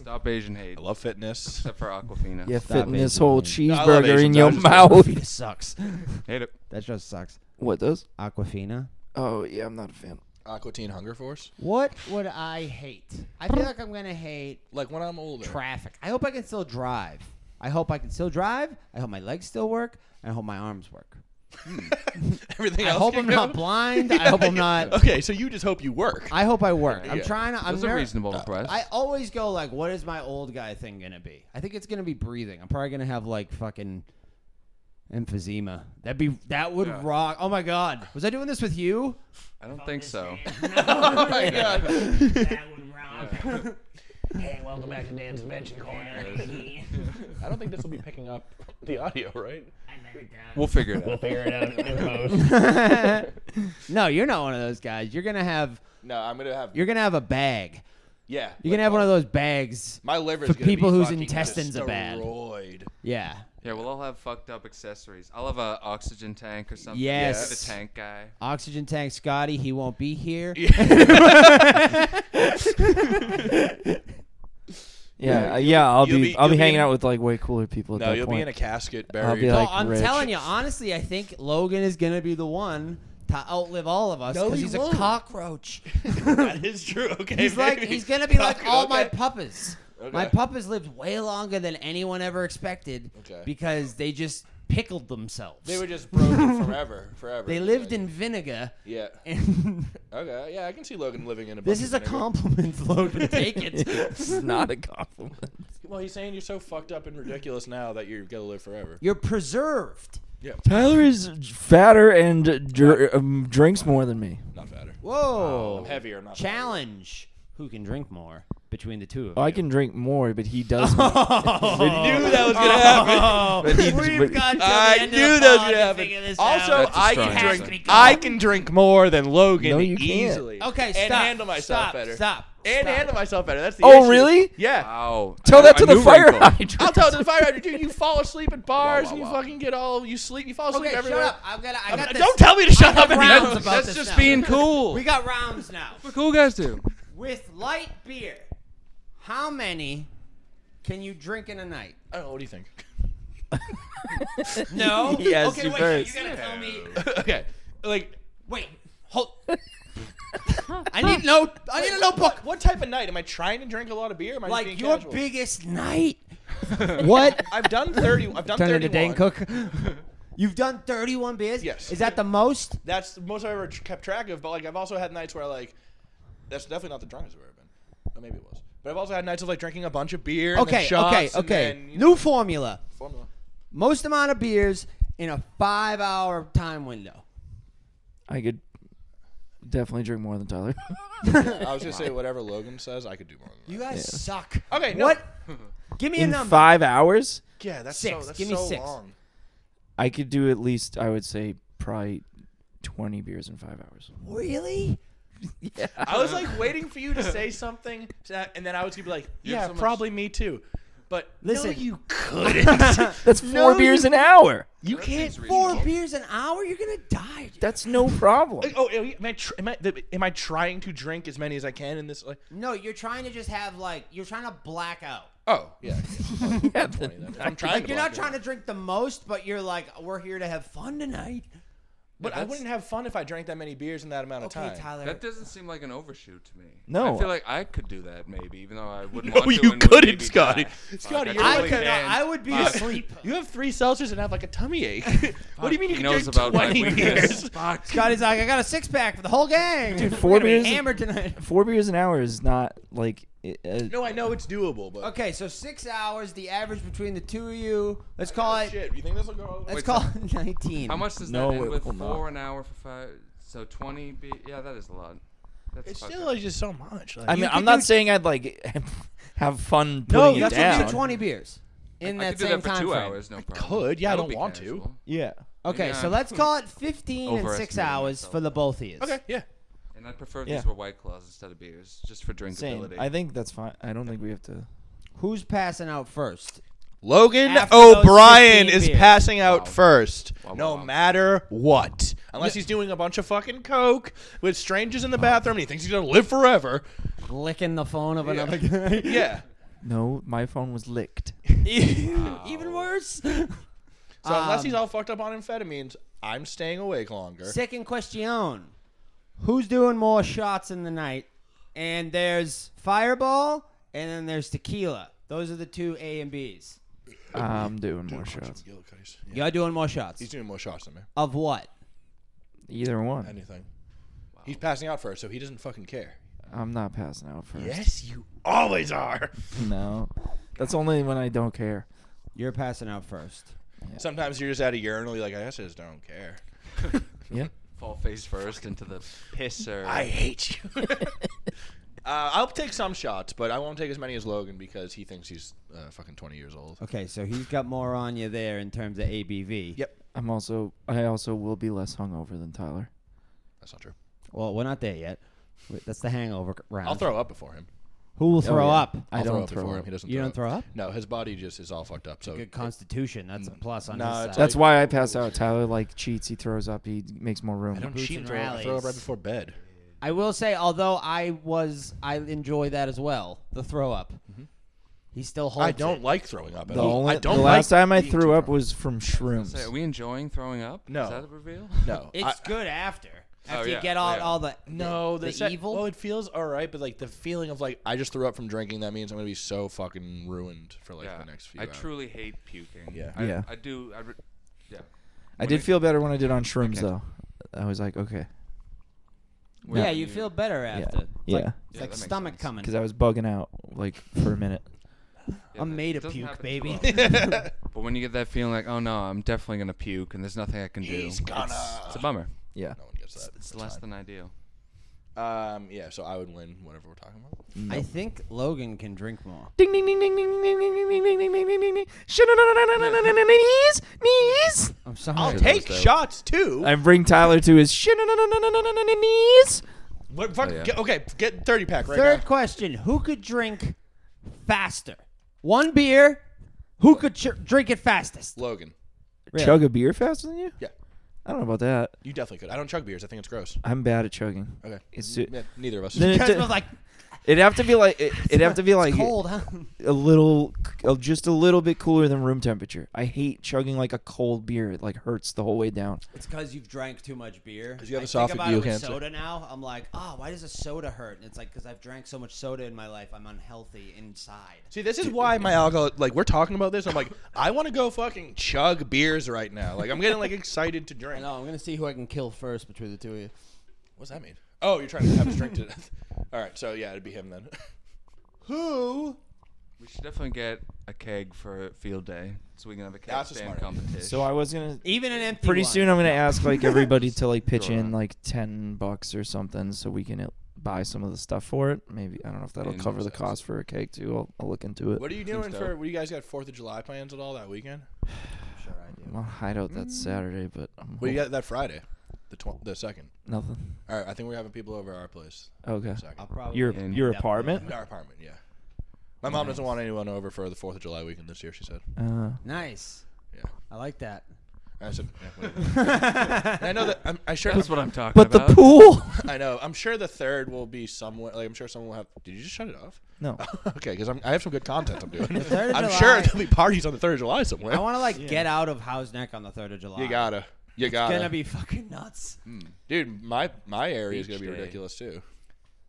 [SPEAKER 3] Stop Asian hate.
[SPEAKER 2] I love fitness.
[SPEAKER 3] Except for Aquafina.
[SPEAKER 1] yeah,
[SPEAKER 5] Stop
[SPEAKER 1] fitting this
[SPEAKER 5] Asian
[SPEAKER 1] whole
[SPEAKER 5] hate.
[SPEAKER 2] No, I love
[SPEAKER 1] cheeseburger in
[SPEAKER 2] Asians. I
[SPEAKER 1] your
[SPEAKER 2] was just
[SPEAKER 1] mouth.
[SPEAKER 5] Aquafina sucks.
[SPEAKER 3] Hate it.
[SPEAKER 5] That just sucks.
[SPEAKER 1] What does?
[SPEAKER 5] Aquafina.
[SPEAKER 1] Oh yeah, I'm not a fan.
[SPEAKER 2] Aqua Teen Hunger Force.
[SPEAKER 5] What would I hate? I feel like I'm gonna hate
[SPEAKER 2] Like when I'm older.
[SPEAKER 5] traffic. I hope I can still drive. I hope I can still drive. I hope my legs still work. I hope my arms work.
[SPEAKER 2] Everything
[SPEAKER 5] I
[SPEAKER 2] else.
[SPEAKER 5] hope
[SPEAKER 2] can
[SPEAKER 5] I'm
[SPEAKER 2] go?
[SPEAKER 5] not blind. I hope I'm not.
[SPEAKER 2] Okay, so you just hope you work.
[SPEAKER 5] I hope I work. I'm
[SPEAKER 2] Yeah.
[SPEAKER 5] trying to. I'm
[SPEAKER 3] Those are
[SPEAKER 5] ner-
[SPEAKER 3] reasonable requests.
[SPEAKER 5] I always go like, what is my old guy thing gonna be? I think it's gonna be breathing. I'm probably gonna have like fucking emphysema. That'd be that would
[SPEAKER 3] Yeah.
[SPEAKER 5] rock. Oh my god, was I doing this with you?
[SPEAKER 3] I don't think so.
[SPEAKER 2] oh my god.
[SPEAKER 7] That would rock. hey, welcome back to Dan's Invention Corner.
[SPEAKER 2] I don't think this will be picking up the audio, right?
[SPEAKER 7] I never doubt.
[SPEAKER 3] We'll figure it
[SPEAKER 7] We'll
[SPEAKER 3] out.
[SPEAKER 7] figure it out in post.
[SPEAKER 5] No, you're not one of those guys. You're gonna have
[SPEAKER 2] No, I'm gonna have.
[SPEAKER 5] you're gonna have a bag.
[SPEAKER 2] yeah,
[SPEAKER 5] You're gonna have one of those bags.
[SPEAKER 2] My liver's
[SPEAKER 5] for
[SPEAKER 2] gonna be
[SPEAKER 5] people whose
[SPEAKER 2] fucking
[SPEAKER 5] intestines are bad.
[SPEAKER 2] destroyed.
[SPEAKER 5] Yeah,
[SPEAKER 3] Yeah, we'll all have fucked up accessories. I'll have a oxygen tank or something.
[SPEAKER 5] Yes.
[SPEAKER 3] Be the tank guy.
[SPEAKER 5] oxygen tank, Scotty. He won't be here.
[SPEAKER 1] Yeah, yeah, uh, yeah I'll
[SPEAKER 2] you'll
[SPEAKER 1] be,
[SPEAKER 2] be-
[SPEAKER 1] I'll be
[SPEAKER 2] you'll be
[SPEAKER 1] hanging
[SPEAKER 2] in-
[SPEAKER 1] out with like way cooler people. At
[SPEAKER 2] No,
[SPEAKER 1] that
[SPEAKER 2] you'll
[SPEAKER 1] point.
[SPEAKER 2] be in a casket buried.
[SPEAKER 1] I'll be like,
[SPEAKER 5] oh, I'm
[SPEAKER 1] rich.
[SPEAKER 5] telling you, honestly, I think Logan is gonna be the one to outlive all of us
[SPEAKER 2] No,
[SPEAKER 5] because
[SPEAKER 2] he
[SPEAKER 5] he's
[SPEAKER 2] won't.
[SPEAKER 5] a cockroach.
[SPEAKER 2] that is true. Okay,
[SPEAKER 5] He's like
[SPEAKER 2] maybe.
[SPEAKER 5] he's gonna be like
[SPEAKER 2] Okay,
[SPEAKER 5] all my
[SPEAKER 2] okay.
[SPEAKER 5] puppas.
[SPEAKER 2] Okay.
[SPEAKER 5] My puppas lived way longer than anyone ever expected
[SPEAKER 2] Okay.
[SPEAKER 5] because they just pickled themselves.
[SPEAKER 2] They were just broken forever, forever.
[SPEAKER 5] They lived in vinegar.
[SPEAKER 2] Yeah.
[SPEAKER 5] And
[SPEAKER 2] Okay. Yeah, I can see Logan living in a.
[SPEAKER 5] this
[SPEAKER 2] bunch
[SPEAKER 5] is
[SPEAKER 2] of
[SPEAKER 5] a
[SPEAKER 2] vinegar.
[SPEAKER 5] compliment, Logan. Take it.
[SPEAKER 1] it's not a compliment.
[SPEAKER 2] Well, he's saying you're so fucked up and ridiculous now that you're gonna live forever.
[SPEAKER 5] You're preserved.
[SPEAKER 2] Yeah.
[SPEAKER 1] Tyler is fatter and dr- um, drinks more than me.
[SPEAKER 2] Not fatter.
[SPEAKER 5] Whoa.
[SPEAKER 2] I'm heavier. I'm not. fatter.
[SPEAKER 5] Challenge. Who can drink more between the two of
[SPEAKER 1] Oh,
[SPEAKER 5] you?
[SPEAKER 1] I can drink more, but he does.
[SPEAKER 2] I
[SPEAKER 1] Oh.
[SPEAKER 2] knew that was gonna happen.
[SPEAKER 5] Oh,
[SPEAKER 1] But he- but-
[SPEAKER 5] we've got till the
[SPEAKER 2] I
[SPEAKER 5] end
[SPEAKER 2] knew that
[SPEAKER 5] of the
[SPEAKER 2] was
[SPEAKER 5] pod
[SPEAKER 2] gonna
[SPEAKER 5] to
[SPEAKER 2] happen.
[SPEAKER 5] figure this
[SPEAKER 2] Also,
[SPEAKER 5] out.
[SPEAKER 3] a
[SPEAKER 2] I
[SPEAKER 3] strong
[SPEAKER 2] can
[SPEAKER 3] statement.
[SPEAKER 2] drink. I can drink more than Logan
[SPEAKER 1] No, you can't.
[SPEAKER 2] easily.
[SPEAKER 5] okay, stop.
[SPEAKER 2] And handle myself
[SPEAKER 5] stop,
[SPEAKER 2] better.
[SPEAKER 5] Stop.
[SPEAKER 2] And
[SPEAKER 5] stop.
[SPEAKER 2] handle myself better. That's the
[SPEAKER 1] Oh,
[SPEAKER 2] issue.
[SPEAKER 1] really?
[SPEAKER 2] Yeah.
[SPEAKER 3] Wow.
[SPEAKER 1] Tell
[SPEAKER 3] I-
[SPEAKER 1] that
[SPEAKER 3] I
[SPEAKER 1] to the
[SPEAKER 3] knew
[SPEAKER 1] fire
[SPEAKER 3] wrinkle.
[SPEAKER 1] hydrant.
[SPEAKER 2] I'll tell it to the fire hydrant, dude. You fall asleep at bars
[SPEAKER 3] wow,
[SPEAKER 2] and you
[SPEAKER 3] wow.
[SPEAKER 2] fucking get all you sleep. You fall asleep
[SPEAKER 5] Okay, shut
[SPEAKER 2] everywhere.
[SPEAKER 5] up. I've got. I
[SPEAKER 2] I'm-
[SPEAKER 5] got this.
[SPEAKER 2] don't tell me to shut
[SPEAKER 5] got
[SPEAKER 2] up. and-
[SPEAKER 5] rounds
[SPEAKER 2] No,
[SPEAKER 5] about
[SPEAKER 2] that's-
[SPEAKER 3] That's
[SPEAKER 5] this
[SPEAKER 3] just
[SPEAKER 5] now.
[SPEAKER 3] being cool.
[SPEAKER 5] We got rounds now.
[SPEAKER 3] what cool guys do.
[SPEAKER 5] With light beer, how many can you drink in a night?
[SPEAKER 2] I don't know. What do you think?
[SPEAKER 5] No.
[SPEAKER 1] Yes,
[SPEAKER 5] okay,
[SPEAKER 1] you
[SPEAKER 5] wait.
[SPEAKER 1] first.
[SPEAKER 5] You gotta tell me.
[SPEAKER 2] okay, like
[SPEAKER 5] Wait. Hold. I need no. I need a notebook.
[SPEAKER 2] What type of night am I trying to drink a lot of beer? Am I just
[SPEAKER 5] Like
[SPEAKER 2] being
[SPEAKER 5] your
[SPEAKER 2] casual?
[SPEAKER 5] biggest night.
[SPEAKER 4] What?
[SPEAKER 2] I've done thirty. I've done
[SPEAKER 4] Turn
[SPEAKER 2] thirty.
[SPEAKER 4] into Dane Cook.
[SPEAKER 5] You've done 31 beers.
[SPEAKER 2] Yes.
[SPEAKER 5] Is that the most?
[SPEAKER 2] That's the most I've ever tr- kept track of. But like, I've also had nights where I like, that's definitely not the drunkest I've ever been. Or maybe it was. But I've also had nights of like drinking a bunch of beer. and then
[SPEAKER 5] Okay.
[SPEAKER 2] shots
[SPEAKER 5] Okay.
[SPEAKER 2] and
[SPEAKER 5] Okay.
[SPEAKER 2] then, you know,
[SPEAKER 5] New formula.
[SPEAKER 2] formula.
[SPEAKER 5] Most amount of beers in a five-hour time window.
[SPEAKER 1] I could definitely drink more than Tyler.
[SPEAKER 2] I was gonna say whatever Logan says, I could do more. Than
[SPEAKER 5] You guys suck.
[SPEAKER 2] that. Okay. No.
[SPEAKER 5] What? Give me a
[SPEAKER 1] In
[SPEAKER 5] number.
[SPEAKER 1] five hours,
[SPEAKER 2] Yeah, that's
[SPEAKER 5] Six.
[SPEAKER 2] so. That's
[SPEAKER 5] Give me
[SPEAKER 2] so
[SPEAKER 5] six.
[SPEAKER 2] long.
[SPEAKER 1] I could do at least, I would say, probably 20 beers in five hours.
[SPEAKER 5] Really?
[SPEAKER 2] I was like waiting for you to say something, so that- and then I was gonna be like,
[SPEAKER 3] You have
[SPEAKER 2] yeah,
[SPEAKER 3] so much-
[SPEAKER 2] probably me too. But
[SPEAKER 5] Listen.
[SPEAKER 2] no, you couldn't.
[SPEAKER 1] That's four
[SPEAKER 5] No,
[SPEAKER 1] beers an hour.
[SPEAKER 5] You
[SPEAKER 3] That
[SPEAKER 5] can't.
[SPEAKER 3] seems
[SPEAKER 5] Four
[SPEAKER 3] reasonable.
[SPEAKER 5] beers an hour? You're gonna die. dude.
[SPEAKER 1] That's no problem.
[SPEAKER 2] Like, oh, am I, tr- am, I, th- am I trying to drink as many as I can in this? Like,
[SPEAKER 5] No, you're trying to just have like you're trying to black out.
[SPEAKER 2] oh, yeah.
[SPEAKER 1] Yeah, then-
[SPEAKER 2] I'm trying.
[SPEAKER 5] Like you're not trying to drink the most, but you're like we're here to have fun tonight.
[SPEAKER 2] But I
[SPEAKER 3] that's-
[SPEAKER 2] wouldn't have fun if I drank that many beers in that amount of
[SPEAKER 5] Okay,
[SPEAKER 2] time.
[SPEAKER 5] Tyler.
[SPEAKER 3] That doesn't seem like an overshoot to me.
[SPEAKER 1] No.
[SPEAKER 3] I feel like I could do that maybe, even though I wouldn't
[SPEAKER 2] No,
[SPEAKER 3] want to.
[SPEAKER 2] you
[SPEAKER 3] and would
[SPEAKER 2] couldn't,
[SPEAKER 3] maybe
[SPEAKER 2] Scotty.
[SPEAKER 3] die. Fuck,
[SPEAKER 2] Scotty,
[SPEAKER 3] I
[SPEAKER 2] you're
[SPEAKER 5] I
[SPEAKER 2] like
[SPEAKER 3] totally
[SPEAKER 5] could not.
[SPEAKER 3] can.
[SPEAKER 5] I would be
[SPEAKER 3] Fuck.
[SPEAKER 5] asleep.
[SPEAKER 2] Uh, You have three seltzers and have like a tummy ache. what do you mean you
[SPEAKER 3] He
[SPEAKER 2] can
[SPEAKER 3] knows
[SPEAKER 2] drink
[SPEAKER 3] about my
[SPEAKER 2] 20
[SPEAKER 3] weakness.
[SPEAKER 2] beers?
[SPEAKER 3] Fuck.
[SPEAKER 5] Scotty's like, I got a six pack for the whole gang. Dude,
[SPEAKER 1] four beers-
[SPEAKER 5] hammered tonight.
[SPEAKER 1] four beers an hour is not like. i- Uh,
[SPEAKER 2] No, I know Oh, it's doable, but
[SPEAKER 5] Okay, so six hours, the average between the two of you. Let's call it.
[SPEAKER 2] shit. You think this will go? all the way?
[SPEAKER 5] Let's call it 19.
[SPEAKER 3] How much does
[SPEAKER 1] No,
[SPEAKER 3] that
[SPEAKER 1] it
[SPEAKER 3] end with?
[SPEAKER 1] will
[SPEAKER 3] Four
[SPEAKER 1] not.
[SPEAKER 3] an hour for five. So twenty. Be- yeah, that is a lot. That's
[SPEAKER 2] It's
[SPEAKER 3] fucked
[SPEAKER 2] still
[SPEAKER 3] up.
[SPEAKER 2] like, just so much. Like,
[SPEAKER 1] I
[SPEAKER 5] You
[SPEAKER 1] mean,
[SPEAKER 5] could
[SPEAKER 1] I'm not
[SPEAKER 5] do-
[SPEAKER 1] saying I'd like have fun putting
[SPEAKER 5] No,
[SPEAKER 1] it
[SPEAKER 5] that's
[SPEAKER 1] down.
[SPEAKER 5] what you do 20 beers in
[SPEAKER 3] I
[SPEAKER 5] that
[SPEAKER 3] could do
[SPEAKER 5] same
[SPEAKER 3] that for
[SPEAKER 5] time
[SPEAKER 3] two
[SPEAKER 5] frame.
[SPEAKER 3] hours, no problem.
[SPEAKER 2] could, yeah, I
[SPEAKER 3] That would
[SPEAKER 2] don't
[SPEAKER 3] be
[SPEAKER 2] want to.
[SPEAKER 3] casual.
[SPEAKER 1] yeah.
[SPEAKER 5] Okay, so
[SPEAKER 3] Yeah.
[SPEAKER 5] let's call it 15 and six
[SPEAKER 3] Overestimating
[SPEAKER 5] hours
[SPEAKER 3] myself.
[SPEAKER 5] for the both of you.
[SPEAKER 2] okay, yeah.
[SPEAKER 3] And I prefer
[SPEAKER 1] Yeah.
[SPEAKER 3] these were white claws instead of beers, just for drinkability.
[SPEAKER 1] Same. I think that's fine. I don't think we have to.
[SPEAKER 5] Who's passing out first?
[SPEAKER 2] Logan
[SPEAKER 5] After those 15 beers.
[SPEAKER 2] passing out first,
[SPEAKER 3] Wow, wow,
[SPEAKER 2] no
[SPEAKER 3] wow.
[SPEAKER 2] matter what. Unless he's doing a bunch of fucking coke with strangers in the bathroom and he thinks he's gonna live forever.
[SPEAKER 5] Licking the phone of another
[SPEAKER 2] Yeah.
[SPEAKER 1] No, my phone was licked.
[SPEAKER 5] guy. Even worse.
[SPEAKER 2] So unless
[SPEAKER 5] Um,
[SPEAKER 2] he's all fucked up on amphetamines, I'm staying awake longer.
[SPEAKER 5] Second question. Who's doing more shots in the night? And there's Fireball and then there's tequila. Those are the two A and B's.
[SPEAKER 1] I'm doing more shots.
[SPEAKER 2] Yeah.
[SPEAKER 5] Y'all doing more shots.
[SPEAKER 2] He's doing more shots than me.
[SPEAKER 5] Of what?
[SPEAKER 1] Either one.
[SPEAKER 2] Anything. He's passing out first, so he doesn't fucking care.
[SPEAKER 1] I'm not passing out first.
[SPEAKER 2] Yes, you always are.
[SPEAKER 1] No. That's only when I don't care.
[SPEAKER 5] You're passing out first.
[SPEAKER 2] Sometimes you're just out of urinal. You're like, I guess I just don't care.
[SPEAKER 1] Yeah.
[SPEAKER 3] Fall face first into the pisser.
[SPEAKER 2] I hate you. uh, I'll take some shots, but I won't take as many as Logan because he thinks he's uh, fucking 20 years old.
[SPEAKER 5] Okay, so he's got more on you there in terms of ABV.
[SPEAKER 2] Yep.
[SPEAKER 1] I'm also. I also will be less hungover than Tyler.
[SPEAKER 2] That's not true.
[SPEAKER 5] Well, we're not there yet. Wait, That's the hangover round.
[SPEAKER 2] I'll throw up before him.
[SPEAKER 5] Who will throw
[SPEAKER 1] Oh, yeah.
[SPEAKER 5] up?
[SPEAKER 1] I
[SPEAKER 2] I'll
[SPEAKER 1] don't
[SPEAKER 2] throw up
[SPEAKER 1] throw
[SPEAKER 2] before
[SPEAKER 1] up.
[SPEAKER 2] him. He doesn't.
[SPEAKER 5] You
[SPEAKER 2] throw
[SPEAKER 5] don't throw up?
[SPEAKER 2] No, his body just is all fucked up. So
[SPEAKER 5] Good constitution. That's a plus on
[SPEAKER 2] No,
[SPEAKER 5] his
[SPEAKER 2] it's
[SPEAKER 5] side.
[SPEAKER 1] That's why I pass out. Tyler like cheats. He throws up. He makes more room.
[SPEAKER 2] I don't
[SPEAKER 5] Boots
[SPEAKER 2] cheat. and
[SPEAKER 5] and
[SPEAKER 2] Throw up. I throw up right
[SPEAKER 5] rallies.
[SPEAKER 2] before bed.
[SPEAKER 5] I will say, although I was, I enjoy that as well. The throw up. He still holds.
[SPEAKER 2] I don't
[SPEAKER 5] it.
[SPEAKER 2] like throwing up at
[SPEAKER 1] The
[SPEAKER 2] all.
[SPEAKER 1] only
[SPEAKER 2] I don't
[SPEAKER 1] the
[SPEAKER 2] like
[SPEAKER 1] last time I
[SPEAKER 2] being too
[SPEAKER 1] threw up
[SPEAKER 2] drunk.
[SPEAKER 1] was from shrooms.
[SPEAKER 3] Say, are we enjoying throwing up?
[SPEAKER 2] No.
[SPEAKER 3] Is that a reveal?
[SPEAKER 2] no.
[SPEAKER 5] It's
[SPEAKER 2] I-
[SPEAKER 5] good after. After you
[SPEAKER 3] yeah,
[SPEAKER 5] get all
[SPEAKER 3] yeah.
[SPEAKER 5] all the
[SPEAKER 2] No,
[SPEAKER 5] the,
[SPEAKER 2] the, se-
[SPEAKER 5] evil.
[SPEAKER 2] Well, it feels all right, but like the feeling of like I just threw up from drinking. That means I'm gonna be so fucking ruined for like
[SPEAKER 3] yeah.
[SPEAKER 2] the next few.
[SPEAKER 3] I
[SPEAKER 2] hours.
[SPEAKER 3] truly hate puking.
[SPEAKER 2] Yeah.
[SPEAKER 3] I,
[SPEAKER 1] Yeah.
[SPEAKER 3] I do. I re- yeah.
[SPEAKER 1] I did feel better when I did on shrooms
[SPEAKER 3] Okay.
[SPEAKER 1] though. I was like, okay,
[SPEAKER 5] yeah,
[SPEAKER 3] When
[SPEAKER 5] you feel better
[SPEAKER 1] yeah,
[SPEAKER 5] after. It's like,
[SPEAKER 1] yeah,
[SPEAKER 5] it's
[SPEAKER 3] Yeah,
[SPEAKER 5] like
[SPEAKER 3] that makes
[SPEAKER 5] stomach
[SPEAKER 3] sense.
[SPEAKER 5] coming.
[SPEAKER 1] because I was bugging out like for a minute.
[SPEAKER 3] yeah,
[SPEAKER 5] I'm
[SPEAKER 3] that-
[SPEAKER 5] made of
[SPEAKER 3] it doesn't
[SPEAKER 5] puke,
[SPEAKER 3] happen too
[SPEAKER 5] baby.
[SPEAKER 3] often. but when you get that feeling like, oh no, I'm definitely gonna puke, and there's nothing I can do.
[SPEAKER 2] He's gonna.
[SPEAKER 3] It's, it's a bummer.
[SPEAKER 1] Yeah,
[SPEAKER 2] no one gets that.
[SPEAKER 3] It's
[SPEAKER 2] It's
[SPEAKER 3] less than ideal.
[SPEAKER 2] Um. Yeah. So I would win whatever we're talking about.
[SPEAKER 5] I think Logan can drink more.
[SPEAKER 1] Ding ding ding ding ding ding ding ding ding ding ding ding ding ding. Knees, knees.
[SPEAKER 5] I'm sorry.
[SPEAKER 2] I'll
[SPEAKER 3] that
[SPEAKER 2] take
[SPEAKER 3] was dope.
[SPEAKER 2] shots
[SPEAKER 3] Oh,
[SPEAKER 2] too.
[SPEAKER 1] I bring Tyler to his knees.
[SPEAKER 2] What, fuck,
[SPEAKER 3] Oh, yeah.
[SPEAKER 2] get- okay, get thirty pack right
[SPEAKER 5] Third
[SPEAKER 2] now.
[SPEAKER 5] question: Who could drink faster? One beer. Who could ch- drink it fastest?
[SPEAKER 2] Logan,
[SPEAKER 5] Really?
[SPEAKER 1] Chug a beer faster than you?
[SPEAKER 2] Yeah.
[SPEAKER 1] I don't know about that.
[SPEAKER 2] you definitely could. I don't chug beers. I think it's gross.
[SPEAKER 1] I'm bad at chugging.
[SPEAKER 2] Okay.
[SPEAKER 1] It's too-
[SPEAKER 2] Yeah, neither of us.
[SPEAKER 1] Then it
[SPEAKER 5] Because
[SPEAKER 1] t-
[SPEAKER 5] we're like,
[SPEAKER 1] It'd have to be like it, it'd have to be like
[SPEAKER 5] cold, huh?
[SPEAKER 1] a little, uh, just a little bit cooler than room temperature. I hate chugging like a cold beer. It like hurts the whole way down.
[SPEAKER 5] It's because you've drank too much beer.
[SPEAKER 2] 'Cause you have
[SPEAKER 5] I
[SPEAKER 2] esophageal
[SPEAKER 5] think about it with
[SPEAKER 2] cancer.
[SPEAKER 5] soda now. I'm like, oh, why does a soda hurt? And it's like because I've drank so much soda in my life, I'm unhealthy inside.
[SPEAKER 2] See, this is why my alcohol. Like, we're talking about this. I'm like, I want to go fucking chug beers right now. Like, I'm getting like excited to
[SPEAKER 9] I
[SPEAKER 2] drink.
[SPEAKER 9] know. I'm gonna see who I can kill first between the two of you.
[SPEAKER 2] What's that mean? Oh, you're trying to have us drink to death. All right, so yeah, it'd be him then. Who?
[SPEAKER 3] We should definitely get a keg for field day so we can have a keg
[SPEAKER 2] That's a
[SPEAKER 3] stand
[SPEAKER 2] smart idea.
[SPEAKER 3] competition.
[SPEAKER 1] So I was gonna.
[SPEAKER 5] Even an empty.
[SPEAKER 1] Pretty
[SPEAKER 5] one.
[SPEAKER 1] soon, I'm gonna ask like everybody to like pitch
[SPEAKER 3] Sure.
[SPEAKER 1] in like ten bucks or something, so we can uh, buy some of the stuff for it. Maybe I don't know if that'll
[SPEAKER 3] Yeah,
[SPEAKER 1] cover the
[SPEAKER 3] that's-
[SPEAKER 1] cost for a cake too. I'll, I'll look into it.
[SPEAKER 2] What are you
[SPEAKER 3] Seems
[SPEAKER 2] doing for? What do you guys got Fourth of July plans at all that weekend?
[SPEAKER 5] Sure, I do.
[SPEAKER 1] I'm on hideout that Saturday, but I'm
[SPEAKER 2] Well, you
[SPEAKER 1] hoping-
[SPEAKER 2] got that Friday, the tw- the second.
[SPEAKER 1] nothing.
[SPEAKER 2] All right, I think we're having people over at our place.
[SPEAKER 1] Okay.
[SPEAKER 2] Second.
[SPEAKER 5] I'll probably
[SPEAKER 1] Your
[SPEAKER 3] And-
[SPEAKER 1] your
[SPEAKER 5] Definitely.
[SPEAKER 1] apartment.
[SPEAKER 2] Our apartment, yeah. My mom doesn't want anyone over for the Fourth of July weekend this year. She said.
[SPEAKER 1] Uh,
[SPEAKER 9] Nice.
[SPEAKER 2] Yeah.
[SPEAKER 9] I like that.
[SPEAKER 2] And I said. Yeah, whatever. And I know that. I'm, I sure.
[SPEAKER 3] That's what I'm talking
[SPEAKER 1] but
[SPEAKER 3] about.
[SPEAKER 1] the pool.
[SPEAKER 2] I know. I'm sure the third will be somewhere. Like I'm sure someone will have. Did you just shut it off?
[SPEAKER 1] no.
[SPEAKER 2] okay, because I have some good content I'm doing.
[SPEAKER 5] third of
[SPEAKER 2] I'm
[SPEAKER 5] July-
[SPEAKER 2] sure there'll be parties on the third of July somewhere.
[SPEAKER 5] I want to like get out of Howe's Neck on the third of July.
[SPEAKER 2] you gotta. You
[SPEAKER 5] It's
[SPEAKER 2] gotta.
[SPEAKER 5] gonna be fucking nuts.
[SPEAKER 2] Dude, my my area is gonna be
[SPEAKER 3] Beach day.
[SPEAKER 2] ridiculous too.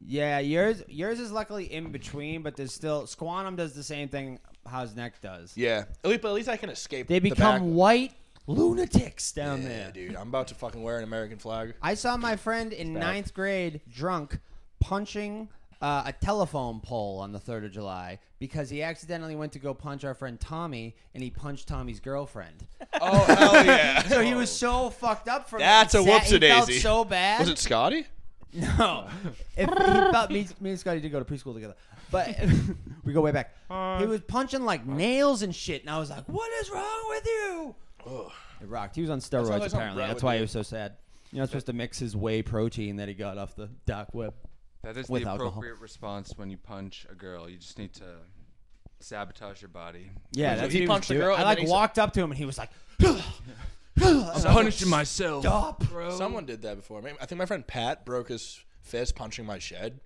[SPEAKER 5] Yeah, yours yours is luckily in between, but there's still Squantum does the same thing Howe's Neck does.
[SPEAKER 2] Yeah. At least, but at least I can escape.
[SPEAKER 5] They
[SPEAKER 2] the
[SPEAKER 5] become
[SPEAKER 2] back-
[SPEAKER 5] white lunatics down
[SPEAKER 2] Yeah,
[SPEAKER 5] there.
[SPEAKER 2] dude. I'm about to fucking wear an American flag.
[SPEAKER 5] I saw my friend in ninth grade drunk punching uh, a telephone pole on the 3rd of July because he accidentally went to go punch our friend Tommy and he punched Tommy's girlfriend.
[SPEAKER 2] Oh hell yeah!
[SPEAKER 5] So he was so fucked up from
[SPEAKER 2] Oh. That's
[SPEAKER 5] it.
[SPEAKER 2] a
[SPEAKER 5] He sat- he felt
[SPEAKER 2] whoopsie-daisy.
[SPEAKER 5] so bad.
[SPEAKER 2] Was it Scotty?
[SPEAKER 5] No, Oh. if he felt me, me and Scotty did go to preschool together, but we go way back.
[SPEAKER 2] Uh,
[SPEAKER 5] He was punching like nails and shit, and I was like, "What is wrong with you?" It rocked. He was on steroids
[SPEAKER 2] like something
[SPEAKER 5] apparently.
[SPEAKER 2] Brad
[SPEAKER 5] That's
[SPEAKER 2] would
[SPEAKER 5] why
[SPEAKER 2] do.
[SPEAKER 5] he was so sad. You're not supposed to mix his whey protein that he got off the dark web.
[SPEAKER 3] that is the
[SPEAKER 5] with
[SPEAKER 3] appropriate
[SPEAKER 5] alcohol.
[SPEAKER 3] response when you punch a girl. You just need to sabotage your body.
[SPEAKER 5] Yeah,
[SPEAKER 2] that's he what he was punched the doing. girl,
[SPEAKER 5] I
[SPEAKER 2] and then
[SPEAKER 5] like
[SPEAKER 2] he said-
[SPEAKER 5] walked up to him and he was like,
[SPEAKER 3] I'm punishing myself.
[SPEAKER 5] "Stop!"
[SPEAKER 3] Bro.
[SPEAKER 2] Someone did that before. Maybe- I think my friend Pat broke his fist punching my shed.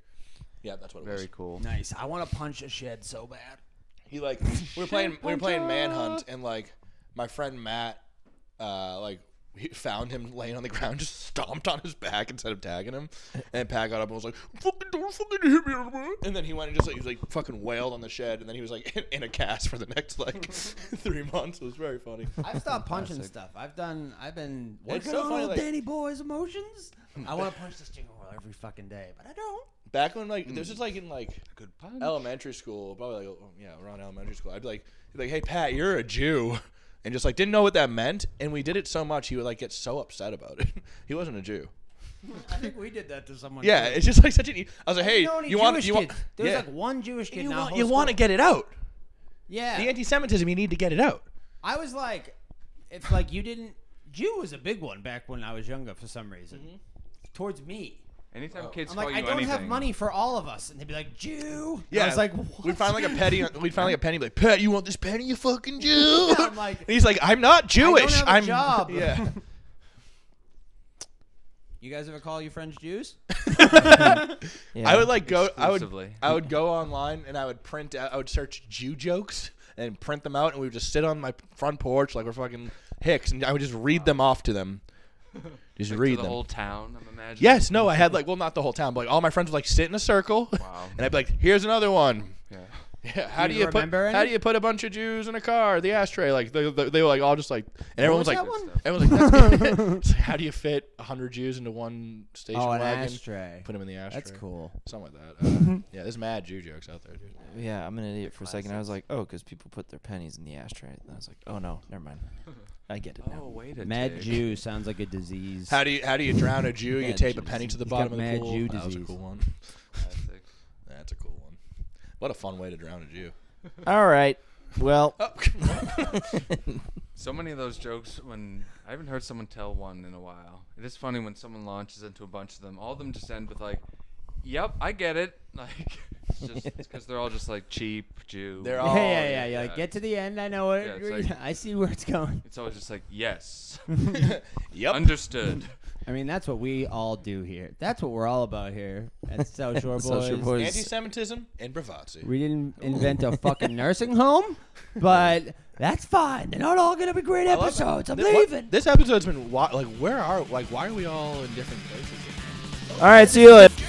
[SPEAKER 2] Yeah, that's what it was.
[SPEAKER 3] Very cool.
[SPEAKER 5] Nice. I want to punch a shed so bad.
[SPEAKER 2] He like we were playing we were playing manhunt and like my friend Matt uh like he found him laying on the ground, just stomped on his back instead of tagging him. And Pat got up and was like, "Fucking don't fucking hit me!" And then he went and just like he was like fucking wailed on the shed, and then he was like in, in a cast for the next like three months. It was very funny.
[SPEAKER 5] I've stopped punching stuff. I've done. I've been
[SPEAKER 2] It's
[SPEAKER 5] working
[SPEAKER 2] so
[SPEAKER 5] on
[SPEAKER 2] funny,
[SPEAKER 5] old
[SPEAKER 2] like-
[SPEAKER 5] Danny Boy's emotions. I want to punch this jingle wheel every fucking day, but I don't.
[SPEAKER 2] Back when like this is like in like
[SPEAKER 3] Good punch.
[SPEAKER 2] elementary school, probably like oh, yeah, around elementary school. I'd be like, he'd be like, hey Pat, you're a Jew, and just like didn't know what that meant. And we did it so much, he would like get so upset about it. he wasn't a Jew.
[SPEAKER 5] I think we did that to someone.
[SPEAKER 2] Yeah, it's just like such an. e- I was like, hey,
[SPEAKER 5] you,
[SPEAKER 2] you want
[SPEAKER 5] Jewish
[SPEAKER 2] you want
[SPEAKER 5] kids. There's
[SPEAKER 2] yeah.
[SPEAKER 5] like one Jewish kid.
[SPEAKER 2] you
[SPEAKER 5] now
[SPEAKER 2] want you want to get it out.
[SPEAKER 5] Yeah,
[SPEAKER 2] The anti-Semitism, you need to get it out.
[SPEAKER 5] I was like, if like you didn't, Jew was a big one back when I was younger for some reason. Towards me,
[SPEAKER 3] Anytime kids
[SPEAKER 5] Oh. I'm
[SPEAKER 3] call
[SPEAKER 5] like,
[SPEAKER 3] you
[SPEAKER 5] I don't
[SPEAKER 3] anything,
[SPEAKER 5] have money for all of us, and they'd be like, Jew. And I was like, what?
[SPEAKER 2] we'd find like a penny. We'd find like a penny. Like, Pat, you want this penny? You fucking Jew.
[SPEAKER 5] I'm like,
[SPEAKER 2] and he's like, I'm not Jewish.
[SPEAKER 5] have a
[SPEAKER 2] I'm
[SPEAKER 5] job.
[SPEAKER 2] yeah.
[SPEAKER 5] You guys ever call your friends Jews?
[SPEAKER 1] Yeah.
[SPEAKER 2] I would like go. I would.
[SPEAKER 3] Exclusively.
[SPEAKER 2] I would go online and I would print out. I would search Jew jokes and print them out, and we would just sit on my front porch like we're fucking hicks, and I would just read them off to them. Just
[SPEAKER 3] like, to
[SPEAKER 2] read
[SPEAKER 3] the
[SPEAKER 2] them.
[SPEAKER 3] whole town. I'm imagining.
[SPEAKER 2] yes. No. I had like well, not the whole town, but like all my friends would like sit in a circle,
[SPEAKER 3] Wow.
[SPEAKER 2] and I'd be like, "Here's another one."
[SPEAKER 3] Yeah.
[SPEAKER 2] Yeah. How do
[SPEAKER 5] you
[SPEAKER 2] you put?
[SPEAKER 5] remember
[SPEAKER 2] How
[SPEAKER 5] any?
[SPEAKER 2] do you put a bunch of Jews in a car? The ashtray. Like they, they, they were like all just like, and everyone was
[SPEAKER 5] was
[SPEAKER 2] like,
[SPEAKER 5] that one?
[SPEAKER 2] everyone was like, that's good. It's like, how do you fit hundred Jews into one station
[SPEAKER 5] Oh, an
[SPEAKER 2] wagon?
[SPEAKER 5] ashtray.
[SPEAKER 2] Put them in the ashtray.
[SPEAKER 5] That's cool.
[SPEAKER 2] Something like that.
[SPEAKER 5] Mm-hmm.
[SPEAKER 2] Uh, yeah, there's mad Jew jokes out there, dude.
[SPEAKER 1] Yeah, I'm an idiot for a second. I was like, oh, because people put their pennies in the ashtray. And I was like, oh no, never mind. I get it now.
[SPEAKER 3] Oh wait a
[SPEAKER 5] Mad
[SPEAKER 3] tick.
[SPEAKER 5] Jew sounds like a disease.
[SPEAKER 2] How do you how do you drown a Jew? You
[SPEAKER 1] Mad
[SPEAKER 2] tape a
[SPEAKER 1] Jew
[SPEAKER 2] penny to the
[SPEAKER 5] He's
[SPEAKER 2] bottom
[SPEAKER 5] got
[SPEAKER 2] of the
[SPEAKER 5] mad
[SPEAKER 2] pool.
[SPEAKER 5] Jew
[SPEAKER 2] that was a
[SPEAKER 5] disease.
[SPEAKER 2] cool one.
[SPEAKER 3] Classic.
[SPEAKER 2] That's a cool one. What a fun way to drown a Jew.
[SPEAKER 1] All right. Well,
[SPEAKER 2] Oh,
[SPEAKER 3] So many of those jokes when I haven't heard someone tell one in a while. It is funny when someone launches into a bunch of them. All of them just end with like, "Yep, I get it." Like, it's just because they're all just like cheap Jew.
[SPEAKER 2] They're
[SPEAKER 5] Yeah,
[SPEAKER 2] all-
[SPEAKER 5] yeah, yeah.
[SPEAKER 3] yeah,
[SPEAKER 5] You're like,
[SPEAKER 3] Oh, yeah.
[SPEAKER 5] get to the end. I know it.
[SPEAKER 3] Yeah, it's like-
[SPEAKER 5] I see where it's going.
[SPEAKER 3] It's always just like, "Yes,
[SPEAKER 2] yep.
[SPEAKER 3] understood."
[SPEAKER 5] I mean, that's what we all do here. That's what we're all about here at South Shore Boys.
[SPEAKER 4] Social boys.
[SPEAKER 2] Anti-Semitism and bravado.
[SPEAKER 5] We didn't invent a fucking nursing home, but that's fine. They're not all gonna be great
[SPEAKER 2] I love it.
[SPEAKER 5] episodes. I'm
[SPEAKER 2] Thi- what-
[SPEAKER 5] leaving.
[SPEAKER 2] This episode's been wi- like, where are like, why are we all in different places?
[SPEAKER 1] All right, see you later.